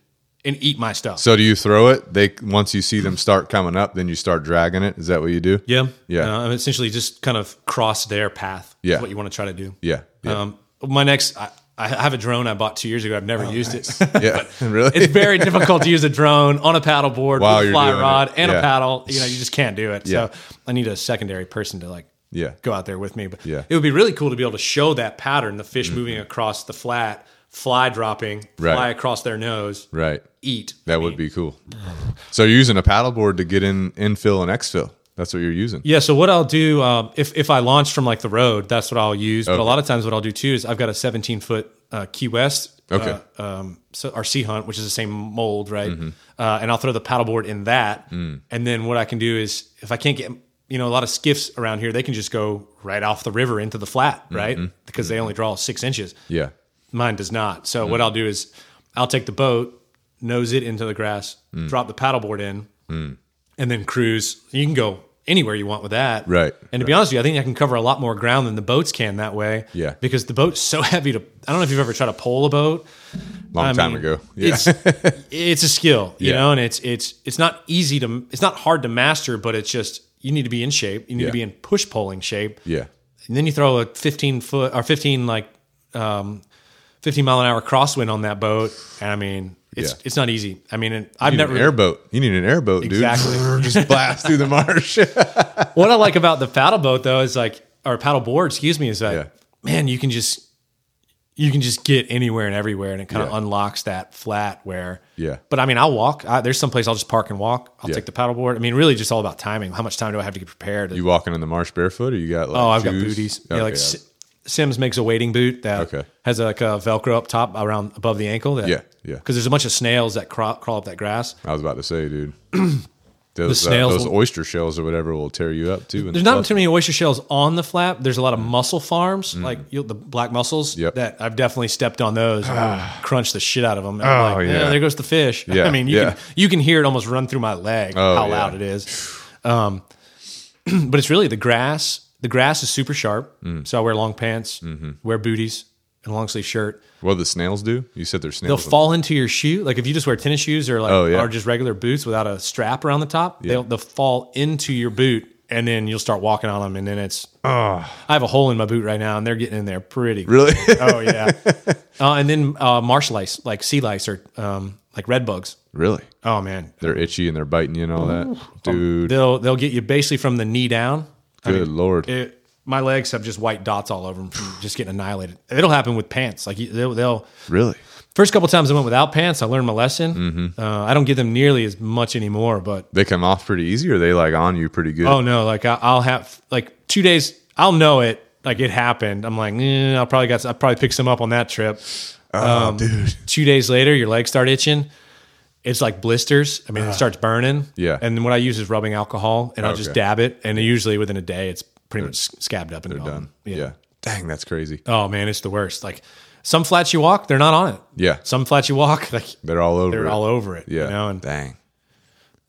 [SPEAKER 2] and eat my stuff.
[SPEAKER 1] So do you throw it? They once you see them start coming up, then you start dragging it. Is that what you do?
[SPEAKER 2] Yeah.
[SPEAKER 1] Yeah.
[SPEAKER 2] Uh, essentially, just kind of cross their path.
[SPEAKER 1] Yeah.
[SPEAKER 2] Is what you want to try to do.
[SPEAKER 1] Yeah. Yeah.
[SPEAKER 2] Um, my next, I, I have a drone I bought two years ago. I've
[SPEAKER 1] Oh,
[SPEAKER 2] never used it.
[SPEAKER 1] Yeah, really.
[SPEAKER 2] it's very difficult to use a drone on a paddle board
[SPEAKER 1] While
[SPEAKER 2] with a
[SPEAKER 1] you're
[SPEAKER 2] fly
[SPEAKER 1] doing
[SPEAKER 2] rod
[SPEAKER 1] it.
[SPEAKER 2] and
[SPEAKER 1] Yeah.
[SPEAKER 2] a paddle. You know, you just can't do it.
[SPEAKER 1] Yeah.
[SPEAKER 2] So I need a secondary person to like
[SPEAKER 1] Yeah.
[SPEAKER 2] go out there with me. But
[SPEAKER 1] Yeah. Mm-hmm.
[SPEAKER 2] it would be really cool to be able to show that pattern, the fish moving across the flat, fly dropping,
[SPEAKER 1] Right.
[SPEAKER 2] fly across their nose,
[SPEAKER 1] right.
[SPEAKER 2] eat.
[SPEAKER 1] That would be cool. So you're using a paddleboard to get in infill and exfil. That's what you're using.
[SPEAKER 2] Yeah, so what I'll do um, if if I launch from like the road, that's what I'll use. But a lot of times, what I'll do too is I've got a 17 foot uh, Key West,
[SPEAKER 1] Okay.
[SPEAKER 2] uh, um, so our Sea Hunt, which is the same mold, right? Uh, and I'll throw the paddleboard in that, and then what I can do is if I can't get you know a lot of skiffs around here, they can just go right off the river into the flat, right? Because they only draw six inches.
[SPEAKER 1] Yeah.
[SPEAKER 2] Mine does not. So
[SPEAKER 1] Mm.
[SPEAKER 2] what I'll do is I'll take the boat, nose it into the grass,
[SPEAKER 1] Mm.
[SPEAKER 2] drop the paddleboard in, and then cruise. You can go anywhere you want with that.
[SPEAKER 1] Right,
[SPEAKER 2] And to be honest with you, I think I can cover a lot more ground than the boats can that way.
[SPEAKER 1] Yeah.
[SPEAKER 2] Because the boat's so heavy to I don't know if you've ever tried to pole a boat.
[SPEAKER 1] Long
[SPEAKER 2] I
[SPEAKER 1] time
[SPEAKER 2] mean,
[SPEAKER 1] ago. Yeah.
[SPEAKER 2] It's it's a skill, you
[SPEAKER 1] Yeah.
[SPEAKER 2] know, and it's it's it's not easy to it's not hard to master, but it's just you need to be in shape. You need
[SPEAKER 1] Yeah.
[SPEAKER 2] to be in push polling shape.
[SPEAKER 1] yeah.
[SPEAKER 2] And then you throw a 15 foot or 15 like um, 15 mile an hour crosswind on that boat. And I mean, it's
[SPEAKER 1] Yeah.
[SPEAKER 2] it's not easy. I mean, and I've
[SPEAKER 1] You need
[SPEAKER 2] never
[SPEAKER 1] an airboat. You need an airboat,
[SPEAKER 2] Exactly.
[SPEAKER 1] dude. Just blast through the marsh.
[SPEAKER 2] what I like about the paddle boat though is like or paddle board, excuse me, is like
[SPEAKER 1] Yeah.
[SPEAKER 2] man, you can just you can just get anywhere and everywhere, and it kind of
[SPEAKER 1] Yeah.
[SPEAKER 2] unlocks that flat where.
[SPEAKER 1] Yeah.
[SPEAKER 2] But I mean, I'll walk. I, there's some place I'll just park and walk. I'll
[SPEAKER 1] Yeah.
[SPEAKER 2] take the paddle board. I mean, really, just all about timing. How much time do I have to get prepared?
[SPEAKER 1] you walking in the marsh barefoot, or you got like
[SPEAKER 2] oh, I've got
[SPEAKER 1] shoes?
[SPEAKER 2] booties.
[SPEAKER 1] Okay,
[SPEAKER 2] yeah, like
[SPEAKER 1] yeah.
[SPEAKER 2] S- Sims makes a wading boot that
[SPEAKER 1] Okay.
[SPEAKER 2] has like a Velcro up top around above the ankle. That,
[SPEAKER 1] Yeah, yeah.
[SPEAKER 2] Because there's a bunch of snails that crawl, crawl up that grass.
[SPEAKER 1] I was about to say, dude. Those, uh,
[SPEAKER 2] snails
[SPEAKER 1] those
[SPEAKER 2] will-
[SPEAKER 1] oyster shells or whatever will tear you up too. in
[SPEAKER 2] There's
[SPEAKER 1] the
[SPEAKER 2] not
[SPEAKER 1] flush.
[SPEAKER 2] too many oyster shells on the flap. There's a lot of mussel farms, like you the black mussels.
[SPEAKER 1] Mm. Yep. Ah.
[SPEAKER 2] That I've definitely stepped on those, and I crunched the shit out of them. And
[SPEAKER 1] Oh,
[SPEAKER 2] I'm like,
[SPEAKER 1] yeah.
[SPEAKER 2] yeah, there goes the fish.
[SPEAKER 1] Yeah,
[SPEAKER 2] I mean, you
[SPEAKER 1] yeah. Oh,
[SPEAKER 2] can you can hear it almost run through my leg. how
[SPEAKER 1] yeah.
[SPEAKER 2] loud it is. Um, but it's really the grass. The grass is super sharp,
[SPEAKER 1] Mm.
[SPEAKER 2] so I wear long pants,
[SPEAKER 1] Mm-hmm.
[SPEAKER 2] wear booties, and a long sleeve shirt.
[SPEAKER 1] What do the snails do? You said they're
[SPEAKER 2] They'll
[SPEAKER 1] snails.
[SPEAKER 2] fall into your shoe. Like if you just wear tennis shoes or like
[SPEAKER 1] Oh, yeah.
[SPEAKER 2] or just regular boots without a strap around the top, they'll they'll fall into your boot and then you'll start walking on them and then it's I have a hole in my boot right now and they're getting in there pretty.
[SPEAKER 1] really?
[SPEAKER 2] Oh yeah. uh, and then uh, marsh lice, like sea lice or um, like red bugs.
[SPEAKER 1] really?
[SPEAKER 2] Oh man.
[SPEAKER 1] They're itchy and they're biting you and all that, dude.
[SPEAKER 2] They'll they'll get you basically from the knee down. I
[SPEAKER 1] Good
[SPEAKER 2] mean,
[SPEAKER 1] lord.
[SPEAKER 2] it, my legs have just white dots all over them from just getting annihilated. It'll happen with pants. Like you- they'll, they'll
[SPEAKER 1] really?
[SPEAKER 2] First couple times I went without pants, I learned my lesson.
[SPEAKER 1] Mm-hmm.
[SPEAKER 2] Uh, I don't get them nearly as much anymore, but
[SPEAKER 1] They come off pretty easy, or they like on you pretty good.
[SPEAKER 2] oh no, like I, I'll have like two days, I'll know it, like it happened. I'm like, eh, I'll probably got, I probably picked some up on that trip. Um,
[SPEAKER 1] Oh, dude.
[SPEAKER 2] Two days later, your legs start itching. It's like blisters. I mean, it starts burning.
[SPEAKER 1] Ah. Yeah.
[SPEAKER 2] And then what I use is rubbing alcohol, and I'll just
[SPEAKER 1] Okay.
[SPEAKER 2] dab it, and usually within a day, it's pretty much scabbed up and gone.
[SPEAKER 1] Done. Yeah. Dang, that's crazy.
[SPEAKER 2] Oh man, it's the worst. Like some flats you walk, they're not on it.
[SPEAKER 1] Yeah.
[SPEAKER 2] Some flats you walk, like
[SPEAKER 1] They're all over.
[SPEAKER 2] they're
[SPEAKER 1] it.
[SPEAKER 2] all over it.
[SPEAKER 1] Yeah.
[SPEAKER 2] You know, and
[SPEAKER 1] Dang.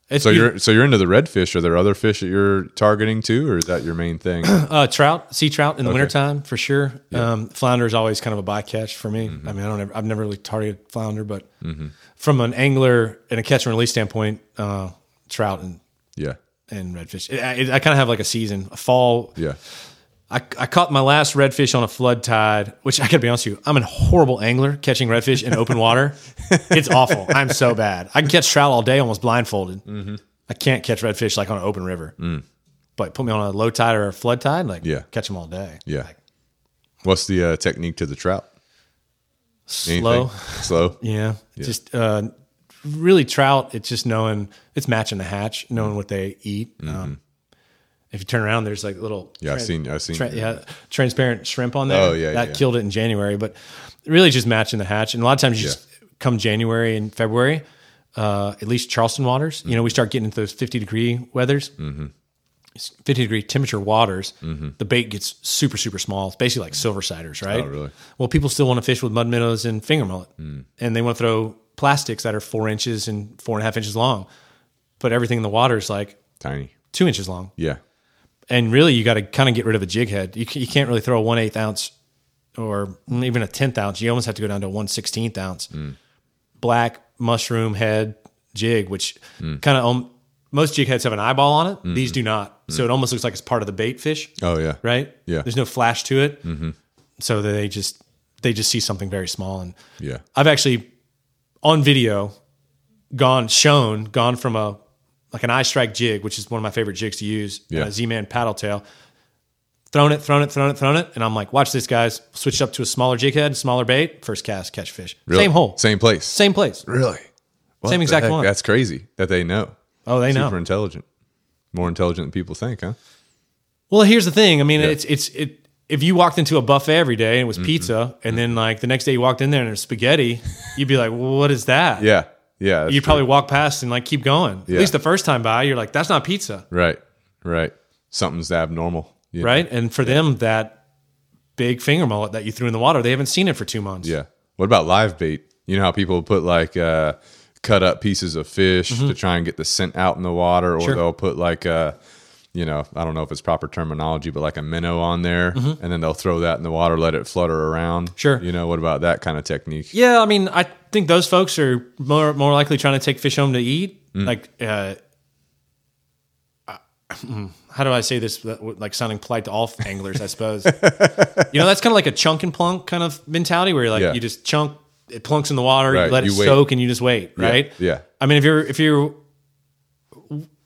[SPEAKER 2] it's
[SPEAKER 1] So you're so you're into the redfish. Are there other fish that you're targeting too, or is that your main thing?
[SPEAKER 2] Uh, trout, sea trout in the wintertime for sure. Um, flounder is always kind of a bycatch for me.
[SPEAKER 1] Mm-hmm.
[SPEAKER 2] I mean, I don't ever, I've never really targeted flounder, but from an angler and a catch and release standpoint, uh, trout and,
[SPEAKER 1] yeah.
[SPEAKER 2] and redfish. It, I- it, I kind of have like a season, a fall.
[SPEAKER 1] Yeah.
[SPEAKER 2] I, I caught my last redfish on a flood tide, which I gotta be honest with you, I'm a horrible angler catching redfish in open water. It's awful. I'm so bad. I can catch trout all day almost blindfolded.
[SPEAKER 1] Mm-hmm.
[SPEAKER 2] I can't catch redfish like on an open river. But put me on a low tide or a flood tide, like
[SPEAKER 1] Mm. Yeah.
[SPEAKER 2] catch them all day.
[SPEAKER 1] Yeah. What's the uh, technique to the trout? Anything?
[SPEAKER 2] Slow.
[SPEAKER 1] Slow.
[SPEAKER 2] Yeah. Just uh, really trout. It's just knowing it's matching the hatch, knowing what they eat. Um, if you turn around, there's like little
[SPEAKER 1] Mm-hmm. Yeah, I've
[SPEAKER 2] tran-
[SPEAKER 1] seen. I've seen.
[SPEAKER 2] tra- yeah transparent shrimp on there.
[SPEAKER 1] Oh, yeah,
[SPEAKER 2] that
[SPEAKER 1] yeah.
[SPEAKER 2] killed it in January. But really, just matching the hatch. And a lot of times, you just come January and February, uh, at least Charleston waters.
[SPEAKER 1] Mm-hmm.
[SPEAKER 2] You know, we start getting into those 50 degree weathers. 50 degree temperature waters, the bait gets super, super small. It's basically like silver siders, right?
[SPEAKER 1] Mm-hmm. Oh, really? Mm.
[SPEAKER 2] Well, people still want to fish with mud minnows and finger mullet, and they want to throw plastics that are four inches and four and a half inches long. But everything in the water is like
[SPEAKER 1] Tiny.
[SPEAKER 2] two inches long.
[SPEAKER 1] Yeah.
[SPEAKER 2] And really, you got to kind of get rid of a jig head. You, ca- you can't really throw a one eighth ounce or even a tenth ounce. You almost have to go down to a one sixteenth ounce black mushroom head jig, which kind of um, most jig heads have an eyeball on it. These do not, so it almost looks like it's part of the bait fish
[SPEAKER 1] Oh yeah.
[SPEAKER 2] right?
[SPEAKER 1] Yeah.
[SPEAKER 2] There's no flash to it. So they just they just see something very small. And
[SPEAKER 1] Yeah.
[SPEAKER 2] I've actually on video gone shown gone from a like an eye strike jig, which is one of my favorite jigs to use,
[SPEAKER 1] Yeah.
[SPEAKER 2] Z Man paddle tail. Thrown it, thrown it, thrown it, thrown it, and I'm like, watch this, guys. Switched up to a smaller jig head, smaller bait, first cast, catch fish,
[SPEAKER 1] Really?
[SPEAKER 2] same hole, same,
[SPEAKER 1] Same place.
[SPEAKER 2] place.
[SPEAKER 1] Really? What
[SPEAKER 2] Same
[SPEAKER 1] the
[SPEAKER 2] exact
[SPEAKER 1] heck?
[SPEAKER 2] one.
[SPEAKER 1] That's crazy that they know.
[SPEAKER 2] Oh, they know.
[SPEAKER 1] Super intelligent. More intelligent than people think, huh?
[SPEAKER 2] Well, here's the thing. I mean, it's it's it. If you walked into a buffet every day and it was
[SPEAKER 1] Mm-hmm.
[SPEAKER 2] pizza, and then like the next day you walked in there and there's spaghetti, you'd be like, well, "What is that?"
[SPEAKER 1] Yeah. Yeah. that's
[SPEAKER 2] You'd probably walk past and like keep going. At least the first time by, you're like, "That's not pizza,"
[SPEAKER 1] true. right. Right. Something's abnormal. Yeah.
[SPEAKER 2] right? And for them, that big finger mullet that you threw in the water, they haven't seen it for two months.
[SPEAKER 1] Yeah. What about live bait? You know how people put like uh, cut up pieces of fish
[SPEAKER 2] Mm-hmm.
[SPEAKER 1] to try and get the scent out in the water, or they'll put like a, you know, I don't know if it's proper terminology, but like a minnow on there, and then they'll throw that in the water, let it flutter around.
[SPEAKER 2] Mm-hmm. Sure.
[SPEAKER 1] You know what about that kind of technique?
[SPEAKER 2] Yeah, I mean, I think those folks are more more likely trying to take fish home to eat.
[SPEAKER 1] Mm.
[SPEAKER 2] Like, uh, I- how do I say this? without- Like sounding polite to all anglers, I suppose. you know, that's kind of like a chunk and plunk kind of mentality where you're like
[SPEAKER 1] Yeah.
[SPEAKER 2] you just chunk, it plunks in the water,
[SPEAKER 1] Right,
[SPEAKER 2] you let
[SPEAKER 1] you
[SPEAKER 2] it
[SPEAKER 1] wait.
[SPEAKER 2] soak, and you just wait, right?
[SPEAKER 1] yeah.
[SPEAKER 2] I mean, if you're if you're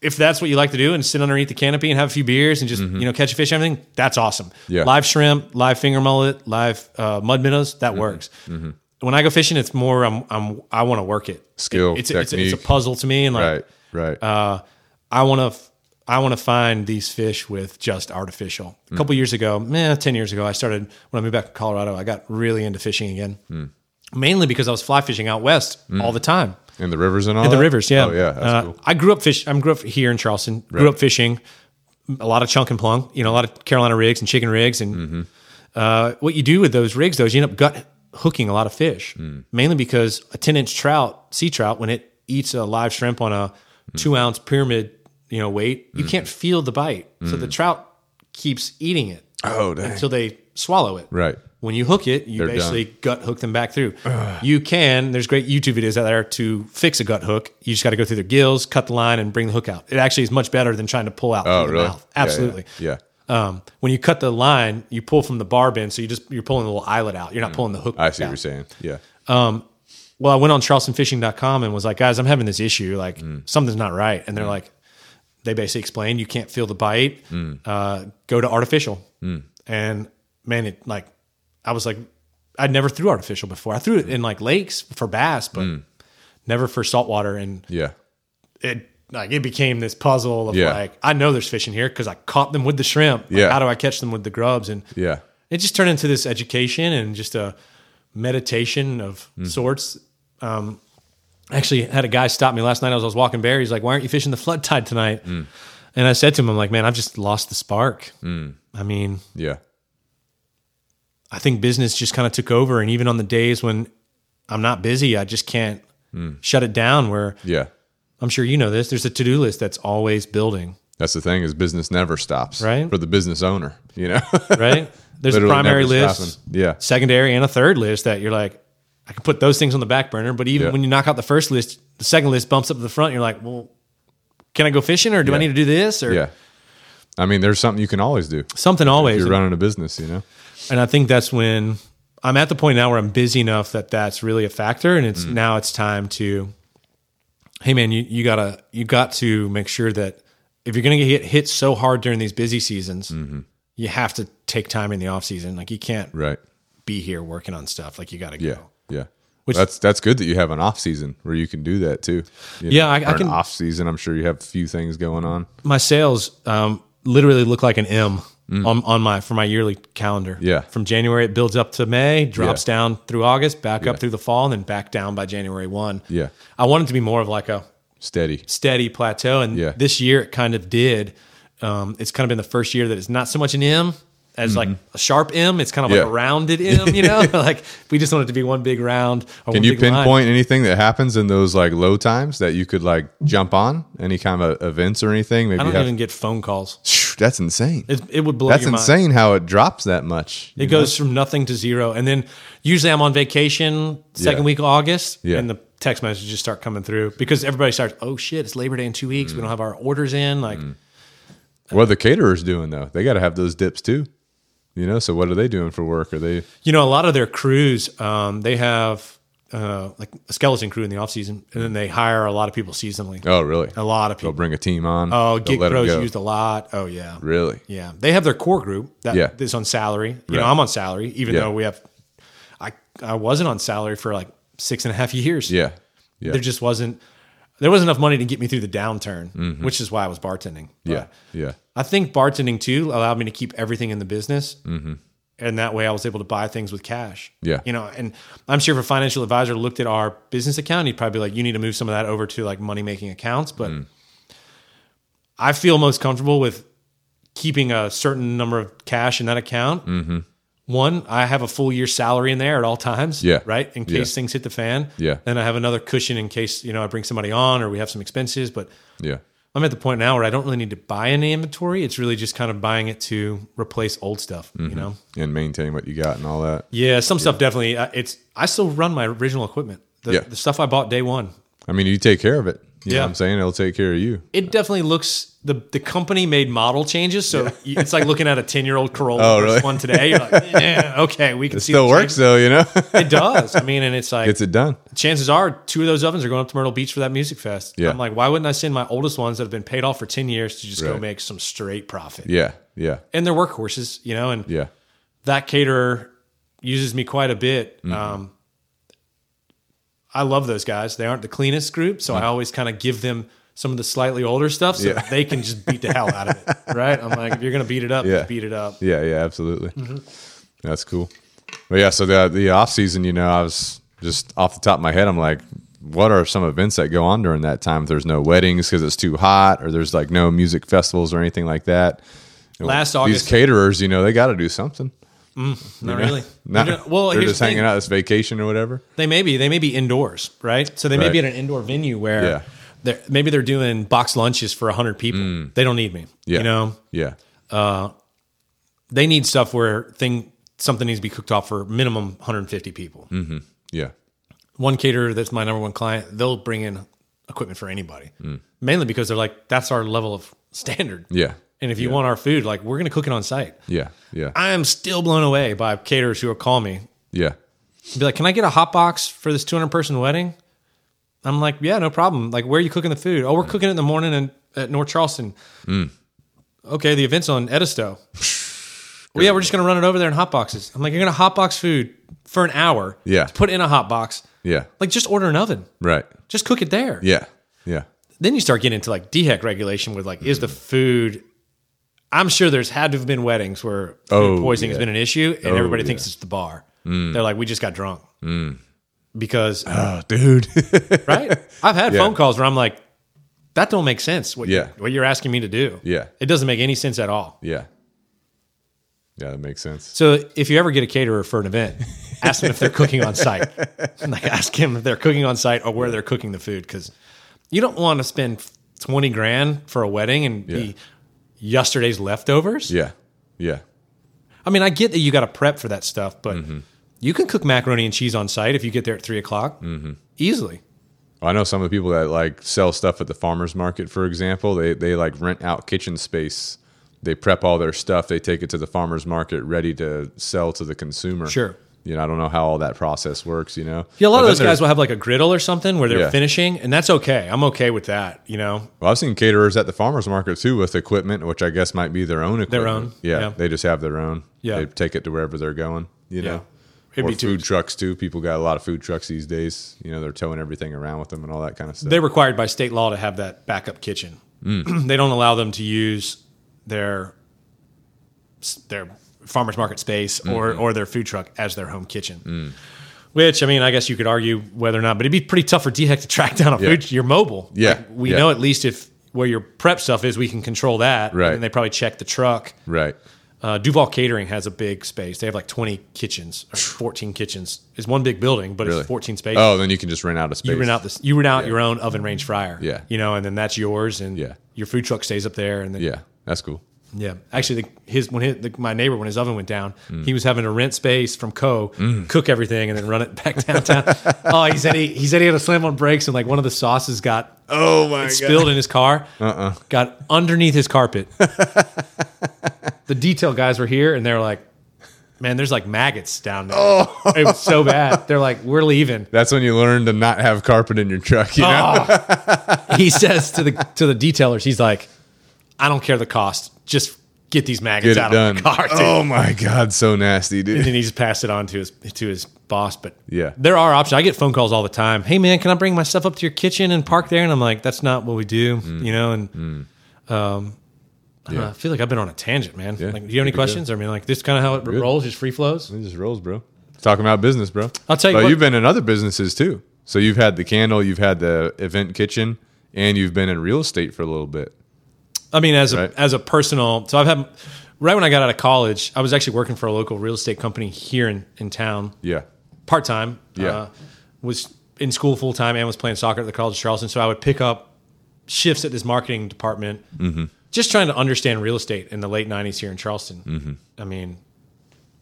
[SPEAKER 2] if that's what you like to do and sit underneath the canopy and have a few beers and just you know catch a fish, and everything that's awesome.
[SPEAKER 1] Mm-hmm. Yeah.
[SPEAKER 2] Live shrimp, live finger mullet, live uh, mud minnows,
[SPEAKER 1] Mm-hmm.
[SPEAKER 2] that works. When I go fishing, it's more I'm, I'm I want to work it.
[SPEAKER 1] Skill,
[SPEAKER 2] It- it's, a- it's, a, it's a
[SPEAKER 1] Oh, technique.
[SPEAKER 2] puzzle to me, and like
[SPEAKER 1] Right. Right.
[SPEAKER 2] uh, I want to I want to find these fish with just artificial.
[SPEAKER 1] Mm-hmm.
[SPEAKER 2] A couple years ago, meh, ten years ago, I started when I moved back to Colorado. I got really into fishing again,
[SPEAKER 1] Mm.
[SPEAKER 2] mainly because I was fly fishing out west all the time.
[SPEAKER 1] in the rivers and all.
[SPEAKER 2] The
[SPEAKER 1] that?
[SPEAKER 2] rivers, yeah.
[SPEAKER 1] Oh yeah. That's
[SPEAKER 2] Uh,
[SPEAKER 1] cool.
[SPEAKER 2] I grew up fish. I'm grew up here in Charleston. Grew up fishing, a lot of chunk and plunk. You know, a lot of Carolina rigs and chicken rigs, and
[SPEAKER 1] Mm-hmm.
[SPEAKER 2] uh, what you do with those rigs, though, is you end up gut hooking a lot of fish,
[SPEAKER 1] Mm.
[SPEAKER 2] mainly because a 10 inch trout, sea trout, when it eats a live shrimp on a
[SPEAKER 1] Mm.
[SPEAKER 2] two ounce pyramid, you know, weight,
[SPEAKER 1] Mm-hmm.
[SPEAKER 2] you can't feel the bite, so
[SPEAKER 1] Mm.
[SPEAKER 2] the trout keeps eating it
[SPEAKER 1] Oh dang.
[SPEAKER 2] until they swallow it.
[SPEAKER 1] Right.
[SPEAKER 2] When you hook it, you
[SPEAKER 1] They're
[SPEAKER 2] basically gut hook them back through. You can. There's great YouTube videos out there to fix a gut hook. You just got to go through their gills, cut the line, and bring the hook out. It actually is much better than trying to pull out
[SPEAKER 1] Oh
[SPEAKER 2] through
[SPEAKER 1] really?
[SPEAKER 2] the mouth.
[SPEAKER 1] Yeah, yeah,
[SPEAKER 2] Absolutely
[SPEAKER 1] Yeah.
[SPEAKER 2] um, when you cut the line, you pull from the barb end, so you just you're pulling the little eyelet out. You're not pulling the hook.
[SPEAKER 1] Mm. I see
[SPEAKER 2] out.
[SPEAKER 1] what you're saying. Yeah.
[SPEAKER 2] Well, I went on charlestonfishing.com and was like, guys, I'm having this issue. Like
[SPEAKER 1] Mm.
[SPEAKER 2] something's not right, and they're like, they basically explained you can't feel the bite.
[SPEAKER 1] Mm.
[SPEAKER 2] Uh, go to artificial, and man, it like I was like, I'd never threw artificial before. I threw it in like lakes for bass, but
[SPEAKER 1] Mm.
[SPEAKER 2] never for saltwater, and
[SPEAKER 1] Yeah.
[SPEAKER 2] it like it became this puzzle of
[SPEAKER 1] Yeah.
[SPEAKER 2] like I know there's fish in here because I caught them with the shrimp. Like,
[SPEAKER 1] Yeah.
[SPEAKER 2] how do I catch them with the grubs and
[SPEAKER 1] Yeah.
[SPEAKER 2] it just turned into this education and just a meditation of sorts. Um, I actually had a guy stop me last night as I was walking Barry. He's like, "Why aren't you fishing the flood tide tonight?" And I said to him, "I'm like, man, I've just lost the spark. I mean,
[SPEAKER 1] Yeah.
[SPEAKER 2] I think business just kind of took over, and even on the days when I'm not busy, I just can't shut it down. Where
[SPEAKER 1] Yeah.
[SPEAKER 2] I'm sure you know this, there's a to do list that's always building,
[SPEAKER 1] That's the thing is business never stops.
[SPEAKER 2] Right.
[SPEAKER 1] For the business owner, you know.
[SPEAKER 2] right? There's a
[SPEAKER 1] Literally
[SPEAKER 2] primary
[SPEAKER 1] never
[SPEAKER 2] list,
[SPEAKER 1] stopping. Yeah.
[SPEAKER 2] secondary and a third list that you're like, I can put those things on the back burner. But even
[SPEAKER 1] Yeah.
[SPEAKER 2] when you knock out the first list, the second list bumps up to the front. You're like, well, can I go fishing or do I
[SPEAKER 1] Yeah.
[SPEAKER 2] need to do this or
[SPEAKER 1] Yeah. I mean, there's something you can always do.
[SPEAKER 2] something always?
[SPEAKER 1] You're running a business, you know?
[SPEAKER 2] And I think that's when I'm at the point now where I'm busy enough that that's really a factor. And
[SPEAKER 1] Mm.
[SPEAKER 2] it's now it's time to, hey man, you, you gotta you got to make sure that if you're gonna get hit, hit so hard during these busy seasons,
[SPEAKER 1] Mm-hmm.
[SPEAKER 2] you have to take time in the off season. Like you can't
[SPEAKER 1] Right.
[SPEAKER 2] be here working on stuff. Like you gotta go.
[SPEAKER 1] Yeah. Yeah.
[SPEAKER 2] Which-
[SPEAKER 1] that's that's good that you have an off season where you can do that too. you
[SPEAKER 2] Yeah, I- I
[SPEAKER 1] Or an
[SPEAKER 2] can-
[SPEAKER 1] off season. I'm sure you have a few things going on.
[SPEAKER 2] my sales um, literally look like an M on, on my for my yearly calendar.
[SPEAKER 1] Mm. Yeah.
[SPEAKER 2] From January it builds up to May, drops
[SPEAKER 1] Yeah.
[SPEAKER 2] down through August, back up through the fall, and then back down by January one.
[SPEAKER 1] Yeah.
[SPEAKER 2] I want it to be more of like a
[SPEAKER 1] Steady.
[SPEAKER 2] steady plateau, and
[SPEAKER 1] Yeah.
[SPEAKER 2] this year it kind of did. Um, it's kind of been the first year that it's not so much an M as like a sharp M. It's kind of
[SPEAKER 1] Mm-hmm. Yeah.
[SPEAKER 2] like a rounded M. You know, like we just want it to be one big round. Or
[SPEAKER 1] Can
[SPEAKER 2] one
[SPEAKER 1] you
[SPEAKER 2] big line.
[SPEAKER 1] pinpoint anything that happens in those like low times that you could like jump on? Any kind of events or anything? Maybe
[SPEAKER 2] I
[SPEAKER 1] you
[SPEAKER 2] don't
[SPEAKER 1] have
[SPEAKER 2] even get phone calls.
[SPEAKER 1] Phew, that's insane.
[SPEAKER 2] It, it would blow
[SPEAKER 1] that's
[SPEAKER 2] your mind.
[SPEAKER 1] insane how it drops that much.
[SPEAKER 2] It goes
[SPEAKER 1] Mm-hmm.
[SPEAKER 2] from nothing to zero. And then usually I'm on vacation second
[SPEAKER 1] Yeah.
[SPEAKER 2] week of August
[SPEAKER 1] Yeah.
[SPEAKER 2] and the text messages start coming through because everybody starts, oh shit, it's Labor Day in two weeks.
[SPEAKER 1] Mm.
[SPEAKER 2] We don't have our orders in. Like,
[SPEAKER 1] What are the caterers doing though? They got to have those dips too. You know, so what are they doing for work? Are they
[SPEAKER 2] You know, a lot of their crews, um, they have uh, like a skeleton crew in the off season, and then they hire a lot of people seasonally.
[SPEAKER 1] Oh, really?
[SPEAKER 2] A lot of
[SPEAKER 1] They'll
[SPEAKER 2] people.
[SPEAKER 1] bring a team on.
[SPEAKER 2] Oh,
[SPEAKER 1] They'll
[SPEAKER 2] Git
[SPEAKER 1] let 'em
[SPEAKER 2] Pro's
[SPEAKER 1] go.
[SPEAKER 2] used a lot. Oh yeah,
[SPEAKER 1] Really?
[SPEAKER 2] yeah. They have their core group that is
[SPEAKER 1] Yeah.
[SPEAKER 2] on salary. You know,
[SPEAKER 1] Right.
[SPEAKER 2] I'm on salary, even
[SPEAKER 1] Yeah.
[SPEAKER 2] though we have. I I wasn't on salary for like six and a half years.
[SPEAKER 1] Yeah. Yeah.
[SPEAKER 2] There just wasn't there wasn't enough money to get me through the downturn, which is why I was bartending. But
[SPEAKER 1] Mm-hmm. yeah. Yeah.
[SPEAKER 2] I think bartending too allowed me to keep everything in the business. And that way I was able to buy things with cash.
[SPEAKER 1] Mm-hmm. Yeah.
[SPEAKER 2] You know, and I'm sure if a financial advisor looked at our business account, he'd probably be like, you need to move some of that over to like money making accounts. But
[SPEAKER 1] Mm.
[SPEAKER 2] I feel most comfortable with keeping a certain number of cash in that account.
[SPEAKER 1] Mm-hmm.
[SPEAKER 2] One, I have a full year salary in there at all times.
[SPEAKER 1] Yeah.
[SPEAKER 2] Right. In case things hit the fan.
[SPEAKER 1] Yeah.
[SPEAKER 2] Then I have another cushion in case, you know, I bring somebody on or we have some expenses. But
[SPEAKER 1] Yeah.
[SPEAKER 2] I'm at the point now where I don't really need to buy any inventory. It's really just kind of buying it to replace old stuff,
[SPEAKER 1] Mm-hmm.
[SPEAKER 2] you know?
[SPEAKER 1] And maintain what you got and all that.
[SPEAKER 2] Yeah, some stuff definitely. uh, It's I still run my original equipment, the,
[SPEAKER 1] Yeah.
[SPEAKER 2] the stuff I bought day one.
[SPEAKER 1] I mean, you take care of it. You know
[SPEAKER 2] Yeah.
[SPEAKER 1] what I'm saying? It'll take care of you.
[SPEAKER 2] It definitely looks the the company made model changes, so y it's like looking at a ten year old Corolla
[SPEAKER 1] Oh,
[SPEAKER 2] versus
[SPEAKER 1] really?
[SPEAKER 2] one today. You're like, "Yeah, okay, we can see
[SPEAKER 1] Still
[SPEAKER 2] the
[SPEAKER 1] works though, you know?
[SPEAKER 2] change." It does. I mean, and it's like
[SPEAKER 1] Gets it done.
[SPEAKER 2] chances are two of those ovens are going up to Myrtle Beach for that music fest.
[SPEAKER 1] Yeah.
[SPEAKER 2] I'm like, why wouldn't I send my oldest ones that have been paid off for ten years to just go
[SPEAKER 1] Right.
[SPEAKER 2] make some straight profit?
[SPEAKER 1] Yeah. Yeah.
[SPEAKER 2] And they're workhorses, you know, and
[SPEAKER 1] Yeah.
[SPEAKER 2] that caterer uses me quite a bit.
[SPEAKER 1] Mm-hmm.
[SPEAKER 2] Um, I love those guys. They aren't the cleanest group, so I always kind of give them some of the slightly older stuff so
[SPEAKER 1] Mm-hmm. Yeah.
[SPEAKER 2] that they can just beat the hell out of it. Right? I'm like, if you're gonna beat it up,
[SPEAKER 1] Yeah.
[SPEAKER 2] just beat it up.
[SPEAKER 1] Yeah. Yeah. Absolutely.
[SPEAKER 2] Mm-hmm.
[SPEAKER 1] That's cool. But yeah, so the the off season, you know, I was just off the top of my head, I'm like, what are some events that go on during that time? If there's no weddings because it's too hot, or there's like no music festivals or anything like that.
[SPEAKER 2] Last
[SPEAKER 1] these
[SPEAKER 2] August,
[SPEAKER 1] caterers, you know, they got to do something.
[SPEAKER 2] not really.
[SPEAKER 1] Not,
[SPEAKER 2] They're gonna- well,
[SPEAKER 1] they're
[SPEAKER 2] here's
[SPEAKER 1] just
[SPEAKER 2] the
[SPEAKER 1] hanging
[SPEAKER 2] thing.
[SPEAKER 1] out. It's vacation or whatever.
[SPEAKER 2] They may be. They may be indoors, right? So they may
[SPEAKER 1] Right.
[SPEAKER 2] be at an indoor venue where
[SPEAKER 1] Yeah.
[SPEAKER 2] they're, maybe they're doing box lunches for hundred people. They don't need me.
[SPEAKER 1] Mm. Yeah.
[SPEAKER 2] You know,
[SPEAKER 1] Yeah.
[SPEAKER 2] they need stuff where thing something needs to be cooked off for minimum 150 people.
[SPEAKER 1] Yeah.
[SPEAKER 2] one caterer that's my number one client, they'll bring in equipment for anybody, mainly because they're like, that's our level of standard.
[SPEAKER 1] Mm. Yeah.
[SPEAKER 2] And if you want our food, like we're going to cook it on site.
[SPEAKER 1] Yeah. Yeah.
[SPEAKER 2] I am still blown away by caterers who will call me
[SPEAKER 1] Yeah.
[SPEAKER 2] and be like, can I get a hot box for this 200 person wedding? I'm like, yeah, no problem. Like, where are you cooking the food? Oh,
[SPEAKER 1] Mm.
[SPEAKER 2] we're cooking it in the morning in, at North Charleston. Okay, the event's on Edisto. well, yeah, we're just going to run it over there in hot boxes. I'm like, you're going to hot box food for an hour.
[SPEAKER 1] Yeah.
[SPEAKER 2] to Put it in a hot box.
[SPEAKER 1] Yeah.
[SPEAKER 2] Like, just order an oven
[SPEAKER 1] Right.
[SPEAKER 2] just cook it there.
[SPEAKER 1] Yeah. Yeah.
[SPEAKER 2] Then you start getting into like DHEC regulation with like, is the food? I'm sure there's had to have been weddings where food
[SPEAKER 1] Oh,
[SPEAKER 2] poisoning
[SPEAKER 1] yeah. Oh,
[SPEAKER 2] has been an issue, and everybody
[SPEAKER 1] yeah. Mm.
[SPEAKER 2] thinks it's the bar. They're like, we just got drunk because
[SPEAKER 1] Oh, dude.
[SPEAKER 2] right. I've had phone calls where I'm like, that don't make sense. What
[SPEAKER 1] Yeah.
[SPEAKER 2] you, what you're asking me to do?
[SPEAKER 1] Yeah.
[SPEAKER 2] it doesn't make any sense at all.
[SPEAKER 1] yeah. Yeah. That makes sense.
[SPEAKER 2] So if you ever get a caterer for an event, ask them if they're cooking on site. Like ask him if they're cooking on site or where they're cooking the food because you don't want to spend twenty grand for a wedding and be yesterday's leftovers.
[SPEAKER 1] Yeah. Yeah.
[SPEAKER 2] I mean, I get that you got to prep for that stuff, but
[SPEAKER 1] Mm-hmm.
[SPEAKER 2] you can cook macaroni and cheese on site if you get there at three o'clock
[SPEAKER 1] Mm-hmm.
[SPEAKER 2] easily.
[SPEAKER 1] I know some of the people that like sell stuff at the farmers market, for example. They they like rent out kitchen space. They prep all their stuff. They take it to the farmers market, ready to sell to the consumer.
[SPEAKER 2] Sure.
[SPEAKER 1] You know, I don't know how all that process works. You know,
[SPEAKER 2] Yeah, a lot
[SPEAKER 1] But
[SPEAKER 2] of those
[SPEAKER 1] then
[SPEAKER 2] guys
[SPEAKER 1] there's-
[SPEAKER 2] will have like a griddle or something where they're
[SPEAKER 1] Yeah.
[SPEAKER 2] finishing, and that's okay. I'm okay with that. You know,
[SPEAKER 1] Well, I've seen caterers at the farmers market too with equipment, which I guess might be their own equipment.
[SPEAKER 2] own,
[SPEAKER 1] Yeah,
[SPEAKER 2] yeah.
[SPEAKER 1] they just have their own.
[SPEAKER 2] Yeah.
[SPEAKER 1] they take it to wherever they're going. You
[SPEAKER 2] Yeah.
[SPEAKER 1] know,
[SPEAKER 2] It'd
[SPEAKER 1] or
[SPEAKER 2] be too
[SPEAKER 1] food trucks too. People got a lot of food trucks these days. You know, they're towing everything around with them and all that kind of stuff.
[SPEAKER 2] they're required by state law to have that backup kitchen.
[SPEAKER 1] Mm.
[SPEAKER 2] they don't allow them to use their their farmers market space
[SPEAKER 1] Mm-hmm.
[SPEAKER 2] or or their food truck as their home kitchen.
[SPEAKER 1] Mm.
[SPEAKER 2] Which I mean, I guess you could argue whether or not, but it'd be pretty tough for DHEC to track down a food. You're mobile.
[SPEAKER 1] Yeah,
[SPEAKER 2] Like, we
[SPEAKER 1] yeah.
[SPEAKER 2] know at least if where your prep stuff is, we can control that.
[SPEAKER 1] Right.
[SPEAKER 2] and they probably check the truck.
[SPEAKER 1] right.
[SPEAKER 2] Uh, Duval Catering has a big space. They have like 20 kitchens, or 14 kitchens. It's one big building, but
[SPEAKER 1] Really?
[SPEAKER 2] it's 14 spaces
[SPEAKER 1] Oh, then you can just rent out a space.
[SPEAKER 2] you rent out this you rent out your own oven range fryer
[SPEAKER 1] Yeah.
[SPEAKER 2] you know and then that's yours and
[SPEAKER 1] Yeah.
[SPEAKER 2] your food truck stays up there and then
[SPEAKER 1] Yeah, that's cool.
[SPEAKER 2] yeah. actually the, his when his, the, my neighbor when his oven went down he was having to rent space from co cook everything and then run it back downtown oh he said he, he said he had a slam on brakes and like one of the sauces got
[SPEAKER 1] Oh my god.
[SPEAKER 2] spilled in his car uh-uh. got underneath his carpet the detail guys were here and they're like man, there's like maggots down there. Oh. It was so bad. They're like, we're leaving.
[SPEAKER 1] That's when you learn to not have carpet in your truck. You know?
[SPEAKER 2] Oh,
[SPEAKER 1] Oh.
[SPEAKER 2] He says to the to the detailers, he's like, I don't care the cost. Just get these maggots
[SPEAKER 1] Get it
[SPEAKER 2] out
[SPEAKER 1] done.
[SPEAKER 2] of my car. dude."
[SPEAKER 1] oh my god, so nasty,
[SPEAKER 2] And
[SPEAKER 1] dude.
[SPEAKER 2] then he just passed it on to his to his boss. But
[SPEAKER 1] Yeah.
[SPEAKER 2] there are options. I get phone calls all the time. Hey man, can I bring my stuff up to your kitchen and park there? And I'm like, that's not what we do,
[SPEAKER 1] Mm.
[SPEAKER 2] you know. And um, I, don't know, I feel like I've been on a tangent, man.
[SPEAKER 1] Yeah,
[SPEAKER 2] Like, do you have any
[SPEAKER 1] good. Mm.
[SPEAKER 2] questions? I mean, like this kind of how it rolls, just free flows.
[SPEAKER 1] It just rolls, bro. Talking about business, bro.
[SPEAKER 2] I'll tell you
[SPEAKER 1] But
[SPEAKER 2] what-
[SPEAKER 1] you've been in other businesses too. So you've had the candle, you've had the event kitchen, and you've been in real estate for a little bit.
[SPEAKER 2] I mean, as a
[SPEAKER 1] Right.
[SPEAKER 2] as a personal, so I've had right when I got out of college, I was actually working for a local real estate company here in in town,
[SPEAKER 1] Yeah.
[SPEAKER 2] part time.
[SPEAKER 1] Yeah.
[SPEAKER 2] uh, was in school full time and was playing soccer at the College of Charleston. So I would pick up shifts at this marketing department,
[SPEAKER 1] Mm-hmm.
[SPEAKER 2] just trying to understand real estate in the late '90s here in Charleston.
[SPEAKER 1] Mm-hmm.
[SPEAKER 2] I mean,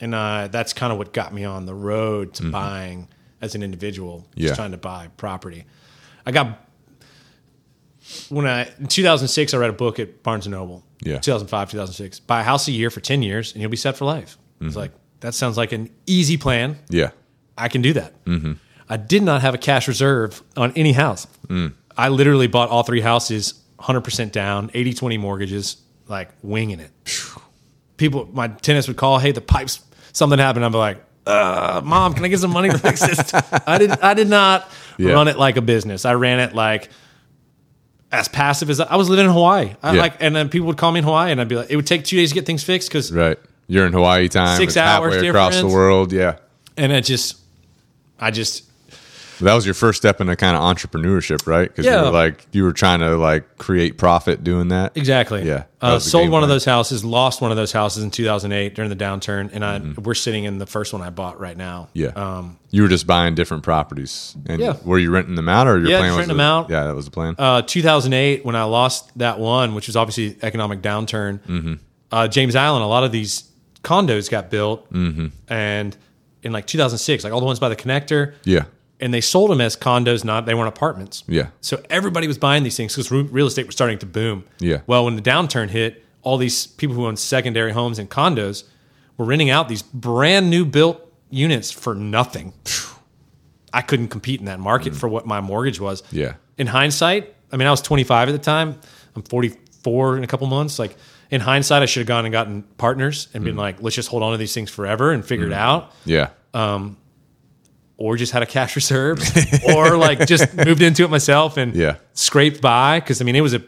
[SPEAKER 2] and uh, that's kind of what got me on the road to buying as an individual, just
[SPEAKER 1] Mm-hmm. Yeah.
[SPEAKER 2] trying to buy property. I got when I in 2006 I read a book at Barnes and Noble.
[SPEAKER 1] Yeah.
[SPEAKER 2] 2005, 2006. Buy a house a year for 10 years and you'll be set for life.
[SPEAKER 1] Mm-hmm.
[SPEAKER 2] It's like that sounds like an easy plan.
[SPEAKER 1] Yeah.
[SPEAKER 2] I can do that.
[SPEAKER 1] Mm-hmm.
[SPEAKER 2] I did not have a cash reserve on any house.
[SPEAKER 1] Mm.
[SPEAKER 2] I literally bought all three houses 100% down, 80 20 mortgages, like winging it. People, my tenants would call, hey, the pipes, something happened. I'd be like, uh, mom, can I get some money to fix this? I did, I did not
[SPEAKER 1] Yeah.
[SPEAKER 2] run it like a business. I ran it like as passive as I was living in Hawaii. I
[SPEAKER 1] Yeah.
[SPEAKER 2] like, and then people would call me in Hawaii and I'd be like, it would take two days to get things fixed because
[SPEAKER 1] Right. You're in Hawaii time.
[SPEAKER 2] Six
[SPEAKER 1] it's halfway
[SPEAKER 2] hours
[SPEAKER 1] across the
[SPEAKER 2] difference.
[SPEAKER 1] world. Yeah.
[SPEAKER 2] and I just, I just,
[SPEAKER 1] That was your first step into kind of entrepreneurship, right? Because you
[SPEAKER 2] Yeah.
[SPEAKER 1] were like you were trying to like create profit doing that.
[SPEAKER 2] Exactly.
[SPEAKER 1] Yeah, that
[SPEAKER 2] Uh,
[SPEAKER 1] was the
[SPEAKER 2] sold
[SPEAKER 1] game
[SPEAKER 2] one of
[SPEAKER 1] plan.
[SPEAKER 2] those houses, lost one of those houses in 2008 during the downturn, and I we're sitting in the first one I bought right now.
[SPEAKER 1] Mm-hmm. Yeah.
[SPEAKER 2] Um,
[SPEAKER 1] you were just buying different properties. And
[SPEAKER 2] Yeah.
[SPEAKER 1] were you renting them out or your
[SPEAKER 2] Yeah,
[SPEAKER 1] plan
[SPEAKER 2] just
[SPEAKER 1] was
[SPEAKER 2] renting
[SPEAKER 1] to-
[SPEAKER 2] them out.
[SPEAKER 1] Yeah, that was the plan.
[SPEAKER 2] uh, 2008 when I lost that one, which was obviously economic downturn.
[SPEAKER 1] Mm-hmm.
[SPEAKER 2] Uh, James Island, a lot of these condos got built,
[SPEAKER 1] Mm-hmm.
[SPEAKER 2] and in like 2006, like all the ones by the connector,
[SPEAKER 1] yeah.
[SPEAKER 2] and they sold them as condos, not they weren't apartments.
[SPEAKER 1] Yeah.
[SPEAKER 2] So everybody was buying these things because real estate was starting to boom.
[SPEAKER 1] Yeah.
[SPEAKER 2] Well, when the downturn hit, all these people who owned secondary homes and condos were renting out these brand new built units for nothing. I couldn't compete in that market for what my mortgage was.
[SPEAKER 1] Mm. Yeah.
[SPEAKER 2] In hindsight, I mean, I was 25 at the time. I'm 44 in a couple months. Like in hindsight, I should have gone and gotten partners and
[SPEAKER 1] Mm.
[SPEAKER 2] been like, let's just hold on to these things forever and figure it out
[SPEAKER 1] Yeah.
[SPEAKER 2] Uh, or just had a cash reserve or like just moved into it myself and
[SPEAKER 1] Yeah.
[SPEAKER 2] scraped by because I mean it was a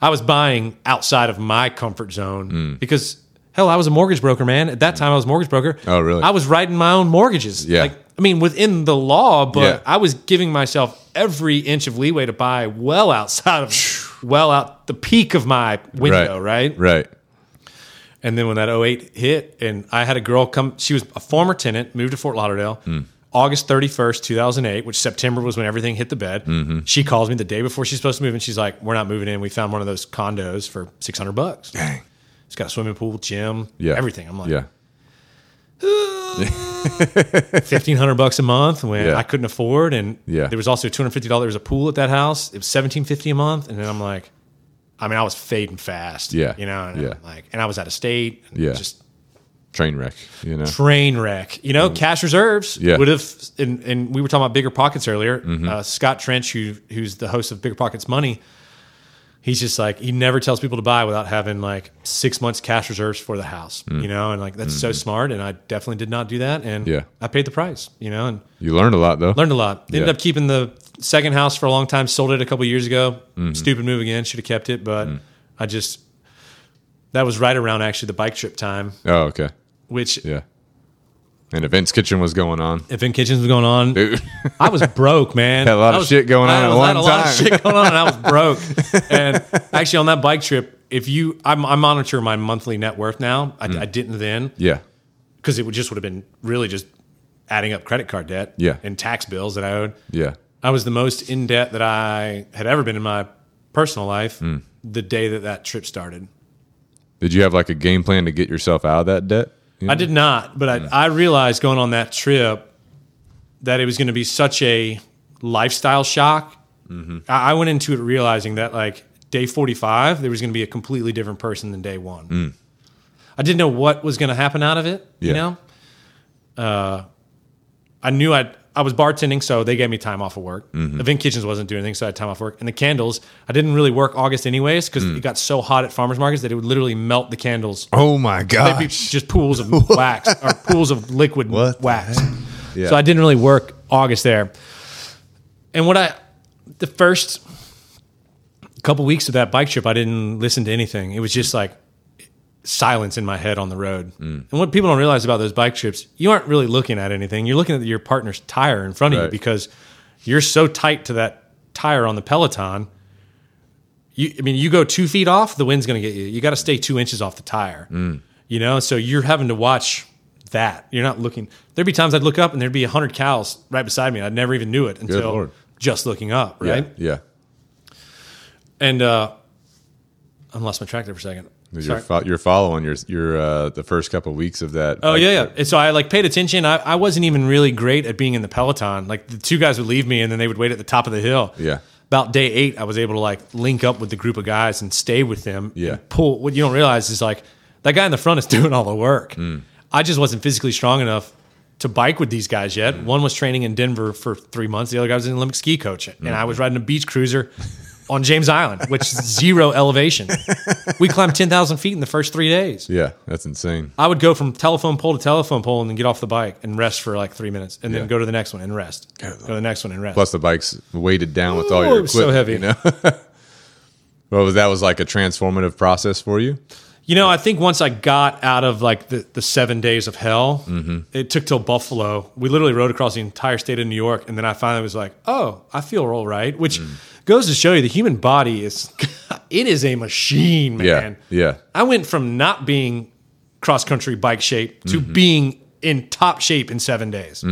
[SPEAKER 2] I was buying outside of my comfort zone
[SPEAKER 1] Mm.
[SPEAKER 2] because hell I was a mortgage broker man at that time I was a mortgage broker
[SPEAKER 1] Oh, really?
[SPEAKER 2] I was writing my own mortgages
[SPEAKER 1] Yeah.
[SPEAKER 2] like I mean within the law but
[SPEAKER 1] Yeah.
[SPEAKER 2] I was giving myself every inch of leeway to buy well outside of well out the peak of my window right
[SPEAKER 1] Right.
[SPEAKER 2] and then when that 08 hit, and I had a girl come, she was a former tenant, moved to Fort Lauderdale,
[SPEAKER 1] Hmm.
[SPEAKER 2] August 31st, 2008, which September was when everything hit the bed.
[SPEAKER 1] Mm-hmm.
[SPEAKER 2] She calls me the day before she's supposed to move, and she's like, We're not moving in. We found one of those condos for 600 bucks. Dang. It's got a swimming pool, gym,
[SPEAKER 1] Yeah.
[SPEAKER 2] everything. I'm like,
[SPEAKER 1] Yeah.
[SPEAKER 2] 1500 bucks a month when
[SPEAKER 1] Yeah.
[SPEAKER 2] I couldn't afford. And
[SPEAKER 1] Yeah.
[SPEAKER 2] there was also $250. There was a pool at that house. It was 1750 a month. And then I'm like, I mean, I was fading fast.
[SPEAKER 1] Yeah.
[SPEAKER 2] You know, and
[SPEAKER 1] Yeah.
[SPEAKER 2] I'm like, and I was out of state. And
[SPEAKER 1] Yeah.
[SPEAKER 2] Just
[SPEAKER 1] Train wreck. You know.
[SPEAKER 2] train wreck. You know, cash reserves
[SPEAKER 1] Mm-hmm. Yeah. Mm-hmm.
[SPEAKER 2] would have. And, and we were talking about bigger pockets earlier. Uh, Scott Trench, who who's the host of Bigger Pockets Money, he's just like he never tells people to buy without having like six months cash reserves for the house.
[SPEAKER 1] Mm.
[SPEAKER 2] You know, and like that's so smart. And I definitely did not do that. And
[SPEAKER 1] Mm-hmm. Yeah.
[SPEAKER 2] I paid the price. You know, and
[SPEAKER 1] You learned a lot though.
[SPEAKER 2] learned a lot. Ended
[SPEAKER 1] Yeah.
[SPEAKER 2] up keeping the second house for a long time. Sold it a couple years ago.
[SPEAKER 1] Mm-hmm.
[SPEAKER 2] Stupid move again. Should have kept it, but
[SPEAKER 1] Mm.
[SPEAKER 2] I just. That was right around actually the bike trip time,
[SPEAKER 1] Oh, okay.
[SPEAKER 2] which
[SPEAKER 1] Yeah. And events kitchen was going on.
[SPEAKER 2] Event Kitchens was going on.
[SPEAKER 1] Dude.
[SPEAKER 2] I was broke, man.
[SPEAKER 1] Had a lot
[SPEAKER 2] I
[SPEAKER 1] of
[SPEAKER 2] was-
[SPEAKER 1] shit going on
[SPEAKER 2] I
[SPEAKER 1] at
[SPEAKER 2] was-
[SPEAKER 1] one
[SPEAKER 2] had a lot of
[SPEAKER 1] time.
[SPEAKER 2] shit going on, and I was broke. and actually, on that bike trip, if you, I, I monitor my monthly net worth now.
[SPEAKER 1] Mm.
[SPEAKER 2] I, I didn't then
[SPEAKER 1] yeah.
[SPEAKER 2] because it would just would have been really just adding up credit card debt,
[SPEAKER 1] Yeah.
[SPEAKER 2] and tax bills that I owed.
[SPEAKER 1] Yeah.
[SPEAKER 2] I was the most in debt that I had ever been in my personal life.
[SPEAKER 1] Mm.
[SPEAKER 2] The day that that trip started,
[SPEAKER 1] Did you have like a game plan to get yourself out of that debt? You
[SPEAKER 2] I did not, but I, I realized going on that trip that it was going to be such a lifestyle shock. I, I went into it realizing that like day 45, there was going to be a completely different person than day one. I didn't know what was going to happen out of it,
[SPEAKER 1] Yeah.
[SPEAKER 2] you know? Uh, I knew I I was bartending, so they gave me time off of work. The Vin Kitchens wasn't doing anything, so I had time off work. And the candles, I didn't really work August anyways because it got so hot at farmers markets that it would literally melt the candles.
[SPEAKER 1] Oh my
[SPEAKER 2] They'd be
[SPEAKER 1] gosh.
[SPEAKER 2] just pools of wax or pools of liquid
[SPEAKER 1] What the
[SPEAKER 2] wax.
[SPEAKER 1] Yeah.
[SPEAKER 2] So I didn't really work August there. And what I the first couple weeks of that bike trip, I didn't listen to anything. It was just like silence in my head on the road.
[SPEAKER 1] Mm.
[SPEAKER 2] And what people don't realize about those bike trips, you aren't really looking at anything. You're looking at your partner's tire in front of you
[SPEAKER 1] Right.
[SPEAKER 2] because you're so tight to that tire on the Peloton. You, I mean, you go two feet off, the wind's going to get you. You got to stay two inches off the tire.
[SPEAKER 1] Mm.
[SPEAKER 2] You know, so you're having to watch that. You're not looking. There'd be times I'd look up and there'd be a hundred cows right beside me. and I'd never even knew it until
[SPEAKER 1] Lord.
[SPEAKER 2] just looking up,
[SPEAKER 1] Yeah,
[SPEAKER 2] right?
[SPEAKER 1] Yeah.
[SPEAKER 2] And uh, I lost my track there for a second.
[SPEAKER 1] You're,
[SPEAKER 2] Sorry.
[SPEAKER 1] fo- you're following your your uh, the first couple weeks of that.
[SPEAKER 2] Oh yeah, yeah. And so I like paid attention. I, I wasn't even really great at being in the peloton. Like the two guys would leave me, and then they would wait at the top of the hill.
[SPEAKER 1] Yeah.
[SPEAKER 2] About day eight, I was able to like link up with the group of guys and stay with them.
[SPEAKER 1] Yeah.
[SPEAKER 2] and Pull. What you don't realize is like that guy in the front is doing all the work.
[SPEAKER 1] Hmm.
[SPEAKER 2] I just wasn't physically strong enough to bike with these guys yet.
[SPEAKER 1] Hmm.
[SPEAKER 2] One was training in Denver for three months. The other guy was an Olympic ski coach, and
[SPEAKER 1] Hmm.
[SPEAKER 2] I was riding a beach cruiser on James Island, which is zero elevation. We climbed ten thousand feet in the first three days.
[SPEAKER 1] Yeah, that's insane.
[SPEAKER 2] I would go from telephone pole to telephone pole and then get off the bike and rest for like three minutes and
[SPEAKER 1] Yeah.
[SPEAKER 2] then go to the next one and rest. Go to the next one and rest.
[SPEAKER 1] Plus the bike's weighted down with all
[SPEAKER 2] Ooh,
[SPEAKER 1] your
[SPEAKER 2] it
[SPEAKER 1] equipment.
[SPEAKER 2] was so heavy.
[SPEAKER 1] You know? well, that was like a transformative process for you.
[SPEAKER 2] You know, I think once I got out of like the, the seven days of hell, it took till Buffalo. We literally rode across the entire state of New York. And then I finally was like, oh, I feel all right, which goes to show you the human body is, it is a machine,
[SPEAKER 1] Yeah,
[SPEAKER 2] man.
[SPEAKER 1] yeah.
[SPEAKER 2] I went from not being cross country bike shape to being in top shape in seven days.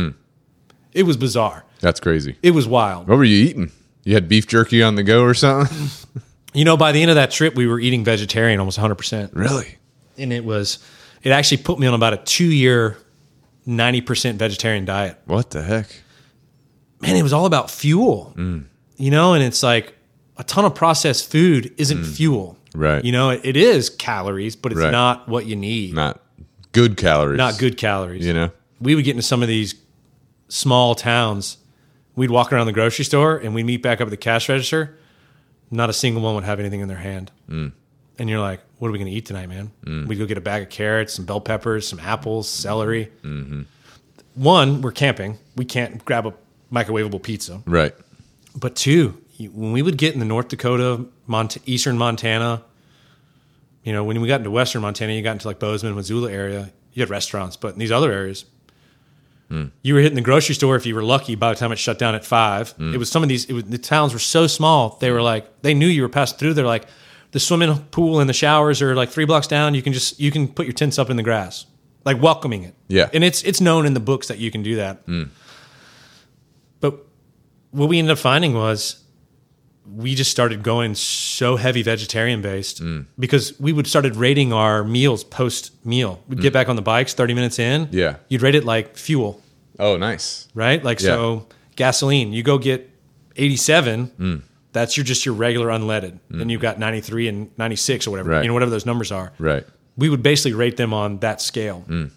[SPEAKER 2] It was bizarre.
[SPEAKER 1] That's crazy.
[SPEAKER 2] It was wild.
[SPEAKER 1] What were you eating? You had beef jerky on the go or something?
[SPEAKER 2] You know, by the end of that trip, we were eating vegetarian almost 100%.
[SPEAKER 1] Really?
[SPEAKER 2] And it was, it actually put me on about a two year, 90% vegetarian diet.
[SPEAKER 1] What the heck?
[SPEAKER 2] Man, it was all about fuel,
[SPEAKER 1] Mm.
[SPEAKER 2] you know, and it's like a ton of processed food isn't fuel.
[SPEAKER 1] Mm. Right.
[SPEAKER 2] You know, it, it is calories, but it's
[SPEAKER 1] Right.
[SPEAKER 2] not what you need,
[SPEAKER 1] Not good calories.
[SPEAKER 2] not good calories.
[SPEAKER 1] You know?
[SPEAKER 2] we would get into some of these small towns. We'd walk around the grocery store and we'd meet back up at the cash register. Not a single one would have anything in their hand. And you're like, what are we going to eat tonight, man? We'd go get a bag of carrots, some bell peppers, some apples, celery. One, we're camping. We can't grab a microwavable pizza.
[SPEAKER 1] Right.
[SPEAKER 2] But two, you- when we would get in the North Dakota, Mont- Eastern Montana, you know, when we got into Western Montana, you got into like Bozeman, Missoula area, you had restaurants. But in these other areas, you were hitting the grocery store if you were lucky by the time it shut down at five. It was some of these, it was, the towns were so small, they were like, they knew you were passing through. They're like, the swimming pool and the showers are like three blocks down. You can just, you can put your tents up in the grass, like welcoming it.
[SPEAKER 1] Yeah.
[SPEAKER 2] And it's, it's known in the books that you can do that. But what we ended up finding was we just started going so heavy vegetarian based
[SPEAKER 1] Mm.
[SPEAKER 2] because we would started rating our meals post meal. We'd get back on the bikes 30 minutes in.
[SPEAKER 1] Mm. Yeah.
[SPEAKER 2] You'd rate it like fuel,
[SPEAKER 1] Oh, nice.
[SPEAKER 2] right? Like
[SPEAKER 1] Yeah.
[SPEAKER 2] so gasoline, you go get 87.
[SPEAKER 1] Mm.
[SPEAKER 2] That's your just your regular unleaded. Then you've got 93 and 96 or whatever.
[SPEAKER 1] Right.
[SPEAKER 2] You know whatever those numbers are
[SPEAKER 1] Right.
[SPEAKER 2] we would basically rate them on that scale.
[SPEAKER 1] Mm.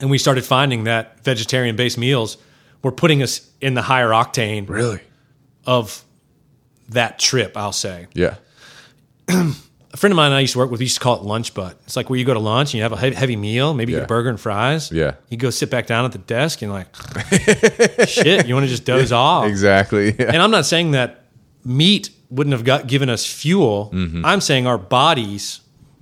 [SPEAKER 2] And we started finding that vegetarian based meals were putting us in the higher octane
[SPEAKER 1] Really?
[SPEAKER 2] of that trip, I'll say.
[SPEAKER 1] Yeah.
[SPEAKER 2] A friend of mine I used to work with, we used to call it lunch butt. It's like where you go to lunch and you have a he- heavy meal, maybe you
[SPEAKER 1] Yeah.
[SPEAKER 2] get a burger and fries.
[SPEAKER 1] Yeah.
[SPEAKER 2] You go sit back down at the desk and like, shit, you want to just doze off.
[SPEAKER 1] Exactly. Yeah.
[SPEAKER 2] And I'm not saying that meat wouldn't have got, given us fuel.
[SPEAKER 1] Mm-hmm.
[SPEAKER 2] I'm saying our bodies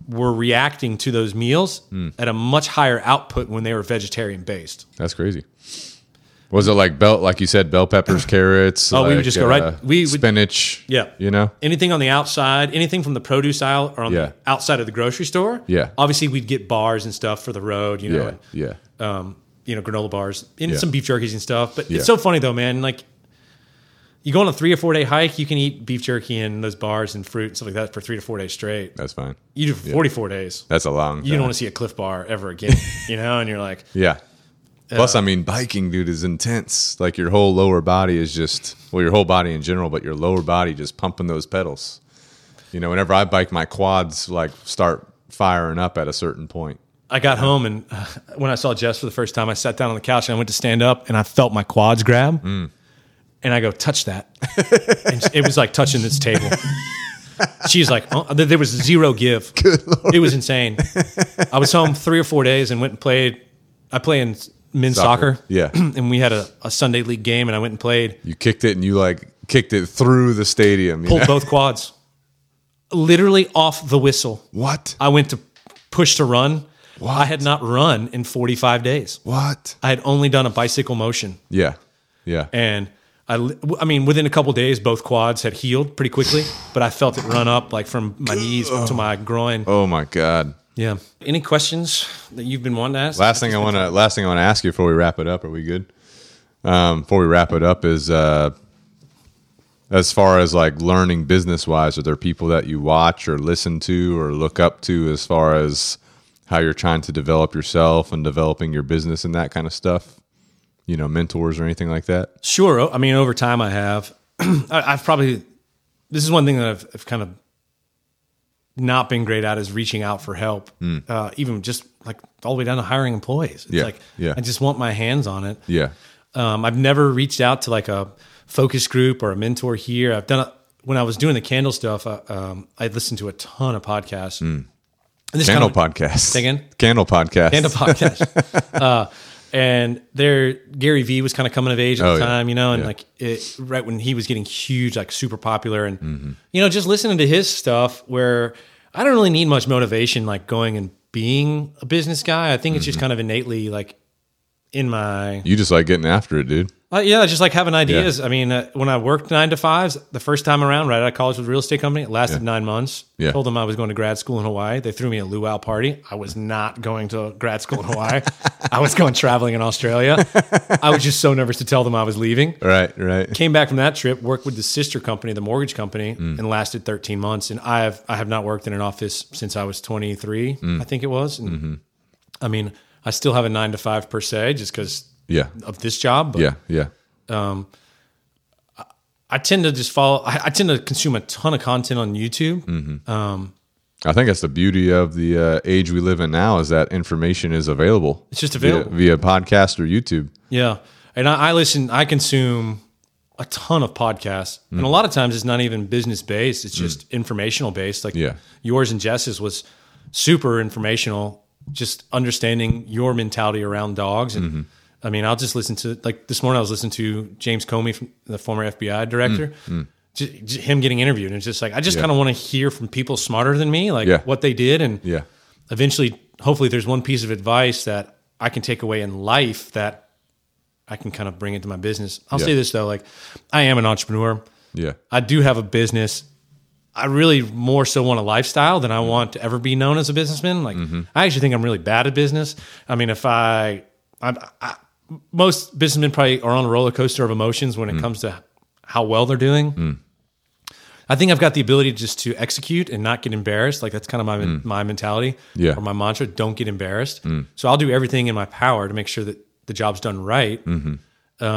[SPEAKER 2] were reacting to those meals
[SPEAKER 1] Mm.
[SPEAKER 2] at a much higher output when they were vegetarian based.
[SPEAKER 1] That's crazy. Was it like bell, like you said, bell peppers, carrots?
[SPEAKER 2] Oh, we would
[SPEAKER 1] like, uh,
[SPEAKER 2] just go right- we would-
[SPEAKER 1] spinach.
[SPEAKER 2] Yeah.
[SPEAKER 1] You know.
[SPEAKER 2] Anything on the outside, anything from the produce aisle or on
[SPEAKER 1] Yeah.
[SPEAKER 2] the outside of the grocery store.
[SPEAKER 1] Yeah.
[SPEAKER 2] Obviously, we'd get bars and stuff for the road, you know,
[SPEAKER 1] Yeah. Yeah.
[SPEAKER 2] and, um, you know, granola bars and
[SPEAKER 1] Yeah.
[SPEAKER 2] some beef jerkies and stuff. But
[SPEAKER 1] Yeah.
[SPEAKER 2] it's so funny though, man. Like, you go on a three or four day hike, you can eat beef jerky and those bars and fruit and stuff like that for three to four days straight.
[SPEAKER 1] That's fine.
[SPEAKER 2] You do 44 days.
[SPEAKER 1] That's a long.
[SPEAKER 2] you don't
[SPEAKER 1] time.
[SPEAKER 2] want to see a cliff bar ever again, you know? And you're like,
[SPEAKER 1] Yeah. Plus, I mean, biking, dude, is intense. Like your whole lower body is just well, your whole body in general, but your lower body just pumping those pedals. You know, whenever I bike, my quads like start firing up at a certain point.
[SPEAKER 2] I got home and uh, when I saw Jess for the first time, I sat down on the couch and I went to stand up and I felt my quads grab.
[SPEAKER 1] Mm.
[SPEAKER 2] And I go, touch that. and it was like touching this table. She's like, oh, there there was zero give. It was insane. I was home three or four days and went and played. I play in men's
[SPEAKER 1] Soccer,
[SPEAKER 2] soccer.
[SPEAKER 1] yeah.
[SPEAKER 2] and we had a, a Sunday league game and I went and played,
[SPEAKER 1] You kicked it and you like kicked it through the stadium. you
[SPEAKER 2] pulled
[SPEAKER 1] know?
[SPEAKER 2] both quads, literally off the whistle.
[SPEAKER 1] What?
[SPEAKER 2] I went to push to run.
[SPEAKER 1] What?
[SPEAKER 2] I had not run in 45 days.
[SPEAKER 1] What?
[SPEAKER 2] I had only done a bicycle motion,
[SPEAKER 1] Yeah. Yeah.
[SPEAKER 2] and I, li- I mean, within a couple days, both quads had healed pretty quickly, but I felt it run up like from my knees to my groin.
[SPEAKER 1] oh my God.
[SPEAKER 2] Yeah. Any questions that you've been wanting to ask?
[SPEAKER 1] Last thing I want to last thing I want to ask you before we wrap it up. Are we good? Um, before we wrap it up is uh, as far as like learning business wise, are there people that you watch or listen to or look up to as far as how you're trying to develop yourself and developing your business and that kind of stuff? You know, mentors or anything like that?
[SPEAKER 2] Sure. O- I mean, over time, I have. I- I've probably. This is one thing that I've, I've kind of not been great at is reaching out for help, uh, even just like all the way down to hiring employees. It's
[SPEAKER 1] Hmm. Yeah,
[SPEAKER 2] like
[SPEAKER 1] yeah.
[SPEAKER 2] I just want my hands on it.
[SPEAKER 1] Yeah.
[SPEAKER 2] Um, I've never reached out to like a focus group or a mentor here. I've done a, when I was doing the candle stuff. I, um, I listened to a ton of podcasts. And this
[SPEAKER 1] Hmm. Candle
[SPEAKER 2] kind of,
[SPEAKER 1] podcast.
[SPEAKER 2] again?
[SPEAKER 1] Candle podcast.
[SPEAKER 2] Candle podcast. uh, and there, Gary Vee was kind of coming of age at
[SPEAKER 1] Oh,
[SPEAKER 2] the
[SPEAKER 1] yeah.
[SPEAKER 2] time, you know, and
[SPEAKER 1] Yeah.
[SPEAKER 2] like it, right when he was getting huge, like super popular, and
[SPEAKER 1] Mm-hmm.
[SPEAKER 2] you know, just listening to his stuff where I don't really need much motivation, like going and being a business guy. I think it's
[SPEAKER 1] Mm-hmm.
[SPEAKER 2] just kind of innately like in my
[SPEAKER 1] You just like getting after it, dude.
[SPEAKER 2] uh, yeah, just like having ideas. I mean, uh, when I worked nine to fives the first time around, right out of college with a real estate company, it lasted nine months.
[SPEAKER 1] Yeah.
[SPEAKER 2] Told them I was going to grad school in Hawaii. They threw me a luau party. I was not going to grad school in Hawaii. I was going traveling in Australia. I was just so nervous to tell them I was leaving.
[SPEAKER 1] Right, right.
[SPEAKER 2] Came back from that trip, worked with the sister company, the mortgage company,
[SPEAKER 1] Mm.
[SPEAKER 2] and lasted 13 months. And I have I have not worked in an office since I was 23,
[SPEAKER 1] Mm.
[SPEAKER 2] I think it was. And,
[SPEAKER 1] Mm-hmm.
[SPEAKER 2] I mean, I still have a nine to five per se, just because
[SPEAKER 1] Yeah.
[SPEAKER 2] of this job. But
[SPEAKER 1] Yeah. Yeah.
[SPEAKER 2] I tend to just follow. I, I tend to consume a ton of content on YouTube.
[SPEAKER 1] Mm. I think that's the beauty of the uh, age we live in now is that information is available.
[SPEAKER 2] It's just
[SPEAKER 1] via-
[SPEAKER 2] available.
[SPEAKER 1] via, podcast or YouTube.
[SPEAKER 2] Yeah, and I, I listen. I consume a ton of podcasts,
[SPEAKER 1] Mm.
[SPEAKER 2] and a lot of times it's not even business based. It's just informational based. Like
[SPEAKER 1] Yeah.
[SPEAKER 2] yours and Jess's was super informational. Just understanding your mentality around dogs, and
[SPEAKER 1] Mm-hmm.
[SPEAKER 2] I mean, I'll just listen to like this morning. I was listening to James Comey, from the former FBI director.
[SPEAKER 1] Mm,
[SPEAKER 2] ju- ju- him getting interviewed, and it's just like I just kind of want to hear from people smarter than me, like
[SPEAKER 1] Yeah.
[SPEAKER 2] what they did, and
[SPEAKER 1] Yeah.
[SPEAKER 2] eventually, hopefully, there's one piece of advice that I can take away in life that I can kind of bring into my business. I'll
[SPEAKER 1] Yeah.
[SPEAKER 2] say this though, like I am an entrepreneur.
[SPEAKER 1] Yeah.
[SPEAKER 2] I do have a business. I really more so want a lifestyle than I want to ever be known as a businessman. Like
[SPEAKER 1] Mm-hmm.
[SPEAKER 2] I actually think I'm really bad at business. I mean, if I, I'm, I most businessmen probably are on a roller coaster of emotions
[SPEAKER 1] Mm.
[SPEAKER 2] when it comes to how well they're doing. I think I've got the ability just to execute and not get embarrassed. Like that's kind of my my mentality
[SPEAKER 1] Mm. Yeah. Mm.
[SPEAKER 2] or my mantra. Don't get embarrassed. So I'll do everything in my power to make sure that the job's done right. Um,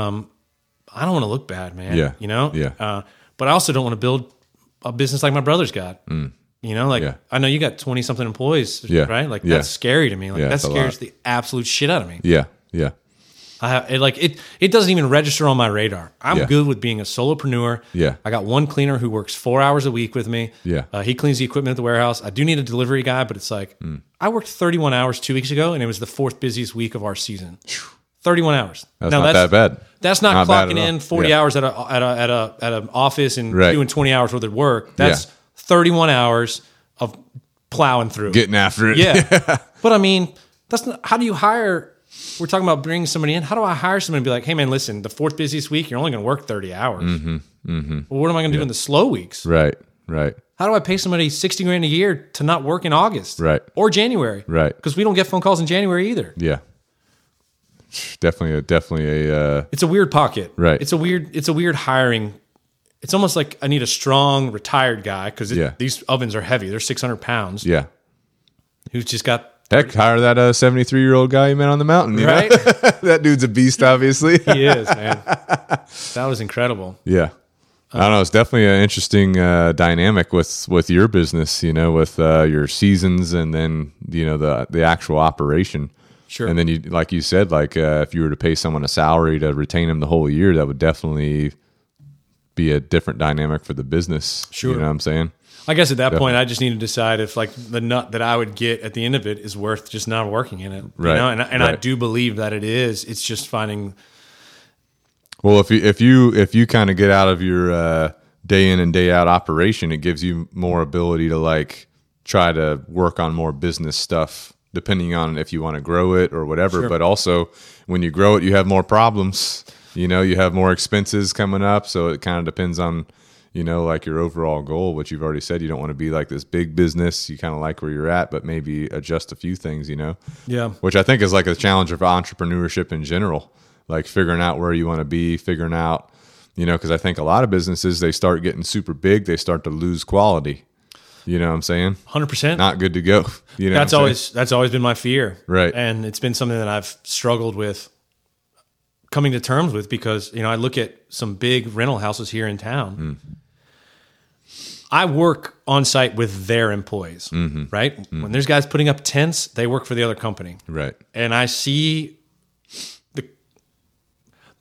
[SPEAKER 2] I don't want to look bad, man.
[SPEAKER 1] Mm-hmm. Yeah.
[SPEAKER 2] you know.
[SPEAKER 1] Yeah.
[SPEAKER 2] Uh, but I also don't want to build a business like my brother's got. You know, like
[SPEAKER 1] Mm. Yeah.
[SPEAKER 2] I know you got twenty something employees,
[SPEAKER 1] Yeah.
[SPEAKER 2] right? Like
[SPEAKER 1] Yeah.
[SPEAKER 2] that's scary to me. Like
[SPEAKER 1] Yeah,
[SPEAKER 2] that
[SPEAKER 1] it's a
[SPEAKER 2] scares
[SPEAKER 1] lot.
[SPEAKER 2] the absolute shit out of me.
[SPEAKER 1] Yeah. Yeah.
[SPEAKER 2] I have, it, like it. It doesn't even register on my radar. I'm
[SPEAKER 1] Yeah.
[SPEAKER 2] good with being a solopreneur.
[SPEAKER 1] Yeah.
[SPEAKER 2] I got one cleaner who works four hours a week with me.
[SPEAKER 1] Yeah.
[SPEAKER 2] uh, he cleans the equipment at the warehouse. I do need a delivery guy, but it's like
[SPEAKER 1] Mm.
[SPEAKER 2] I worked 31 hours two weeks ago, and it was the fourth busiest week of our season. 31 hours.
[SPEAKER 1] That's not that bad.
[SPEAKER 2] That's not,
[SPEAKER 1] Not bad
[SPEAKER 2] clocking
[SPEAKER 1] at all.
[SPEAKER 2] in 40
[SPEAKER 1] Yeah.
[SPEAKER 2] hours at a at a at a at an office and
[SPEAKER 1] Right.
[SPEAKER 2] doing 20 hours worth of work. That's
[SPEAKER 1] Yeah.
[SPEAKER 2] 31 hours of plowing through.
[SPEAKER 1] Getting after it.
[SPEAKER 2] Yeah. but I mean, that's not, how do you hire? We're talking about bringing somebody in. How do I hire somebody and be like, hey, man, listen, the fourth busiest week, you're only going to work 30 hours. Well, what am I going to do in the slow weeks?
[SPEAKER 1] Mm-hmm. right. Right.
[SPEAKER 2] How do I pay somebody 60 grand a year to not work in August
[SPEAKER 1] Right.
[SPEAKER 2] or January?
[SPEAKER 1] Right.
[SPEAKER 2] Because we don't get phone calls in January either.
[SPEAKER 1] Yeah. Definitely a definitely a uh,
[SPEAKER 2] It's a weird pocket.
[SPEAKER 1] Right.
[SPEAKER 2] It's a weird, it's a weird hiring. It's almost like I need a strong retired guy because
[SPEAKER 1] Yeah.
[SPEAKER 2] these ovens are heavy. They're 600 pounds.
[SPEAKER 1] yeah.
[SPEAKER 2] Who's just got,
[SPEAKER 1] Heck, hire that uh, 73 year old guy you met on the mountain. You
[SPEAKER 2] right?
[SPEAKER 1] Know? that dude's a beast, obviously.
[SPEAKER 2] he is, man. That was incredible.
[SPEAKER 1] yeah. I don't know. It's definitely an interesting uh, dynamic with with your business, you know, with uh, your seasons and then you know the the actual operation.
[SPEAKER 2] Sure.
[SPEAKER 1] And then you, like you said, like uh, if you were to pay someone a salary to retain them the whole year, that would definitely be a different dynamic for the business.
[SPEAKER 2] Sure.
[SPEAKER 1] You know what I'm saying?
[SPEAKER 2] I guess at that point, I just need to decide if like the nut that I would get at the end of it is worth just not working in it.
[SPEAKER 1] Right.
[SPEAKER 2] You know? And, I- and I
[SPEAKER 1] Right.
[SPEAKER 2] do believe that it is. It's just finding
[SPEAKER 1] Well, if you if you if you kind of get out of your uh, day in and day out operation, it gives you more ability to like try to work on more business stuff, depending on if you want to grow it or whatever. But also, when you grow it, you have more problems. You know, you have more expenses coming up, so it kind of depends on you know like your overall goal. Which you've already said you don't want to be like this big business. You kind of like where you're at, but maybe adjust a few things. You know,
[SPEAKER 2] yeah
[SPEAKER 1] which I think is like a challenge of entrepreneurship in general, like figuring out where you want to be, figuring out, you know, because I think a lot of businesses they start getting super big, they start to lose quality. You know what I'm saying?
[SPEAKER 2] hundred percent.
[SPEAKER 1] Not good to go. You know,
[SPEAKER 2] That's
[SPEAKER 1] what I'm
[SPEAKER 2] always that's always been my fear.
[SPEAKER 1] Right.
[SPEAKER 2] And it's been something that I've struggled with coming to terms with because you know I look at some big rental houses here in town.
[SPEAKER 1] Mm.
[SPEAKER 2] I work on site with their employees,
[SPEAKER 1] Mm-hmm.
[SPEAKER 2] right?
[SPEAKER 1] Mm.
[SPEAKER 2] When there's guys putting up tents, they work for the other company.
[SPEAKER 1] saying? right,
[SPEAKER 2] and I see the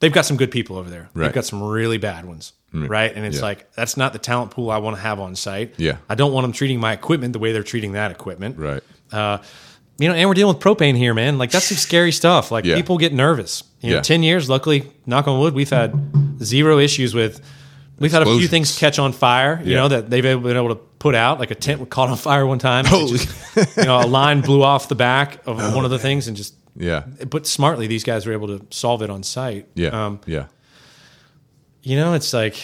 [SPEAKER 2] they've got some good people over there.
[SPEAKER 1] Right. Mm.
[SPEAKER 2] They've got some really bad ones. Right. And it's
[SPEAKER 1] Yeah.
[SPEAKER 2] like that's not the talent pool I want to have on site.
[SPEAKER 1] Yeah.
[SPEAKER 2] I don't want them treating my equipment the way they're treating that equipment.
[SPEAKER 1] right,
[SPEAKER 2] Uh you know, and we're dealing with propane here, man. Like that's some scary stuff. Like
[SPEAKER 1] Yeah.
[SPEAKER 2] people get nervous. You know,
[SPEAKER 1] Yeah.
[SPEAKER 2] ten years, luckily, knock on wood, we've had zero issues with we've had a few
[SPEAKER 1] Explosions.
[SPEAKER 2] things catch on fire, you
[SPEAKER 1] Yeah.
[SPEAKER 2] know, that they've been able to put out. Like a tent caught on fire one time. It
[SPEAKER 1] Holy- Oh,
[SPEAKER 2] just- you know, a line blew off the back of one of the things and just
[SPEAKER 1] yeah,
[SPEAKER 2] but smartly these guys were able to solve it on site Um,
[SPEAKER 1] yeah, yeah,
[SPEAKER 2] you know it's like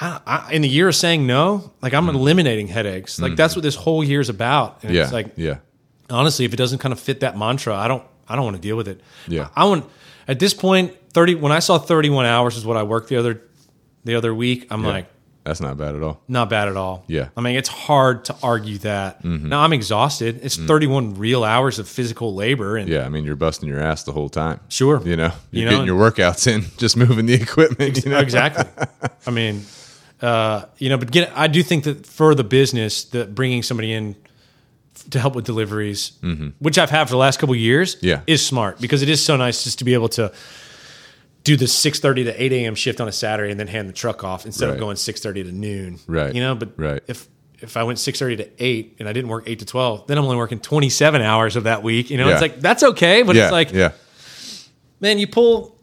[SPEAKER 2] I, I, in the year of saying no like i'm eliminating headaches like that's what this whole year is about and
[SPEAKER 1] Mm. yeah,
[SPEAKER 2] it's like
[SPEAKER 1] yeah,
[SPEAKER 2] honestly if it doesn't kind of fit that mantra i don't i don't want to deal with it
[SPEAKER 1] Yeah.
[SPEAKER 2] i, I want at this point 30 when i saw 31 hours is what i worked the other the other week i'm like
[SPEAKER 1] That's not bad at all.
[SPEAKER 2] not bad at all.
[SPEAKER 1] Yeah. Mm-hmm.
[SPEAKER 2] I mean, it's hard to argue that. Now I'm exhausted. It's 31 real hours of physical labor and
[SPEAKER 1] Yeah, I mean you're busting your ass the whole time.
[SPEAKER 2] Sure.
[SPEAKER 1] you know, you're
[SPEAKER 2] You know,
[SPEAKER 1] getting your workouts in, just moving the equipment. You know,
[SPEAKER 2] exactly. I mean, uh, you know, but get, I do think that for the business, that bringing somebody in f- to help with deliveries, which I've had for the last couple of years,
[SPEAKER 1] Mm-hmm. Yeah.
[SPEAKER 2] is smart because it is so nice just to be able to do the six thirty to eight a.m. shift on a Saturday and then hand the truck off instead
[SPEAKER 1] Right.
[SPEAKER 2] of going six thirty to noon.
[SPEAKER 1] Right.
[SPEAKER 2] You know, but
[SPEAKER 1] Right.
[SPEAKER 2] if if I went six thirty to eight and I didn't work eight to twelve, then I'm only working twenty seven hours of that week. You know,
[SPEAKER 1] Yeah.
[SPEAKER 2] it's like that's okay, but
[SPEAKER 1] yeah,
[SPEAKER 2] it's like
[SPEAKER 1] yeah,
[SPEAKER 2] man, you pull.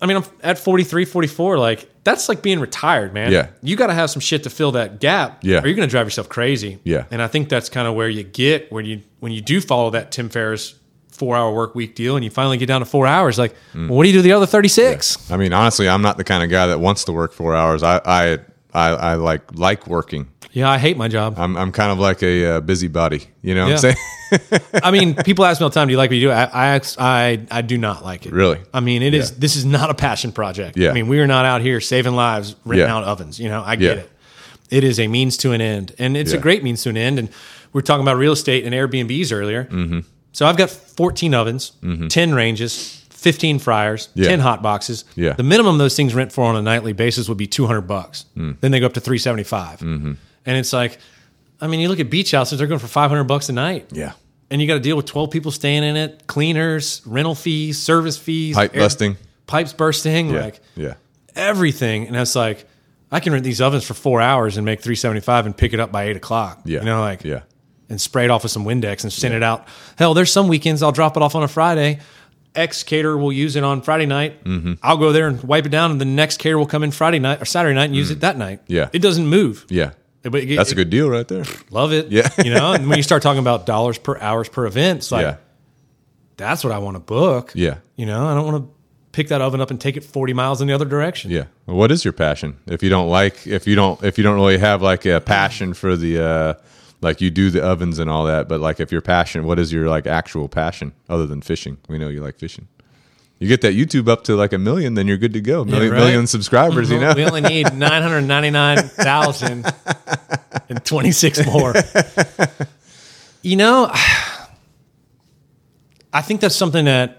[SPEAKER 2] I mean, I'm at 43, 44. Like that's like being retired, man.
[SPEAKER 1] Yeah.
[SPEAKER 2] you got to have some shit to fill that gap.
[SPEAKER 1] Yeah.
[SPEAKER 2] or you're gonna drive yourself crazy.
[SPEAKER 1] Yeah.
[SPEAKER 2] and I think that's kind of where you get when you when you do follow that Tim Ferriss four hour work week deal, and you finally get down to four hours. Like,
[SPEAKER 1] Mm.
[SPEAKER 2] well, what do you do the other thirty six?
[SPEAKER 1] I mean, honestly, I'm not the kind of guy that wants to work four hours. I, I, I, I like like working.
[SPEAKER 2] Yeah, I hate my job.
[SPEAKER 1] I'm, I'm kind of like a uh, busybody. You know what
[SPEAKER 2] Yeah.
[SPEAKER 1] I'm saying?
[SPEAKER 2] I mean, people ask me all the time, "Do you like what you do?" I I ax- I, I do not like it.
[SPEAKER 1] Really?
[SPEAKER 2] I mean, it is. This is not a passion project.
[SPEAKER 1] Yeah.
[SPEAKER 2] I mean, we are not out here saving lives, renting
[SPEAKER 1] Yeah.
[SPEAKER 2] out ovens. You know, I get
[SPEAKER 1] Yeah.
[SPEAKER 2] it. It is a means to an end, and it's
[SPEAKER 1] Yeah.
[SPEAKER 2] a great means to an end. And we are talking about real estate and Airbnbs earlier. Mm-hmm. So I've got 14 ovens, 10 ranges, 15 fryers,
[SPEAKER 1] Mm-hmm. Yeah.
[SPEAKER 2] 10 hot boxes.
[SPEAKER 1] Yeah.
[SPEAKER 2] The minimum those things rent for on a nightly basis would be 200 bucks.
[SPEAKER 1] Mm.
[SPEAKER 2] Then they go up to 375.
[SPEAKER 1] Mm-hmm.
[SPEAKER 2] And it's like, I mean, you look at beach houses; they're going for 500 bucks a night
[SPEAKER 1] yeah.
[SPEAKER 2] and you got to deal with 12 people staying in it, cleaners, rental fees, service fees,
[SPEAKER 1] Pipe busting.
[SPEAKER 2] pipes bursting,
[SPEAKER 1] Yeah.
[SPEAKER 2] like
[SPEAKER 1] yeah.
[SPEAKER 2] everything. And it's like, I can rent these ovens for four hours and make 375 and pick it up by eight o'clock.
[SPEAKER 1] Yeah.
[SPEAKER 2] You know, like,
[SPEAKER 1] yeah.
[SPEAKER 2] and spray it off with some Windex and send it out. Hell, there's some weekends I'll drop it off on a Friday. X caterer will use it on Friday night.
[SPEAKER 1] Mm-hmm.
[SPEAKER 2] I'll go there and wipe it down, and the next caterer will come in Friday night or Saturday night and use it that night.
[SPEAKER 1] Mm. Yeah.
[SPEAKER 2] It doesn't move.
[SPEAKER 1] Yeah.
[SPEAKER 2] But it-
[SPEAKER 1] That's a good deal right there.
[SPEAKER 2] Love it.
[SPEAKER 1] Yeah.
[SPEAKER 2] you know, and when you start talking about dollars per hours per event, it's like,
[SPEAKER 1] yeah.
[SPEAKER 2] that's what I want to book.
[SPEAKER 1] Yeah.
[SPEAKER 2] You know, I don't want to pick that oven up and take it 40 miles in the other direction.
[SPEAKER 1] Yeah. Well, what is your passion? If you don't like, if you don't, if you don't really have like a passion for the, uh, like you do the ovens and all that, but like if your passion, what is your like actual passion other than fishing? We know you like fishing. You get that YouTube up to like a million, then you're good to go. Million,
[SPEAKER 2] right.
[SPEAKER 1] million subscribers, you know?
[SPEAKER 2] Mm-hmm. We only need 999,000 and 26 more. You know, I think that's something
[SPEAKER 1] Mm-hmm.
[SPEAKER 2] that,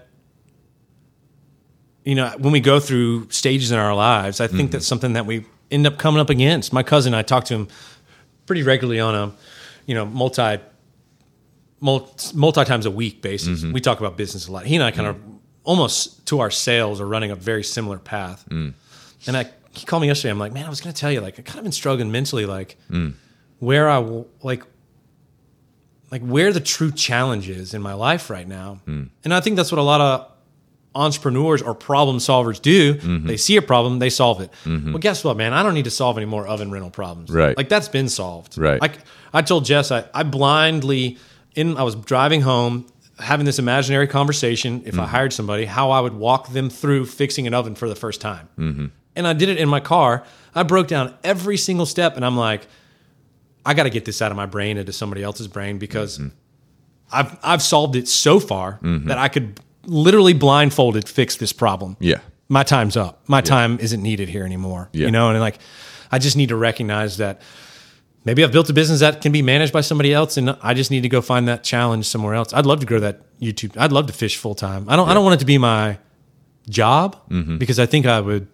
[SPEAKER 2] you know, when we go through stages in our lives, I think that's something that we end up coming up against. My cousin, I talk to him pretty regularly on a, you know, multi, multi, multi times a week basis. We talk about business a lot. He and I kind of almost to our sales are running a very similar path. And I, he called me yesterday. I'm like, man, I was going to tell you, like, I kind of been struggling mentally, like, where I, w- like, like where the true challenge is in my life right now. And I think that's what a lot of entrepreneurs or problem solvers do. They see a problem, they solve it. Well, guess what, man? I don't need to solve any more oven rental problems.
[SPEAKER 1] Right.
[SPEAKER 2] Like that's been solved.
[SPEAKER 1] Right.
[SPEAKER 2] Like I told Jess, I, I blindly in I was driving home having this imaginary conversation if I hired somebody, how I would walk them through fixing an oven for the first time. And I did it in my car. I broke down every single step and I'm like, I got to get this out of my brain into somebody else's brain because I've I've solved it so far that I could literally blindfolded fix this problem.
[SPEAKER 1] Yeah.
[SPEAKER 2] My time's up. My time isn't needed here anymore.
[SPEAKER 1] Yeah.
[SPEAKER 2] You know, and like I just need to recognize that maybe I've built a business that can be managed by somebody else and I just need to go find that challenge somewhere else. I'd love to grow that YouTube. I'd love to fish full time. I don't I don't want it to be my job
[SPEAKER 1] Mm-hmm.
[SPEAKER 2] because I think I would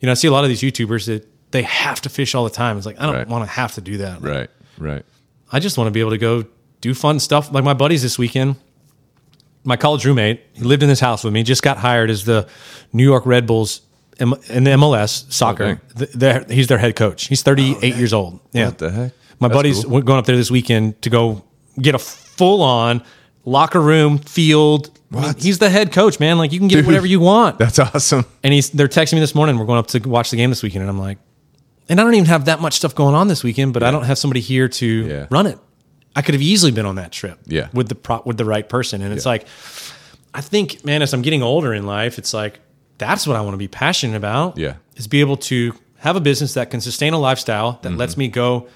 [SPEAKER 2] you know, I see a lot of these YouTubers that they have to fish all the time. It's like I don't
[SPEAKER 1] Right.
[SPEAKER 2] want to have to do that.
[SPEAKER 1] Right. Right.
[SPEAKER 2] I just want to be able to go do fun stuff. Like my buddies this weekend, my college roommate, he lived in this house with me, just got hired as the New York Red Bulls M- in the MLS
[SPEAKER 1] dang.
[SPEAKER 2] soccer. Th their- he's their head coach. He's 38 years old. Yeah.
[SPEAKER 1] Oh, What the heck?
[SPEAKER 2] My
[SPEAKER 1] That's
[SPEAKER 2] buddies
[SPEAKER 1] cool.
[SPEAKER 2] were going up there this weekend to go get a full on locker room field. I mean,
[SPEAKER 1] What?
[SPEAKER 2] He's the head coach, man. Like you can get
[SPEAKER 1] Dude.
[SPEAKER 2] whatever you want.
[SPEAKER 1] That's awesome.
[SPEAKER 2] And he's they're texting me this morning. We're going up to watch the game this weekend, and I'm like, and I don't even have that much stuff going on this weekend, but I don't have somebody here to
[SPEAKER 1] Yeah.
[SPEAKER 2] run it. I could have easily been on that trip,
[SPEAKER 1] Yeah.
[SPEAKER 2] with the pro- with the right person. And it's
[SPEAKER 1] Yeah.
[SPEAKER 2] like, I think, man, as I'm getting older in life, it's like that's what I want to be passionate about.
[SPEAKER 1] Yeah.
[SPEAKER 2] is be able to have a business that can sustain a lifestyle that
[SPEAKER 1] Mm-hmm.
[SPEAKER 2] lets me go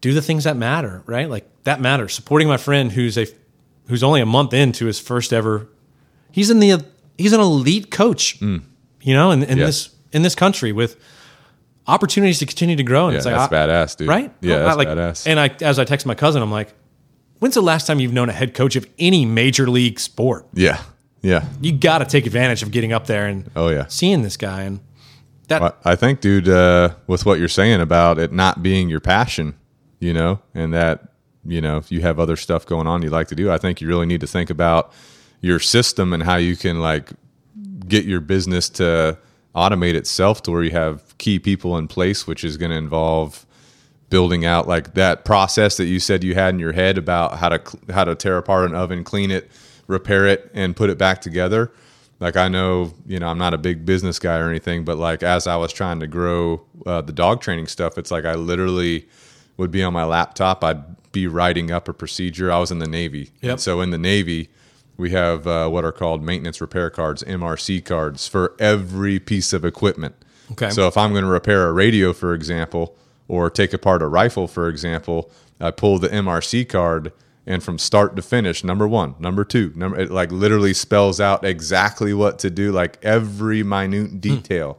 [SPEAKER 2] do the things that matter, right? Like that matters. Supporting my friend who's a who's only a month into his first ever. He's in the he's an elite coach, you know, in, in
[SPEAKER 1] Mm. Yeah.
[SPEAKER 2] this in this country with opportunities to continue to grow. And
[SPEAKER 1] Yeah,
[SPEAKER 2] it's like
[SPEAKER 1] that's
[SPEAKER 2] I-
[SPEAKER 1] badass, dude.
[SPEAKER 2] right?
[SPEAKER 1] Yeah,
[SPEAKER 2] I
[SPEAKER 1] that's
[SPEAKER 2] like-
[SPEAKER 1] badass.
[SPEAKER 2] And I, as I text my cousin, I'm like, "When's the last time you've known a head coach of any major league sport?
[SPEAKER 1] yeah. Yeah.
[SPEAKER 2] You got to take advantage of getting up there and
[SPEAKER 1] Oh yeah.
[SPEAKER 2] seeing this guy." And that
[SPEAKER 1] Well, I think, dude, uh, with what you're saying about it not being your passion, you know, and that, you know, if you have other stuff going on you'd like to do, I think you really need to think about your system and how you can like get your business to automate itself to where you have key people in place, which is going to involve building out like that process that you said you had in your head about how to cl- how to tear apart an oven, clean it, repair it, and put it back together. Like I know, you know, I'm not a big business guy or anything, but like as I was trying to grow uh, the dog training stuff, it's like I literally would be on my laptop. I'd be writing up a procedure. I was in the Navy,
[SPEAKER 2] Yep.
[SPEAKER 1] And so in the Navy, we have uh, what are called maintenance repair cards, MRC cards, for every piece of equipment.
[SPEAKER 2] Okay.
[SPEAKER 1] So if I'm going to repair a radio, for example, or take apart a rifle, for example, I pull the MRC card and from start to finish, number one, number two, number it like literally spells out exactly what to do, like every minute detail.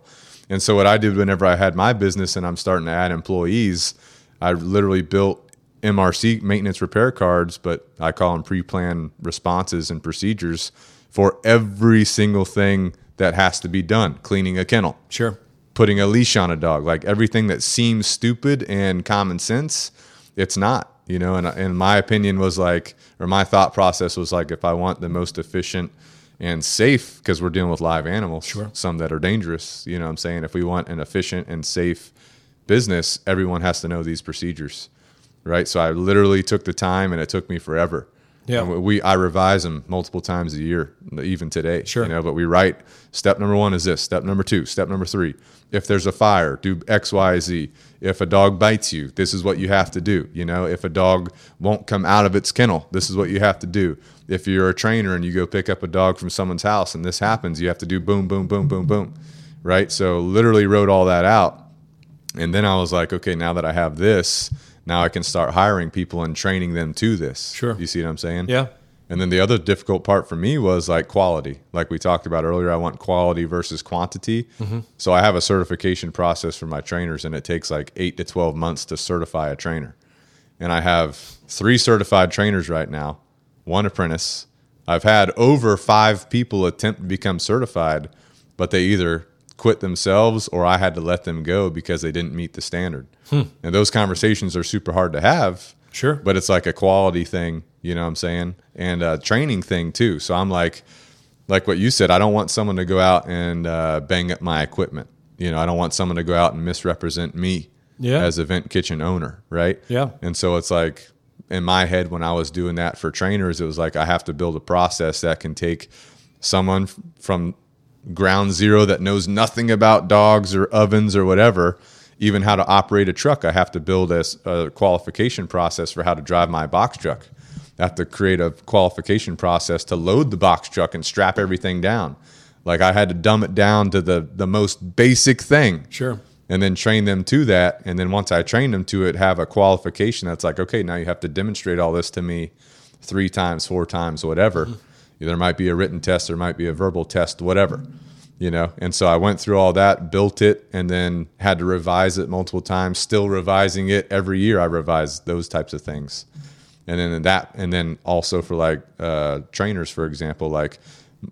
[SPEAKER 1] And so what I did whenever I had my business and I'm starting to add employees, I literally built MRC maintenance repair cards, but I call them pre-planned responses and procedures for every single thing that has to be done. Cleaning a kennel,
[SPEAKER 2] sure,
[SPEAKER 1] putting a leash on a dog, like everything that seems stupid and common sense, it's not, you know. And, and my opinion was like, or my thought process was like, if I want the most efficient and safe, because we're dealing with live animals, some that are dangerous, you know what I'm saying? If we want an efficient and safe business, everyone has to know these procedures, right? So I literally took the time and it took me forever.
[SPEAKER 2] Yeah.
[SPEAKER 1] And we I revise them multiple times a year, even today.
[SPEAKER 2] Sure.
[SPEAKER 1] You know, but we write step number one is this, step number two, step number three. If there's a fire, do X, Y, Z. If a dog bites you, this is what you have to do. You know, if a dog won't come out of its kennel, this is what you have to do. If you're a trainer and you go pick up a dog from someone's house and this happens, you have to do boom, boom, boom, boom, boom. Right. So literally wrote all that out. And then I was like, okay, now that I have this, now I can start hiring people and training them to this.
[SPEAKER 2] Sure.
[SPEAKER 1] You see what I'm saying?
[SPEAKER 2] yeah,
[SPEAKER 1] And then the other difficult part for me was like quality. Like we talked about earlier, I want quality versus quantity. So I have a certification process for my trainers, and it takes like eight to 12 months to certify a trainer. And I have three certified trainers right now, one apprentice. I've had over five people attempt to become certified, but they either quit themselves or I had to let them go because they didn't meet the standard. And those conversations are super hard to have.
[SPEAKER 2] Sure.
[SPEAKER 1] But it's like a quality thing, you know what I'm saying? And a training thing too. So I'm like, like what you said, I don't want someone to go out and uh, bang up my equipment. You know, I don't want someone to go out and misrepresent me
[SPEAKER 2] Yeah.
[SPEAKER 1] as event kitchen owner, right?
[SPEAKER 2] Yeah.
[SPEAKER 1] And so it's like in my head when I was doing that for trainers, it was like I have to build a process that can take someone f- from ground zero that knows nothing about dogs or ovens or whatever, even how to operate a truck. I have to build a, s- a qualification process for how to drive my box truck. I have to create a qualification process to load the box truck and strap everything down. Like I had to dumb it down to the the most basic thing
[SPEAKER 2] Sure.
[SPEAKER 1] and then train them to that. And then once I train them to it, have a qualification that's like, okay, now you have to demonstrate all this to me three times, four times, whatever. There might be a written test, there might be a verbal test, whatever. You know, and so I went through all that, built it, and then had to revise it multiple times, still revising it every year. I revised those types of things and then that and then also for like uh, trainers for example like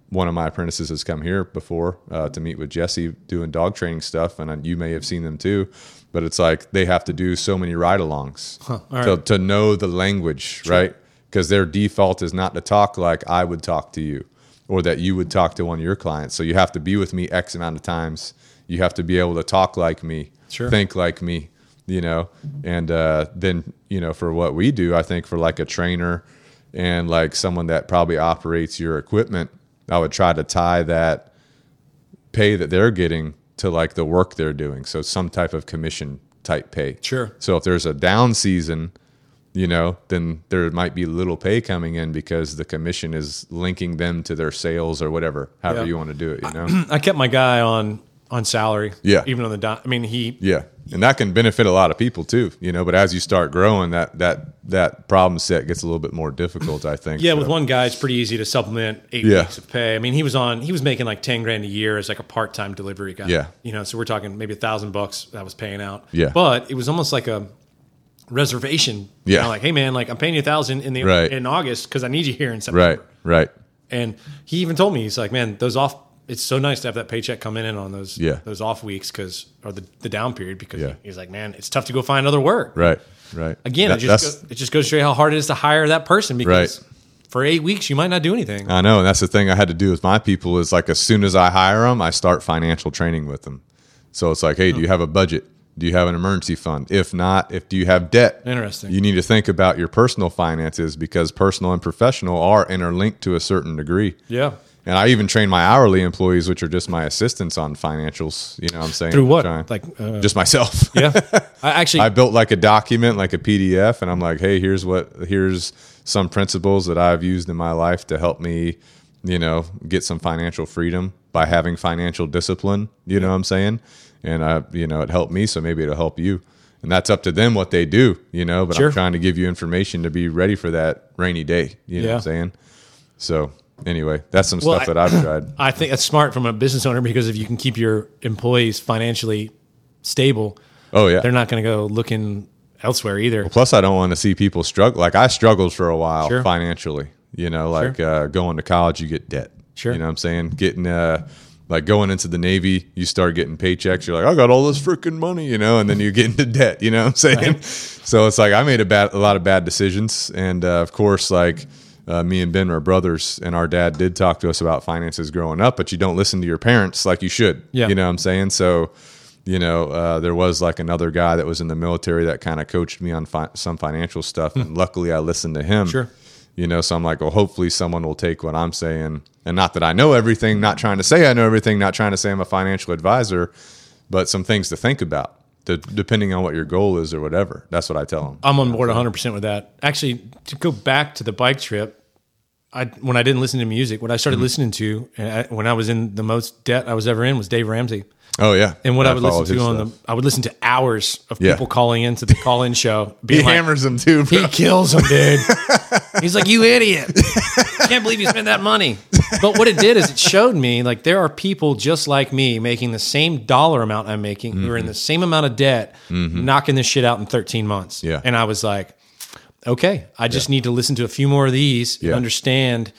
[SPEAKER 1] one of my apprentices has come here before uh, to meet with jesse doing dog training stuff and you may have seen them too but it's like they have to do so many ride-alongs
[SPEAKER 2] all
[SPEAKER 1] to, to know the language right because their default is not to talk like i would talk to you or that you would talk to one of your clients so you have to be with me x amount of times you have to be able to talk like me
[SPEAKER 2] Sure.
[SPEAKER 1] think like me, you know, and uh, then you know for what we do, I think for like a trainer and like someone that probably operates your equipment, I would try to tie that pay that they're getting to like the work they're doing, so some type of commission type pay.
[SPEAKER 2] Sure.
[SPEAKER 1] So if there's a down season, you know, then there might be little pay coming in because the commission is linking them to their sales or whatever, however
[SPEAKER 2] Yeah.
[SPEAKER 1] you want to do it, you know.
[SPEAKER 2] I kept my guy on on salary.
[SPEAKER 1] Yeah.
[SPEAKER 2] Even on the di- I mean he
[SPEAKER 1] Yeah. And that can benefit a lot of people too, you know, but as you start growing that that that problem set gets a little bit more difficult, I think.
[SPEAKER 2] Yeah,
[SPEAKER 1] So-
[SPEAKER 2] with one guy, it's pretty easy to supplement eight
[SPEAKER 1] Yeah.
[SPEAKER 2] weeks of pay. I mean, he was on, he was making like ten grand a year as like a part-time delivery guy.
[SPEAKER 1] Yeah.
[SPEAKER 2] you know, so we're talking maybe a thousand bucks that was paying out.
[SPEAKER 1] Yeah.
[SPEAKER 2] but it was almost like a reservation.
[SPEAKER 1] Yeah.
[SPEAKER 2] You know, like hey man, like I'm paying you a thousand in the
[SPEAKER 1] Right.
[SPEAKER 2] in August because I need you here in September.
[SPEAKER 1] right, right.
[SPEAKER 2] And he even told me he's like, man, those off. It's so nice to have that paycheck come in on those
[SPEAKER 1] Yeah.
[SPEAKER 2] those off weeks because or the, the down period because
[SPEAKER 1] Yeah.
[SPEAKER 2] he's like, man, it's tough to go find other work.
[SPEAKER 1] Right. Right.
[SPEAKER 2] Again,
[SPEAKER 1] That-
[SPEAKER 2] it just go, it just goes to show you how hard it is to hire that person because
[SPEAKER 1] Right. Uh,
[SPEAKER 2] for eight weeks you might not do anything.
[SPEAKER 1] I know, and that's the thing I had to do with my people is like as soon as I hire them, I start financial training with them. So it's like, hey, do you have a budget? Do you have an emergency fund? If not, if do you have debt?
[SPEAKER 2] Interesting.
[SPEAKER 1] You need to think about your personal finances because personal and professional are interlinked to a certain degree.
[SPEAKER 2] yeah.
[SPEAKER 1] And I even train my hourly employees, which are just my assistants on financials. You know what I'm saying?
[SPEAKER 2] Through what?
[SPEAKER 1] Trying-
[SPEAKER 2] Like, uh,
[SPEAKER 1] just myself.
[SPEAKER 2] Yeah. I actually
[SPEAKER 1] I built like a document, like a PDF, and I'm like, hey, here's what, here's some principles that I've used in my life to help me, you know, get some financial freedom by having financial discipline. You know what I'm saying? And I, you know, it helped me, so maybe it'll help you. And that's up to them what they do, you know. But
[SPEAKER 2] Sure.
[SPEAKER 1] I'm trying to give you information to be ready for that rainy day. You know
[SPEAKER 2] Yeah.
[SPEAKER 1] what I'm saying? So anyway, that's some
[SPEAKER 2] Well,
[SPEAKER 1] stuff
[SPEAKER 2] I-
[SPEAKER 1] that I've tried.
[SPEAKER 2] I think that's smart from a business owner because if you can keep your employees financially stable,
[SPEAKER 1] Oh yeah.
[SPEAKER 2] they're not going to go looking elsewhere either.
[SPEAKER 1] Plus, I don't want to see people struggle. Like I struggled for a while
[SPEAKER 2] Sure.
[SPEAKER 1] financially. You know, like uh, going to college, you get debt.
[SPEAKER 2] Sure.
[SPEAKER 1] You know what I'm saying? Getting uh, like going into the Navy, you start getting paychecks. You're like, I got all this freaking money, you know, and then you get into debt. You know what I'm saying? So it's like I made a bad, a lot of bad decisions, and uh, of course, like. Uh, me and Ben are brothers, and our dad did talk to us about finances growing up. But you don't listen to your parents like you should.
[SPEAKER 2] Yeah.
[SPEAKER 1] You know what I'm saying? So, you know, uh, there was like another guy that was in the military that kind of coached me on fi- some financial stuff. And luckily I listened to him.
[SPEAKER 2] Hmm. Sure.
[SPEAKER 1] You know, so I'm like, well, hopefully someone will take what I'm saying. And not that I know everything, not trying to say I know everything, not trying to say I'm a financial advisor, but some things to think about, to, depending on what your goal is or whatever. That's what I tell them.
[SPEAKER 2] I'm on board 100% with that. Actually, to go back to the bike trip, I when I didn't listen to music, what I
[SPEAKER 1] Mm-hmm.
[SPEAKER 2] started listening to and I, when I was in the most debt I was ever in was Dave Ramsey.
[SPEAKER 1] Oh, yeah.
[SPEAKER 2] And what I, would
[SPEAKER 1] followed
[SPEAKER 2] listen to
[SPEAKER 1] his
[SPEAKER 2] on
[SPEAKER 1] stuff.
[SPEAKER 2] the I would listen to hours of
[SPEAKER 1] Yeah.
[SPEAKER 2] people calling into the call-in show
[SPEAKER 1] He
[SPEAKER 2] being like,
[SPEAKER 1] hammers them too, bro.
[SPEAKER 2] He kills him, dude. He's like, you idiot. Can't believe you spent that money. But what it did is it showed me like there are people just like me making the same dollar amount I'm making, who
[SPEAKER 1] Mm-hmm.
[SPEAKER 2] are in the same amount of debt, knocking this shit out in 13 months.
[SPEAKER 1] Yeah.
[SPEAKER 2] And I was like, okay, I just need to listen to a few more of these
[SPEAKER 1] Yeah.
[SPEAKER 2] and understand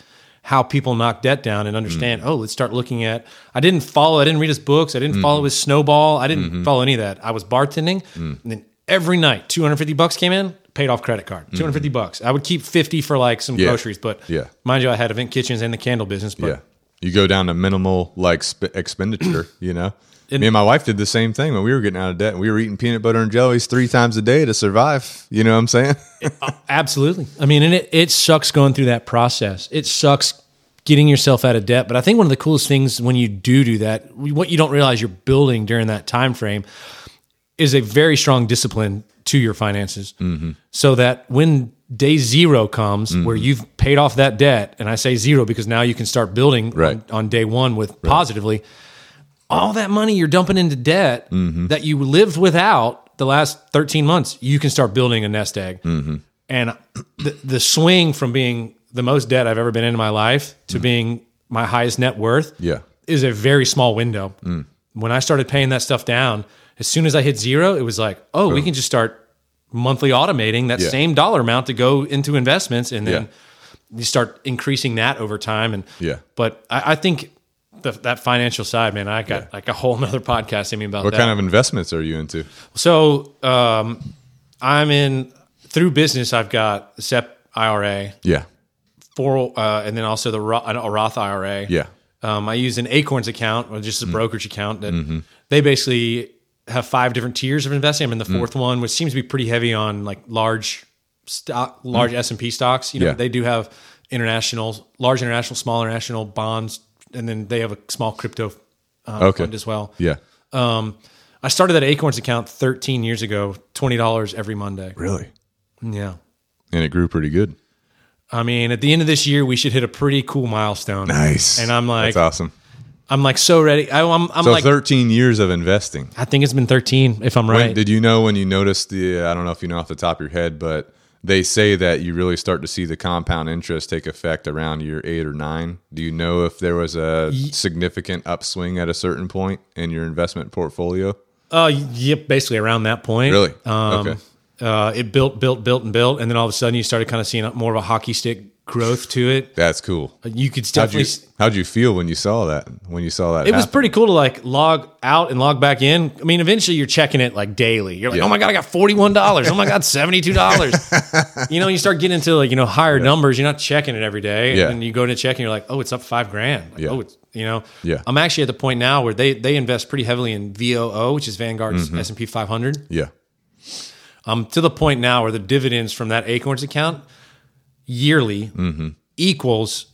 [SPEAKER 2] how people knock debt down and understand.
[SPEAKER 1] Mm.
[SPEAKER 2] Oh, let's start looking at. I didn't follow. I didn't read his books. I didn't follow his snowball. I didn't
[SPEAKER 1] Mm-hmm.
[SPEAKER 2] follow any of that. I was bartending,
[SPEAKER 1] Mm.
[SPEAKER 2] and then every night, two hundred fifty bucks came in. Paid off credit card, two hundred fifty bucks. I would keep fifty for like some
[SPEAKER 1] Mm-hmm. Yeah.
[SPEAKER 2] groceries, but
[SPEAKER 1] Yeah.
[SPEAKER 2] mind you, I had event kitchens and the candle business. But
[SPEAKER 1] Yeah. You go down to minimal like sp- expenditure, you know? Me and my wife did the same thing when we were getting out of debt. We were eating peanut butter and jellies three times a day to survive. You know what I'm saying?
[SPEAKER 2] Absolutely. I mean, and it, it sucks going through that process. It sucks getting yourself out of debt. But I think one of the coolest things when you do do that, what you don't realize you're building during that time frame is a very strong discipline to your finances. So that when day zero comes, where you've paid off that debt, and I say zero because now you can start building
[SPEAKER 1] Right.
[SPEAKER 2] on, on day one with positively all that money you're dumping into debt that you lived without the last 13 months, you can start building a nest egg. And the, the swing from being the most debt I've ever been in in my life to being my highest net worth
[SPEAKER 1] Yeah.
[SPEAKER 2] is a very small window. When I started paying that stuff down, as soon as I hit zero, it was like, oh, we can just start monthly automating that
[SPEAKER 1] Yeah.
[SPEAKER 2] same dollar amount to go into investments. And then
[SPEAKER 1] Yeah.
[SPEAKER 2] you start increasing that over time. And
[SPEAKER 1] Yeah.
[SPEAKER 2] but I, I think the, that financial side, man, I got like a whole nother podcast in me about
[SPEAKER 1] What
[SPEAKER 2] that.
[SPEAKER 1] kind of investments are you into?
[SPEAKER 2] so um, I'm in through business. I've got a SEP IRA,
[SPEAKER 1] Yeah.
[SPEAKER 2] four, uh, and then also the Ro- a Roth IRA.
[SPEAKER 1] Yeah.
[SPEAKER 2] Um, I use an Acorns account, or
[SPEAKER 1] Mm.
[SPEAKER 2] just a brokerage account that
[SPEAKER 1] Mm-hmm.
[SPEAKER 2] they basically have five different tiers of investing. I'm in the
[SPEAKER 1] Mm.
[SPEAKER 2] fourth one, which seems to be pretty heavy on like large stock, large S and P stocks. You know,
[SPEAKER 1] Mm. Yeah.
[SPEAKER 2] they do have international, large international, small international bonds, and then they have a small crypto um,
[SPEAKER 1] Okay.
[SPEAKER 2] fund as well.
[SPEAKER 1] Yeah.
[SPEAKER 2] Um, I started that Acorns account 13 years ago, twenty dollars every Monday.
[SPEAKER 1] Really?
[SPEAKER 2] Yeah.
[SPEAKER 1] And it grew pretty good.
[SPEAKER 2] I mean, at the end of this year, we should hit a pretty cool milestone. And I'm like,
[SPEAKER 1] that's awesome.
[SPEAKER 2] I'm like so ready. I, I'm, I'm
[SPEAKER 1] So
[SPEAKER 2] like,
[SPEAKER 1] 13 years of investing.
[SPEAKER 2] I think it's been 13, if I'm
[SPEAKER 1] When,
[SPEAKER 2] right.
[SPEAKER 1] Did you know when you noticed the? I don't know if you know off the top of your head, but they say that you really start to see the compound interest take effect around year eight or nine. Do you know if there was a significant upswing at a certain point in your investment portfolio?
[SPEAKER 2] uh, yep, basically around that point.
[SPEAKER 1] Really?
[SPEAKER 2] Um,
[SPEAKER 1] Okay.
[SPEAKER 2] uh, it built, built, built, and built, and then all of a sudden, you started kind of seeing more of a hockey stick growth to it.
[SPEAKER 1] That's cool.
[SPEAKER 2] You could
[SPEAKER 1] How'd
[SPEAKER 2] definitely.
[SPEAKER 1] you, how'd you feel when you saw that? When you saw that,
[SPEAKER 2] it was pretty cool to like log out and log back in. I mean, eventually you're checking it like daily. You're like, oh my god, I got forty one dollars. Oh my god, seventy two dollars. you know, you start getting into like you know higher numbers. You're not checking it every day,
[SPEAKER 1] Yeah.
[SPEAKER 2] and you go to check and you're like, oh, it's up five grand. Like,
[SPEAKER 1] Yeah.
[SPEAKER 2] Oh, it's you know.
[SPEAKER 1] Yeah.
[SPEAKER 2] I'm actually at the point now where they they invest pretty heavily in VOO, which is Vanguard's
[SPEAKER 1] Mm-hmm.
[SPEAKER 2] S and P 500.
[SPEAKER 1] yeah,
[SPEAKER 2] I'm Um, to the point now where the dividends from that Acorns account yearly equals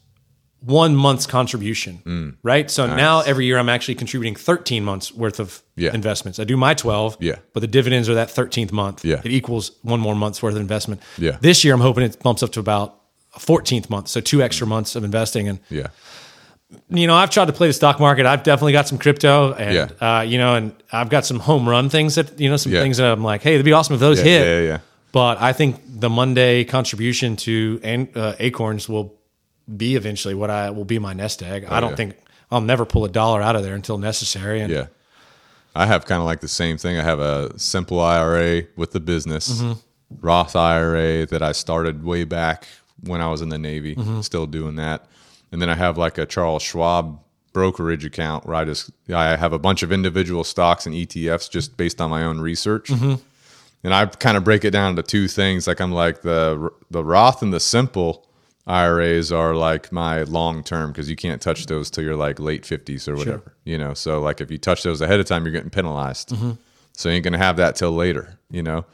[SPEAKER 2] one month's contribution,
[SPEAKER 1] Mm.
[SPEAKER 2] right? So now every year I'm actually contributing 13 months worth of
[SPEAKER 1] Yeah.
[SPEAKER 2] investments. I do my 12,
[SPEAKER 1] Yeah.
[SPEAKER 2] but the dividends are that 13th month.
[SPEAKER 1] Yeah.
[SPEAKER 2] It equals one more month's worth of investment.
[SPEAKER 1] Yeah.
[SPEAKER 2] This year I'm hoping it bumps up to about a 14th month, so two extra months of investing. And
[SPEAKER 1] yeah,
[SPEAKER 2] you know, I've tried to play the stock market. I've definitely got some crypto, and
[SPEAKER 1] Yeah.
[SPEAKER 2] uh, you know, and I've got some home run things that you know, some
[SPEAKER 1] Yeah.
[SPEAKER 2] things that I'm like, hey, it'd be awesome if those
[SPEAKER 1] Yeah,
[SPEAKER 2] hit.
[SPEAKER 1] yeah, yeah.
[SPEAKER 2] But I think the Monday contribution to an, uh, Acorns will be eventually what I will be my nest egg. I
[SPEAKER 1] Oh,
[SPEAKER 2] don't
[SPEAKER 1] yeah.
[SPEAKER 2] think I'll never pull a dollar out of there until necessary. And
[SPEAKER 1] yeah. I have kind of like the same thing. I have a simple IRA with the business, Roth IRA that I started way back when I was in the Navy, still doing that. And then I have like a Charles Schwab brokerage account where I just I have a bunch of individual stocks and ETFs just based on my own research. And I kind of break it down to two things. Like I'm like the the Roth and the simple IRAs are like my long term because you can't touch those till you're like late fifties or whatever. You know, so like if you touch those ahead of time, you're getting penalized. So you ain't gonna have that till later. You know,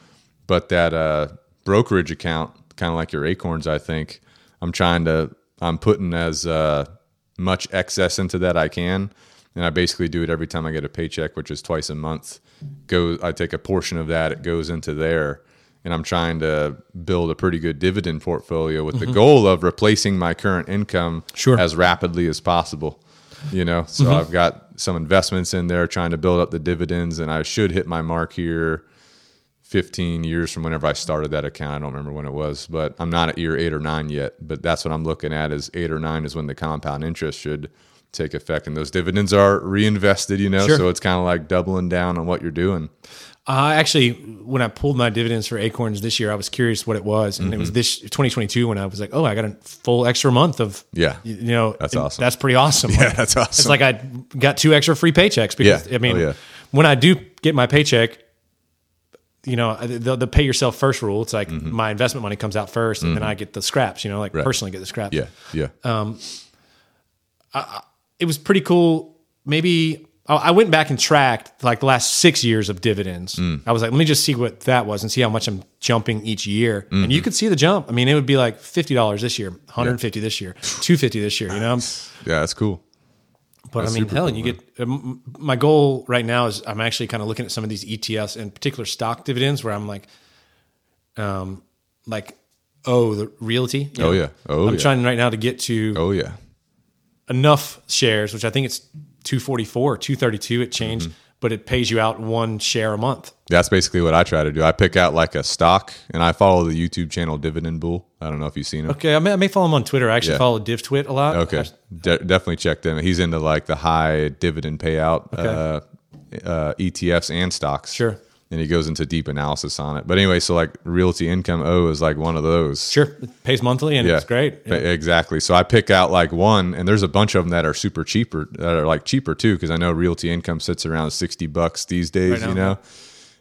[SPEAKER 1] but that uh, brokerage account, kind of like your Acorns, I think I'm trying to I'm putting as uh, much excess into that I can. And I basically do it every time I get a paycheck, which is twice a month. Go, I take a portion of that; it goes into there, and I'm trying to build a pretty good dividend portfolio with the goal of replacing my current income
[SPEAKER 2] Sure.
[SPEAKER 1] as rapidly as possible. You know, so I've got some investments in there, trying to build up the dividends, and I should hit my mark here 15 years from whenever I started that account. I don't remember when it was, but I'm not at year eight or nine yet. But that's what I'm looking at is eight or nine is when the compound interest should take effect. And those dividends are reinvested, you know, so it's kind of like doubling down on what you're doing.
[SPEAKER 2] I actually, when I pulled my dividends for Acorns this year, I was curious what it was, and it
[SPEAKER 1] Mm-hmm.
[SPEAKER 2] was this 2022 when I was like, oh, I got a full extra month of
[SPEAKER 1] Yeah.
[SPEAKER 2] y- you know,
[SPEAKER 1] That's
[SPEAKER 2] and
[SPEAKER 1] awesome.
[SPEAKER 2] That's pretty awesome.
[SPEAKER 1] Yeah,
[SPEAKER 2] Like,
[SPEAKER 1] that's awesome.
[SPEAKER 2] It's like I got two extra free paychecks because
[SPEAKER 1] Yeah.
[SPEAKER 2] I mean,
[SPEAKER 1] Oh, yeah.
[SPEAKER 2] when I do get my paycheck, you know, the, the pay yourself first rule. It's like
[SPEAKER 1] Mm-hmm.
[SPEAKER 2] my investment money comes out 1st and then I get the scraps. You know, like personally get the scraps
[SPEAKER 1] yeah, yeah,
[SPEAKER 2] it was pretty cool. Maybe I- I went back and tracked like the last six years of dividends.
[SPEAKER 1] Mm.
[SPEAKER 2] I was like, let me just see what that was and see how much I'm jumping each year. And
[SPEAKER 1] Mm-hmm.
[SPEAKER 2] you could see the jump. I mean, it would be like fifty dollars this year, 150 this year, 250 this year. You know,
[SPEAKER 1] yeah. That's cool.
[SPEAKER 2] but I mean,
[SPEAKER 1] super
[SPEAKER 2] hell, you get um, my goal right now is I'm actually kind of looking at some of these ETFs and particular stock dividends where I'm like, um, like oh the realty.
[SPEAKER 1] Oh, yeah. Oh,
[SPEAKER 2] I'm
[SPEAKER 1] yeah.
[SPEAKER 2] trying right now to get to
[SPEAKER 1] Oh yeah,
[SPEAKER 2] enough shares, which I think it's 244 or 232. It changed, but it pays you out one share a month.
[SPEAKER 1] that's basically what I try to do. I pick out like a stock, and I follow the YouTube channel Dividend Bull. I don't know if you've seen him.
[SPEAKER 2] Okay, I may, I may follow him on Twitter. I actually
[SPEAKER 1] Yeah.
[SPEAKER 2] follow DivTwit a lot.
[SPEAKER 1] Okay, De- definitely check them. He's into like the high dividend payout uh, uh, ETFs and stocks.
[SPEAKER 2] Sure.
[SPEAKER 1] And he goes into deep analysis on it. But anyway, so like realty income O is like one of those.
[SPEAKER 2] sure, it pays monthly and it's great.
[SPEAKER 1] Ba- Exactly. So I pick out like one, and there's a bunch of them that are super cheaper, that are like cheaper too, because I know realty income sits around sixty bucks these days.
[SPEAKER 2] Right now,
[SPEAKER 1] you know,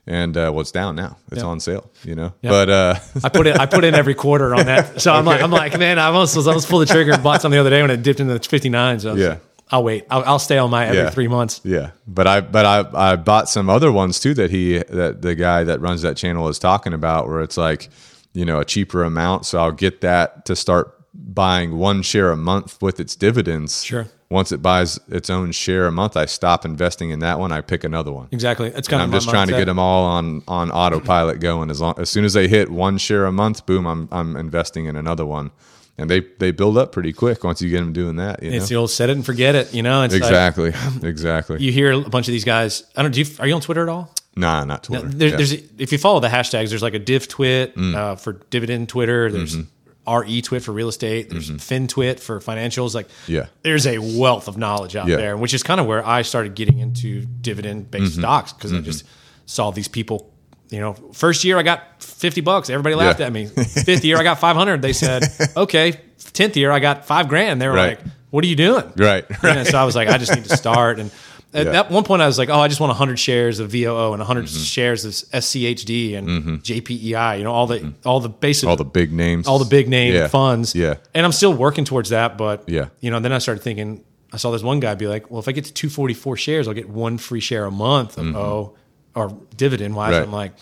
[SPEAKER 1] and uh, well, it's down now. It's on sale. You know, but uh,
[SPEAKER 2] I put it. I put in every quarter on that. So I'm like, I'm like, man, I almost was I almost pulled the trigger and bought some the other day when it dipped into the 59. So I was
[SPEAKER 1] Yeah.
[SPEAKER 2] like, I'll wait. I'll, I'll stay on my every
[SPEAKER 1] Yeah.
[SPEAKER 2] three months.
[SPEAKER 1] Yeah, but I but I I bought some other ones too that he that the guy that runs that channel is talking about where it's like you know a cheaper amount, so I'll get that to start buying one share a month with its dividends.
[SPEAKER 2] Sure.
[SPEAKER 1] Once it buys its own share a month, I stop investing in that one. I pick another one.
[SPEAKER 2] Exactly. That's kind
[SPEAKER 1] I'm
[SPEAKER 2] of my
[SPEAKER 1] just trying to
[SPEAKER 2] mindset.
[SPEAKER 1] get them all on on autopilot going. As long as soon as they hit one share a month, boom, I'm I'm investing in another one, and they they build up pretty quick once you get them doing that. You know?
[SPEAKER 2] It's the old set it and forget it. You know, it's like
[SPEAKER 1] Exactly. Exactly.
[SPEAKER 2] you hear a bunch of these guys. I don't. Do you, are you on Twitter at all?
[SPEAKER 1] nah, not Twitter.
[SPEAKER 2] There,
[SPEAKER 1] Yeah. Mm.
[SPEAKER 2] There's if you follow the hashtags, there's like a div twit uh, for dividend Twitter. There's
[SPEAKER 1] Mm-hmm.
[SPEAKER 2] re twit for real estate. There's fin twit for financials. Like
[SPEAKER 1] Yeah.
[SPEAKER 2] there's a wealth of knowledge out
[SPEAKER 1] Yeah.
[SPEAKER 2] there, which is kind of where I started getting into dividend based
[SPEAKER 1] Mm-hmm.
[SPEAKER 2] stocks because I just saw these people. You know, first year I got fifty bucks. Everybody laughed
[SPEAKER 1] Yeah.
[SPEAKER 2] at me. Fifth year I got five hundred. They said, "Okay." Tenth year I got five grand. They were
[SPEAKER 1] Right.
[SPEAKER 2] like, "What are you doing?"
[SPEAKER 1] Right.
[SPEAKER 2] You know, so I was like, I just need to start. And at
[SPEAKER 1] Yeah. Mm-hmm.
[SPEAKER 2] that one point, I was like, oh, I just want 100 shares of VOO and 100 shares of SCHD and JPEI. You know, all the all the basic,
[SPEAKER 1] Mm-hmm. all the big names,
[SPEAKER 2] all the big name
[SPEAKER 1] Yeah.
[SPEAKER 2] funds.
[SPEAKER 1] Yeah,
[SPEAKER 2] And I'm still working towards that, but
[SPEAKER 1] Yeah.
[SPEAKER 2] you know, then I started thinking. I saw this one guy be like, well, if I get to 244 shares, I'll get one free share a month of O or dividend wise.
[SPEAKER 1] Mm-hmm. Right.
[SPEAKER 2] I'm like,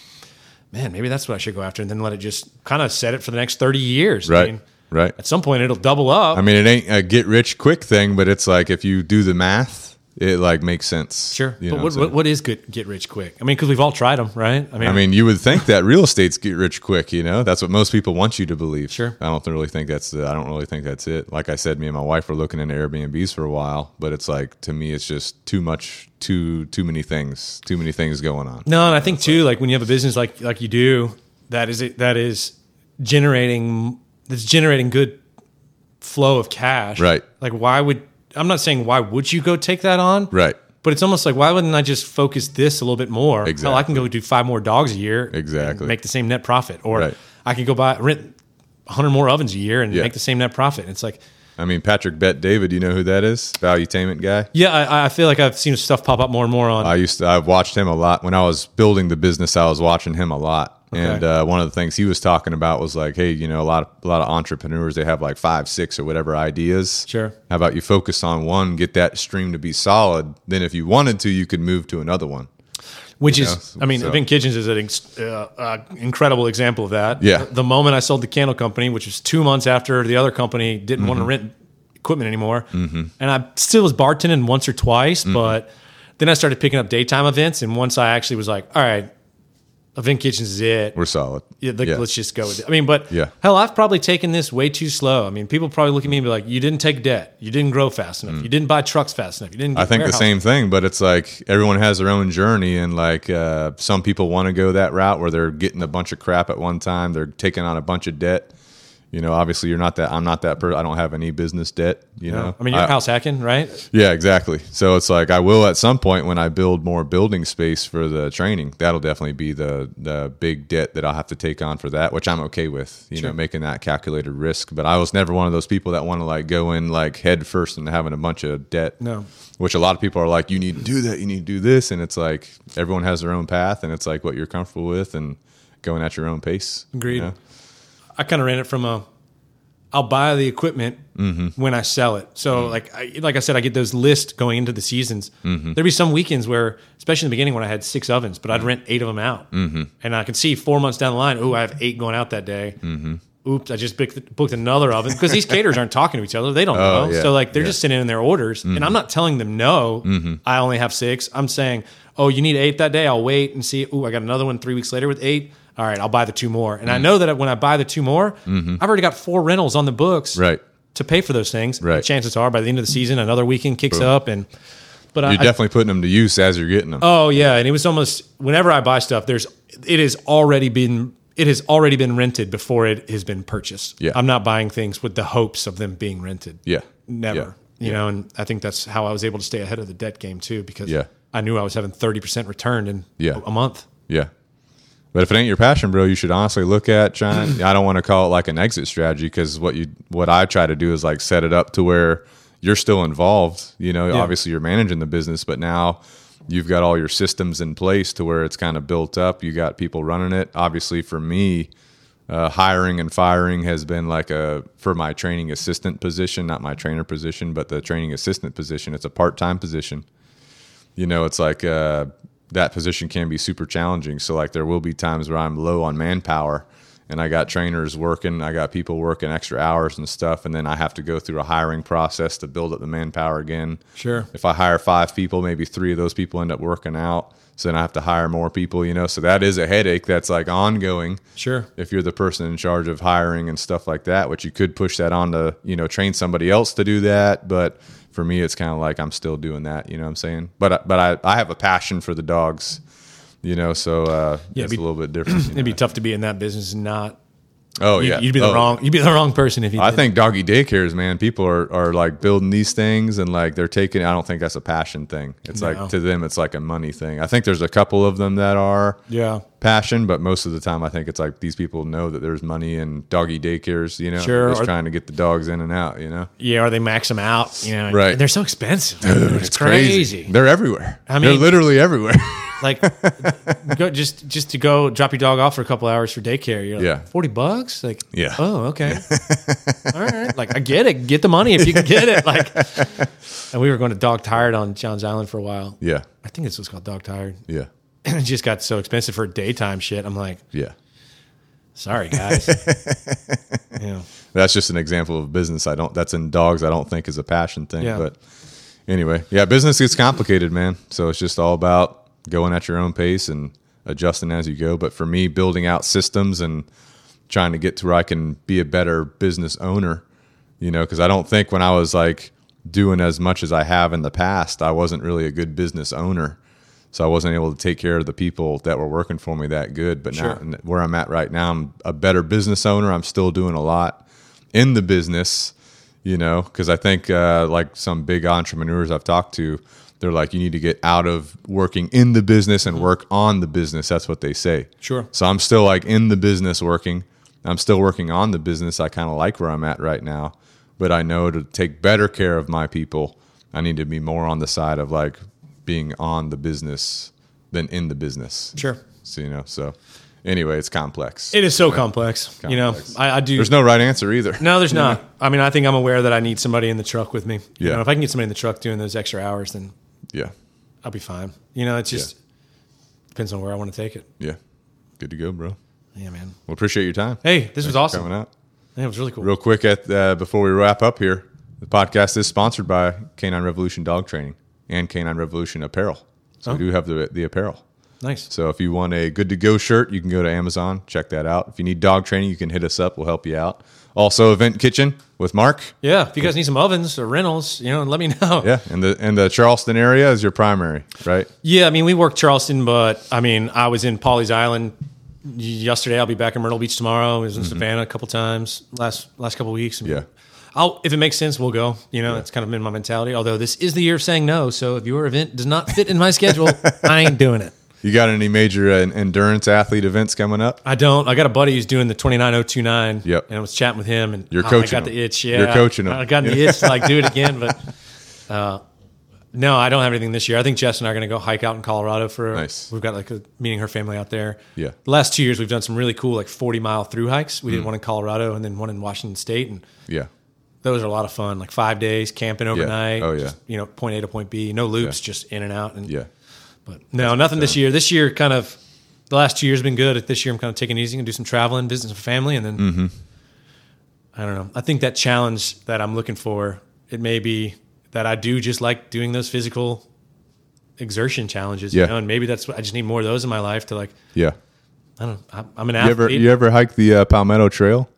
[SPEAKER 2] man, maybe that's what I should go after, and then let it just kind of set it for the next 30 years. I
[SPEAKER 1] right,
[SPEAKER 2] mean,
[SPEAKER 1] right.
[SPEAKER 2] at some point, it'll double up.
[SPEAKER 1] I mean, it ain't a get rich quick thing, but it's like if you do the math, it like makes sense.
[SPEAKER 2] Sure.
[SPEAKER 1] You know
[SPEAKER 2] but what,
[SPEAKER 1] I'm
[SPEAKER 2] what, what is good get rich quick? I mean, because we've all tried them, right? I mean,
[SPEAKER 1] I mean, you would think that real estate's get rich quick. You know, that's what most people want you to believe.
[SPEAKER 2] Sure.
[SPEAKER 1] I don't really think that's. The, I don't really think that's it. Like I said, me and my wife were looking into Airbnbs for a while, but it's like to me, it's just too much, too too many things, too many things going on.
[SPEAKER 2] no, and I think too, like when you have a business like like you do, that is it, that is generating that's generating good flow of cash.
[SPEAKER 1] Right.
[SPEAKER 2] Like why would I'm not saying why would you go take that on?
[SPEAKER 1] Right.
[SPEAKER 2] But it's almost like why wouldn't I just focus this a little bit more? Hell, I can go do five more dogs a year. and
[SPEAKER 1] Exactly.
[SPEAKER 2] make the same net profit. Or
[SPEAKER 1] Right.
[SPEAKER 2] I could go buy rent 100 more ovens a year and
[SPEAKER 1] Yeah.
[SPEAKER 2] make the same net profit. And it's like
[SPEAKER 1] I mean, Patrick Bet David, you know who that is? Valuetainment guy.
[SPEAKER 2] yeah, I, I feel like I've seen stuff pop up more and more on
[SPEAKER 1] I used to, I've watched him a lot when I was building the business. I was watching him a lot, and uh, one of the things he was talking about was like, hey, you know, a lot of a lot of entrepreneurs they have like five, six, or whatever ideas.
[SPEAKER 2] Sure.
[SPEAKER 1] How about you focus on one, get that stream to be solid. Then, if you wanted to, you could move to another one.
[SPEAKER 2] Which
[SPEAKER 1] know,
[SPEAKER 2] is,
[SPEAKER 1] so-
[SPEAKER 2] I mean,
[SPEAKER 1] so-
[SPEAKER 2] Vin Kitchens is an ex- uh, uh, incredible example of that.
[SPEAKER 1] Yeah.
[SPEAKER 2] The moment I sold the candle company, which was two months after the other company didn't want to
[SPEAKER 1] Mm-hmm.
[SPEAKER 2] rent equipment anymore, and I still was bartending once or twice,
[SPEAKER 1] Mm-hmm.
[SPEAKER 2] but then I started picking up daytime events, and once I actually was like, all right, Vin Kitchens is it.
[SPEAKER 1] We're solid.
[SPEAKER 2] Yeah, like, Let's just go with it. I mean, but
[SPEAKER 1] Yeah.
[SPEAKER 2] hell, I've probably taken this way too slow. I mean, people probably look at me and be like, you didn't take debt. You didn't grow fast enough. You didn't buy trucks fast enough. You didn't get
[SPEAKER 1] Mm. I think the
[SPEAKER 2] warehouses."
[SPEAKER 1] same thing, but it's like everyone has their own journey, and like uh, some people want to go that route where they're getting a bunch of crap at one time, they're taking on a bunch of debt. You know, obviously you're not that. I'm not that person. I don't have any business debt. You know,
[SPEAKER 2] I mean, you're
[SPEAKER 1] I-
[SPEAKER 2] house hacking, right?
[SPEAKER 1] Yeah, exactly. So it's like I will at some point when I build more building space for the training. That'll definitely be the the big debt that I'll have to take on for that, which I'm okay with. You know, making that calculated risk. But I was never one of those people that want to like go in like head first and having a bunch of debt.
[SPEAKER 2] No.
[SPEAKER 1] Which a lot of people are like, you need to do that, you need to do this, and it's like everyone has their own path, and it's like what you're comfortable with, and going at your own pace. you
[SPEAKER 2] Agreed.
[SPEAKER 1] know?
[SPEAKER 2] I kind of ran it from a I'll buy the equipment
[SPEAKER 1] Mm-hmm.
[SPEAKER 2] when I sell it. So like I, like I said, I get those lists going into the seasons.
[SPEAKER 1] Mm-hmm.
[SPEAKER 2] There'd be some weekends where, especially in the beginning, when I had six ovens, but I'd rent eight of them out,
[SPEAKER 1] Mm-hmm.
[SPEAKER 2] and I could see four months down the line, oh, I have eight going out that day.
[SPEAKER 1] Mm-hmm.
[SPEAKER 2] Oops, I just booked, booked another oven because these caterers aren't talking to each other. They don't
[SPEAKER 1] Oh,
[SPEAKER 2] know.
[SPEAKER 1] yeah,
[SPEAKER 2] So like they're
[SPEAKER 1] yeah. Mm-hmm.
[SPEAKER 2] just sending in their orders, and I'm not telling them no. I only have six. I'm saying, oh, you need eight that day. I'll wait and see. Ooh, I got another one three weeks later with eight. All right, I'll buy the two more.
[SPEAKER 1] Mm-hmm.
[SPEAKER 2] And I know that when I buy the two more, I've already got four rentals on the books
[SPEAKER 1] Right.
[SPEAKER 2] to pay for those things.
[SPEAKER 1] Right.
[SPEAKER 2] Chances are by the end of the season, another weekend kicks up, and but I,
[SPEAKER 1] You're definitely putting them to use as you're getting them.
[SPEAKER 2] Oh yeah, and it was almost whenever I buy stuff, there's it has already been it has already been rented before it has been purchased.
[SPEAKER 1] Yeah.
[SPEAKER 2] I'm not buying things with the hopes of them being rented.
[SPEAKER 1] yeah.
[SPEAKER 2] Never.
[SPEAKER 1] Yeah.
[SPEAKER 2] You know, and I think that's how I was able to stay ahead of the debt game too, because
[SPEAKER 1] Yeah.
[SPEAKER 2] I knew I was having thirty percent returned in
[SPEAKER 1] Yeah.
[SPEAKER 2] a month.
[SPEAKER 1] Yeah. But if it ain't your passion, bro, you should honestly look at trying. I don't want to call it like an exit strategy because what you what I try to do is like set it up to where you're still involved. You know, obviously you're managing the business, but now you've got all your systems in place to where it's kind of built up. You got people running it. Obviously, for me, uh, hiring and firing has been like a for my training assistant position, not my trainer position, but the training assistant position. It's a part time position you know, it's like uh, that position can be super challenging. So like there will be times where I'm low on manpower and I got trainers working, I got people working extra hours and stuff, and then I have to go through a hiring process to build up the manpower again.
[SPEAKER 2] Sure.
[SPEAKER 1] If I hire five people, maybe three of those people end up working out. So then I have to hire more people, you know. So that is a headache that's like ongoing
[SPEAKER 2] Sure.
[SPEAKER 1] if you're the person in charge of hiring and stuff like that, which you could push that on to, you know, train somebody else to do that. But for me, it's kind of like I'm still doing that. You know what I'm saying? But I- but I, I have a passion for the dogs, you know, so uh, it's
[SPEAKER 2] be-
[SPEAKER 1] a little bit different. you know?
[SPEAKER 2] It'd be tough to be in that business and not
[SPEAKER 1] oh
[SPEAKER 2] you'd,
[SPEAKER 1] yeah,
[SPEAKER 2] you'd be the
[SPEAKER 1] Oh,
[SPEAKER 2] wrong you'd be the wrong person if you
[SPEAKER 1] I
[SPEAKER 2] did.
[SPEAKER 1] think doggy daycares, man. People are are like building these things and like they're taking. I don't think that's a passion thing. It's
[SPEAKER 2] No.
[SPEAKER 1] like to them, it's like a money thing. I think there's a couple of them that are
[SPEAKER 2] Yeah.
[SPEAKER 1] passion, but most of the time, I think it's like these people know that there's money in doggy daycares. You know,
[SPEAKER 2] Sure,
[SPEAKER 1] They're just
[SPEAKER 2] or-
[SPEAKER 1] trying to get the dogs in and out. You know,
[SPEAKER 2] Yeah, or they max them out, you know. and
[SPEAKER 1] Right.
[SPEAKER 2] They're so expensive. it's, crazy.
[SPEAKER 1] They're everywhere.
[SPEAKER 2] I
[SPEAKER 1] they're
[SPEAKER 2] mean-
[SPEAKER 1] literally everywhere.
[SPEAKER 2] like go, just just to go drop your dog off for a couple hours for daycare. You're like,
[SPEAKER 1] Yeah.
[SPEAKER 2] forty bucks. Like,
[SPEAKER 1] Yeah.
[SPEAKER 2] oh, okay, all right. Like, I get it. Get the money if you can get it. Like, and we were going to Dog Tired on Johns Island for a while.
[SPEAKER 1] yeah,
[SPEAKER 2] I think this was called Dog Tired.
[SPEAKER 1] yeah,
[SPEAKER 2] it just got so expensive for daytime shit. I'm like,
[SPEAKER 1] yeah.
[SPEAKER 2] sorry guys. yeah,
[SPEAKER 1] That's just an example of business. I don't. That's in dogs. I don't think is a passion thing.
[SPEAKER 2] Yeah.
[SPEAKER 1] But anyway, yeah, business gets complicated, man. So it's just all about going at your own pace and adjusting as you go. But for me, building out systems and trying to get to where I can be a better business owner, you know, because I don't think when I was like doing as much as I have in the past, I wasn't really a good business owner. So I wasn't able to take care of the people that were working for me that good. But now n- where I'm at right now, I'm a better business owner. I'm still doing a lot in the business, you know, because I think uh, like some big entrepreneurs I've talked to, they're like, you need to get out of working in the business and work on the business. That's what they say.
[SPEAKER 2] Sure.
[SPEAKER 1] So I'm still like in the business working. I'm still working on the business. I kind of like where I'm at right now, but I know to take better care of my people, I need to be more on the side of like being on the business than in the business.
[SPEAKER 2] sure.
[SPEAKER 1] So, you know, so anyway, it's complex.
[SPEAKER 2] It is so complex. You know,
[SPEAKER 1] Complex.
[SPEAKER 2] I, I do.
[SPEAKER 1] There's no right answer either.
[SPEAKER 2] No, there's not. I mean, I think I'm aware that I need somebody in the truck with me. You
[SPEAKER 1] Yeah.
[SPEAKER 2] know, if I can get somebody in the truck doing those extra hours, then
[SPEAKER 1] Yeah.
[SPEAKER 2] I'll be fine. You know, it's just depends on where I want to take it.
[SPEAKER 1] Yeah. Good to go, bro.
[SPEAKER 2] Yeah, man.
[SPEAKER 1] Well, appreciate your time.
[SPEAKER 2] Hey, this was awesome.
[SPEAKER 1] Coming out.
[SPEAKER 2] Yeah, it was really cool.
[SPEAKER 1] Real quick at uh, before we wrap up here, the podcast is sponsored by Canine Revolution Dog Training and Canine Revolution Apparel. So we do have the the apparel.
[SPEAKER 2] nice.
[SPEAKER 1] So if you want a good to go shirt, you can go to Amazon, check that out. If you need dog training, you can hit us up. We'll help you out. Also, Event Kitchen with Mark.
[SPEAKER 2] Yeah, if you guys need some ovens or rentals, you know, let me know.
[SPEAKER 1] Yeah, and the and the Charleston area is your primary, right?
[SPEAKER 2] Yeah, I mean, we worked Charleston, but I mean, I was in Polly's Island yesterday. I'll be back in Myrtle Beach tomorrow. I was in Savannah a couple times last last couple weeks.
[SPEAKER 1] Yeah.
[SPEAKER 2] I'll if it makes sense, we'll go. You know, that's kind of been my mentality. Although this is the year of saying no, so if your event does not fit in my schedule, I ain't doing it.
[SPEAKER 1] You got any major uh, endurance athlete events coming up?
[SPEAKER 2] I don't. I got a buddy who's doing the 29029.
[SPEAKER 1] Yep.
[SPEAKER 2] And I was chatting with him and
[SPEAKER 1] You're
[SPEAKER 2] I-
[SPEAKER 1] coaching
[SPEAKER 2] I got
[SPEAKER 1] him.
[SPEAKER 2] the itch. Yeah.
[SPEAKER 1] You're coaching him.
[SPEAKER 2] I got the itch to like do it again, but uh, no, I don't have anything this year. I think Jess and I are going to go hike out in Colorado for
[SPEAKER 1] Nice.
[SPEAKER 2] We've got like a meeting her family out there.
[SPEAKER 1] Yeah. Mm.
[SPEAKER 2] The last two years we've done some really cool like 40 mile through hikes. We did one in Colorado and then one in Washington State and
[SPEAKER 1] Yeah.
[SPEAKER 2] those are a lot of fun. Like 5 days camping overnight.
[SPEAKER 1] Oh, yeah.
[SPEAKER 2] just, you know, point A to point B, no loops, just in and out and
[SPEAKER 1] Yeah.
[SPEAKER 2] but no, nothing
[SPEAKER 1] uh,
[SPEAKER 2] this year. This year, kind of, the last two years have been good. This year, I'm kind of taking it easy and do some traveling, visit some family, and then
[SPEAKER 1] Mm-hmm.
[SPEAKER 2] I don't know. I think that challenge that I'm looking for, it may be that I do just like doing those physical exertion challenges,
[SPEAKER 1] Yeah.
[SPEAKER 2] you know, and maybe that's what I just need more of those in my life to like.
[SPEAKER 1] Yeah.
[SPEAKER 2] I don't. know. I- I'm an
[SPEAKER 1] You
[SPEAKER 2] athlete.
[SPEAKER 1] ever you ever hike the uh, Palmetto Trail?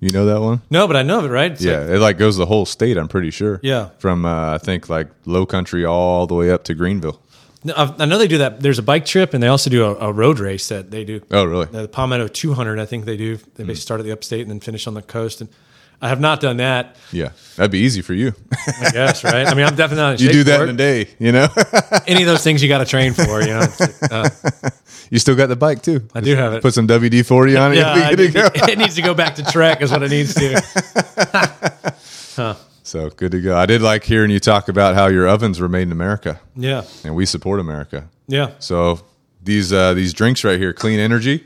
[SPEAKER 1] You know that one?
[SPEAKER 2] no, but I know of it, right? It's
[SPEAKER 1] Yeah,
[SPEAKER 2] like-
[SPEAKER 1] it like goes the whole state. I'm pretty sure.
[SPEAKER 2] Yeah.
[SPEAKER 1] From uh, I think like low country all the way up to Greenville.
[SPEAKER 2] No, I've- I know they do that. There's a bike trip, and they also do a, a road race that they do.
[SPEAKER 1] Oh, Hmm. really?
[SPEAKER 2] the Palmetto 200, I think they do. They basically start at the upstate and then finish on the coast. And I have not done that,
[SPEAKER 1] Yeah, that'd be easy for you.
[SPEAKER 2] I guess, right? I mean, I'm definitely not in
[SPEAKER 1] you
[SPEAKER 2] shape
[SPEAKER 1] do that
[SPEAKER 2] for
[SPEAKER 1] in a
[SPEAKER 2] it.
[SPEAKER 1] day. You know,
[SPEAKER 2] Any of those things you got to train for, you know? It's like, uh,
[SPEAKER 1] you still got the bike too. I
[SPEAKER 2] do have it.
[SPEAKER 1] Put some WD forty on it.
[SPEAKER 2] yeah,
[SPEAKER 1] you'll be
[SPEAKER 2] I
[SPEAKER 1] good to
[SPEAKER 2] need to-
[SPEAKER 1] go.
[SPEAKER 2] it needs to go back to track is what it needs to.
[SPEAKER 1] So good to go. I did like hearing you talk about how your ovens were made in America,
[SPEAKER 2] Yeah,
[SPEAKER 1] and we support America.
[SPEAKER 2] yeah.
[SPEAKER 1] So these uh, these drinks right here, Clean Energy,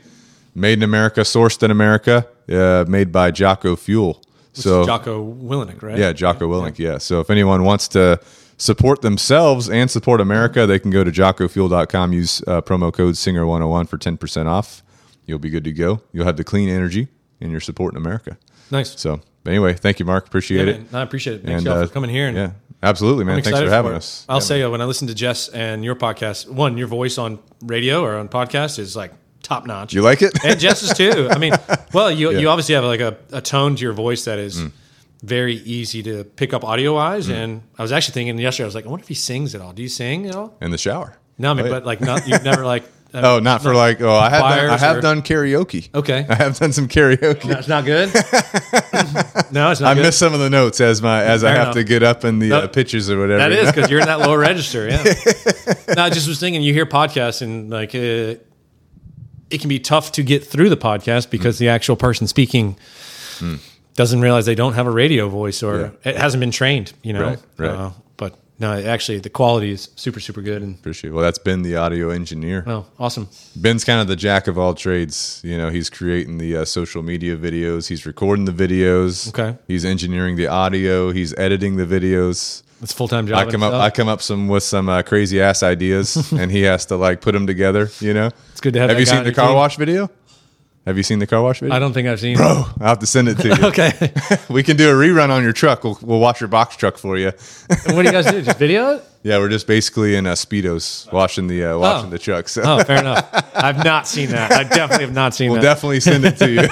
[SPEAKER 1] made in America, sourced in America, uh, made by Jocko Fuel. So
[SPEAKER 2] Jocko Willenick, right?
[SPEAKER 1] Yeah, Jocko Willink. Yeah. So if anyone wants to support themselves and support America, they can go to jockofuel.com, use uh, promo code SINGER101 for 10% off. You'll be good to go. You'll have the clean energy and you're supporting America.
[SPEAKER 2] Nice.
[SPEAKER 1] So but anyway, thank you, Mark. Appreciate
[SPEAKER 2] Yeah,
[SPEAKER 1] it.
[SPEAKER 2] man, I appreciate it. Thanks
[SPEAKER 1] And,
[SPEAKER 2] y'all
[SPEAKER 1] uh,
[SPEAKER 2] for coming here. And
[SPEAKER 1] yeah, absolutely, man.
[SPEAKER 2] I'm
[SPEAKER 1] Thanks
[SPEAKER 2] excited
[SPEAKER 1] for having
[SPEAKER 2] it.
[SPEAKER 1] us.
[SPEAKER 2] I'll
[SPEAKER 1] Yeah,
[SPEAKER 2] say, uh, when I listen to Jess and your podcast, one, your voice on radio or on podcast is like top notch.
[SPEAKER 1] You like it?
[SPEAKER 2] and Jess's too. I mean, well, you you obviously have like a, a tone to your voice that is
[SPEAKER 1] Mm.
[SPEAKER 2] very easy to pick up audio wise. And I was actually thinking yesterday, I was like, I wonder if he sings at all. Do you sing at all?
[SPEAKER 1] In the shower.
[SPEAKER 2] No, I mean,
[SPEAKER 1] Oh, yeah.
[SPEAKER 2] but like, not, you've never like.
[SPEAKER 1] Oh, not for like. Oh, I have done, I
[SPEAKER 2] Choirs
[SPEAKER 1] have
[SPEAKER 2] or-
[SPEAKER 1] done karaoke.
[SPEAKER 2] Okay.
[SPEAKER 1] I have done some karaoke.
[SPEAKER 2] That's not good. no, it's not.
[SPEAKER 1] I
[SPEAKER 2] good.
[SPEAKER 1] miss some of the notes as my as I
[SPEAKER 2] Fair
[SPEAKER 1] have
[SPEAKER 2] enough.
[SPEAKER 1] to get up in the uh,
[SPEAKER 2] Nope.
[SPEAKER 1] pitches or whatever.
[SPEAKER 2] That
[SPEAKER 1] you
[SPEAKER 2] is
[SPEAKER 1] know?
[SPEAKER 2] because you're in that lower register. Yeah. no, I just was thinking. You hear podcasts and like uh, it can be tough to get through the podcast
[SPEAKER 1] Mm.
[SPEAKER 2] because the actual person speaking doesn't realize they don't have a radio voice or it hasn't been trained. You know. Uh,
[SPEAKER 1] Right, right.
[SPEAKER 2] but no, actually, the quality is super, super good. And
[SPEAKER 1] Appreciate. Well, that's Ben, the audio engineer.
[SPEAKER 2] oh, awesome.
[SPEAKER 1] Ben's kind of the jack of all trades. You know, he's creating the uh, social media videos. He's recording the videos.
[SPEAKER 2] Okay.
[SPEAKER 1] He's engineering the audio. He's editing the videos.
[SPEAKER 2] It's a full time job.
[SPEAKER 1] I come up. I come up some with some uh, crazy ass ideas, and he has to like put them together. You know,
[SPEAKER 2] It's good to have
[SPEAKER 1] Have
[SPEAKER 2] that
[SPEAKER 1] you
[SPEAKER 2] guy
[SPEAKER 1] seen
[SPEAKER 2] on
[SPEAKER 1] the
[SPEAKER 2] your
[SPEAKER 1] car
[SPEAKER 2] team.
[SPEAKER 1] wash video? Have you seen the car wash video?
[SPEAKER 2] I don't think I've seen.
[SPEAKER 1] Bro, I'll have to send it to you.
[SPEAKER 2] Okay.
[SPEAKER 1] we can do a rerun on your truck. We'll, we'll wash your box truck for you.
[SPEAKER 2] what do you guys do? Just video it?
[SPEAKER 1] yeah, we're just basically in uh, speedos washing the uh, washing
[SPEAKER 2] Oh.
[SPEAKER 1] the truck. So
[SPEAKER 2] Oh, fair enough. I've not seen that. I definitely have not seen
[SPEAKER 1] We'll
[SPEAKER 2] that.
[SPEAKER 1] definitely send it to you.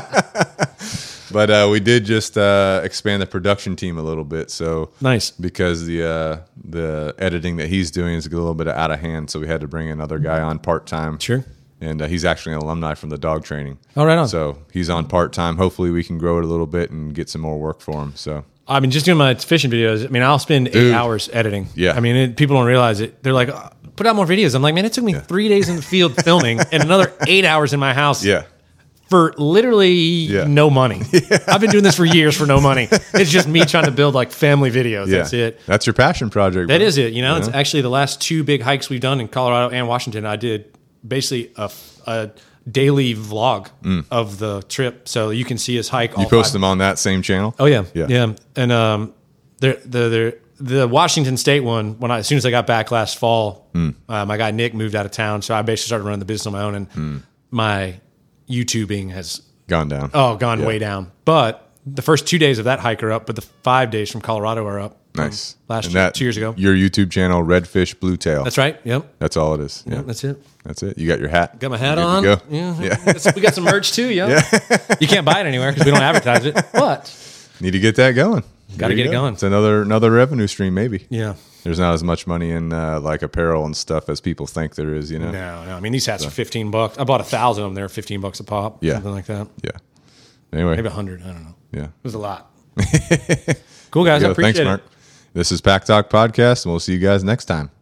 [SPEAKER 1] but uh, we did just uh, expand the production team a little bit, so
[SPEAKER 2] nice.
[SPEAKER 1] because the uh, the editing that he's doing is a little bit out of hand, so we had to bring another guy on part time.
[SPEAKER 2] Sure.
[SPEAKER 1] And uh, he's actually an alumni from the dog training.
[SPEAKER 2] Oh, right on.
[SPEAKER 1] So he's on part time. Hopefully, we can grow it a little bit and get some more work for him. So
[SPEAKER 2] I mean, just doing my fishing videos. I mean, I'll spend eight
[SPEAKER 1] Dude.
[SPEAKER 2] hours editing.
[SPEAKER 1] Yeah.
[SPEAKER 2] I mean, it, people don't realize it. They're like, "Uh, put out more videos. I'm like, man, it took me three days in the field filming and another eight hours in my house
[SPEAKER 1] yeah,
[SPEAKER 2] for literally no money. I've been doing this for years for no money. It's just me trying to build like family videos.
[SPEAKER 1] yeah,
[SPEAKER 2] That's it.
[SPEAKER 1] That's your passion project.
[SPEAKER 2] That
[SPEAKER 1] bro.
[SPEAKER 2] is it. You know, it's actually the last two big hikes we've done in Colorado and Washington. I did basically a, a daily vlog of the trip. So you can see us hike all
[SPEAKER 1] Mm. You
[SPEAKER 2] five
[SPEAKER 1] post them on that same channel.
[SPEAKER 2] Oh yeah,
[SPEAKER 1] Yeah.
[SPEAKER 2] yeah, And um, the the the the Washington State one. When I as soon as I got back last fall, uh, my guy Nick moved out of town, so I basically started running the business on my own, and my YouTubing has
[SPEAKER 1] gone down.
[SPEAKER 2] oh gone way down. But the first two days of that hike are up, but the five days from Colorado are up.
[SPEAKER 1] nice.
[SPEAKER 2] Last
[SPEAKER 1] And
[SPEAKER 2] year, two years ago.
[SPEAKER 1] your YouTube channel, Redfish Bluetail.
[SPEAKER 2] That's right. Yep.
[SPEAKER 1] That's all it is. Yeah.
[SPEAKER 2] That's it.
[SPEAKER 1] That's it. You got your hat.
[SPEAKER 2] Got my hat
[SPEAKER 1] You're
[SPEAKER 2] on.
[SPEAKER 1] good to go.
[SPEAKER 2] Yeah. That's- We got some merch too, yo. You can't buy it anywhere because we don't advertise it. But
[SPEAKER 1] Need to get that going.
[SPEAKER 3] Got to
[SPEAKER 1] There you
[SPEAKER 3] get it
[SPEAKER 1] go.
[SPEAKER 3] going.
[SPEAKER 1] It's another another revenue stream, maybe.
[SPEAKER 2] Yeah.
[SPEAKER 1] There's not as much money in uh, like apparel and stuff as people think there is, you know.
[SPEAKER 2] No, no. I mean, these hats are 15 bucks. I bought a thousand of them. They're 15 bucks a pop.
[SPEAKER 1] Yeah.
[SPEAKER 2] Something like that.
[SPEAKER 1] Yeah. Anyway,
[SPEAKER 2] Maybe a hundred. I don't know. It
[SPEAKER 1] yeah.
[SPEAKER 2] was a lot.
[SPEAKER 3] Cool guys, I
[SPEAKER 1] Yo,
[SPEAKER 3] appreciate
[SPEAKER 1] thanks,
[SPEAKER 3] it.
[SPEAKER 1] Mark. This is Pack Talk Podcast, and we'll see you guys next time.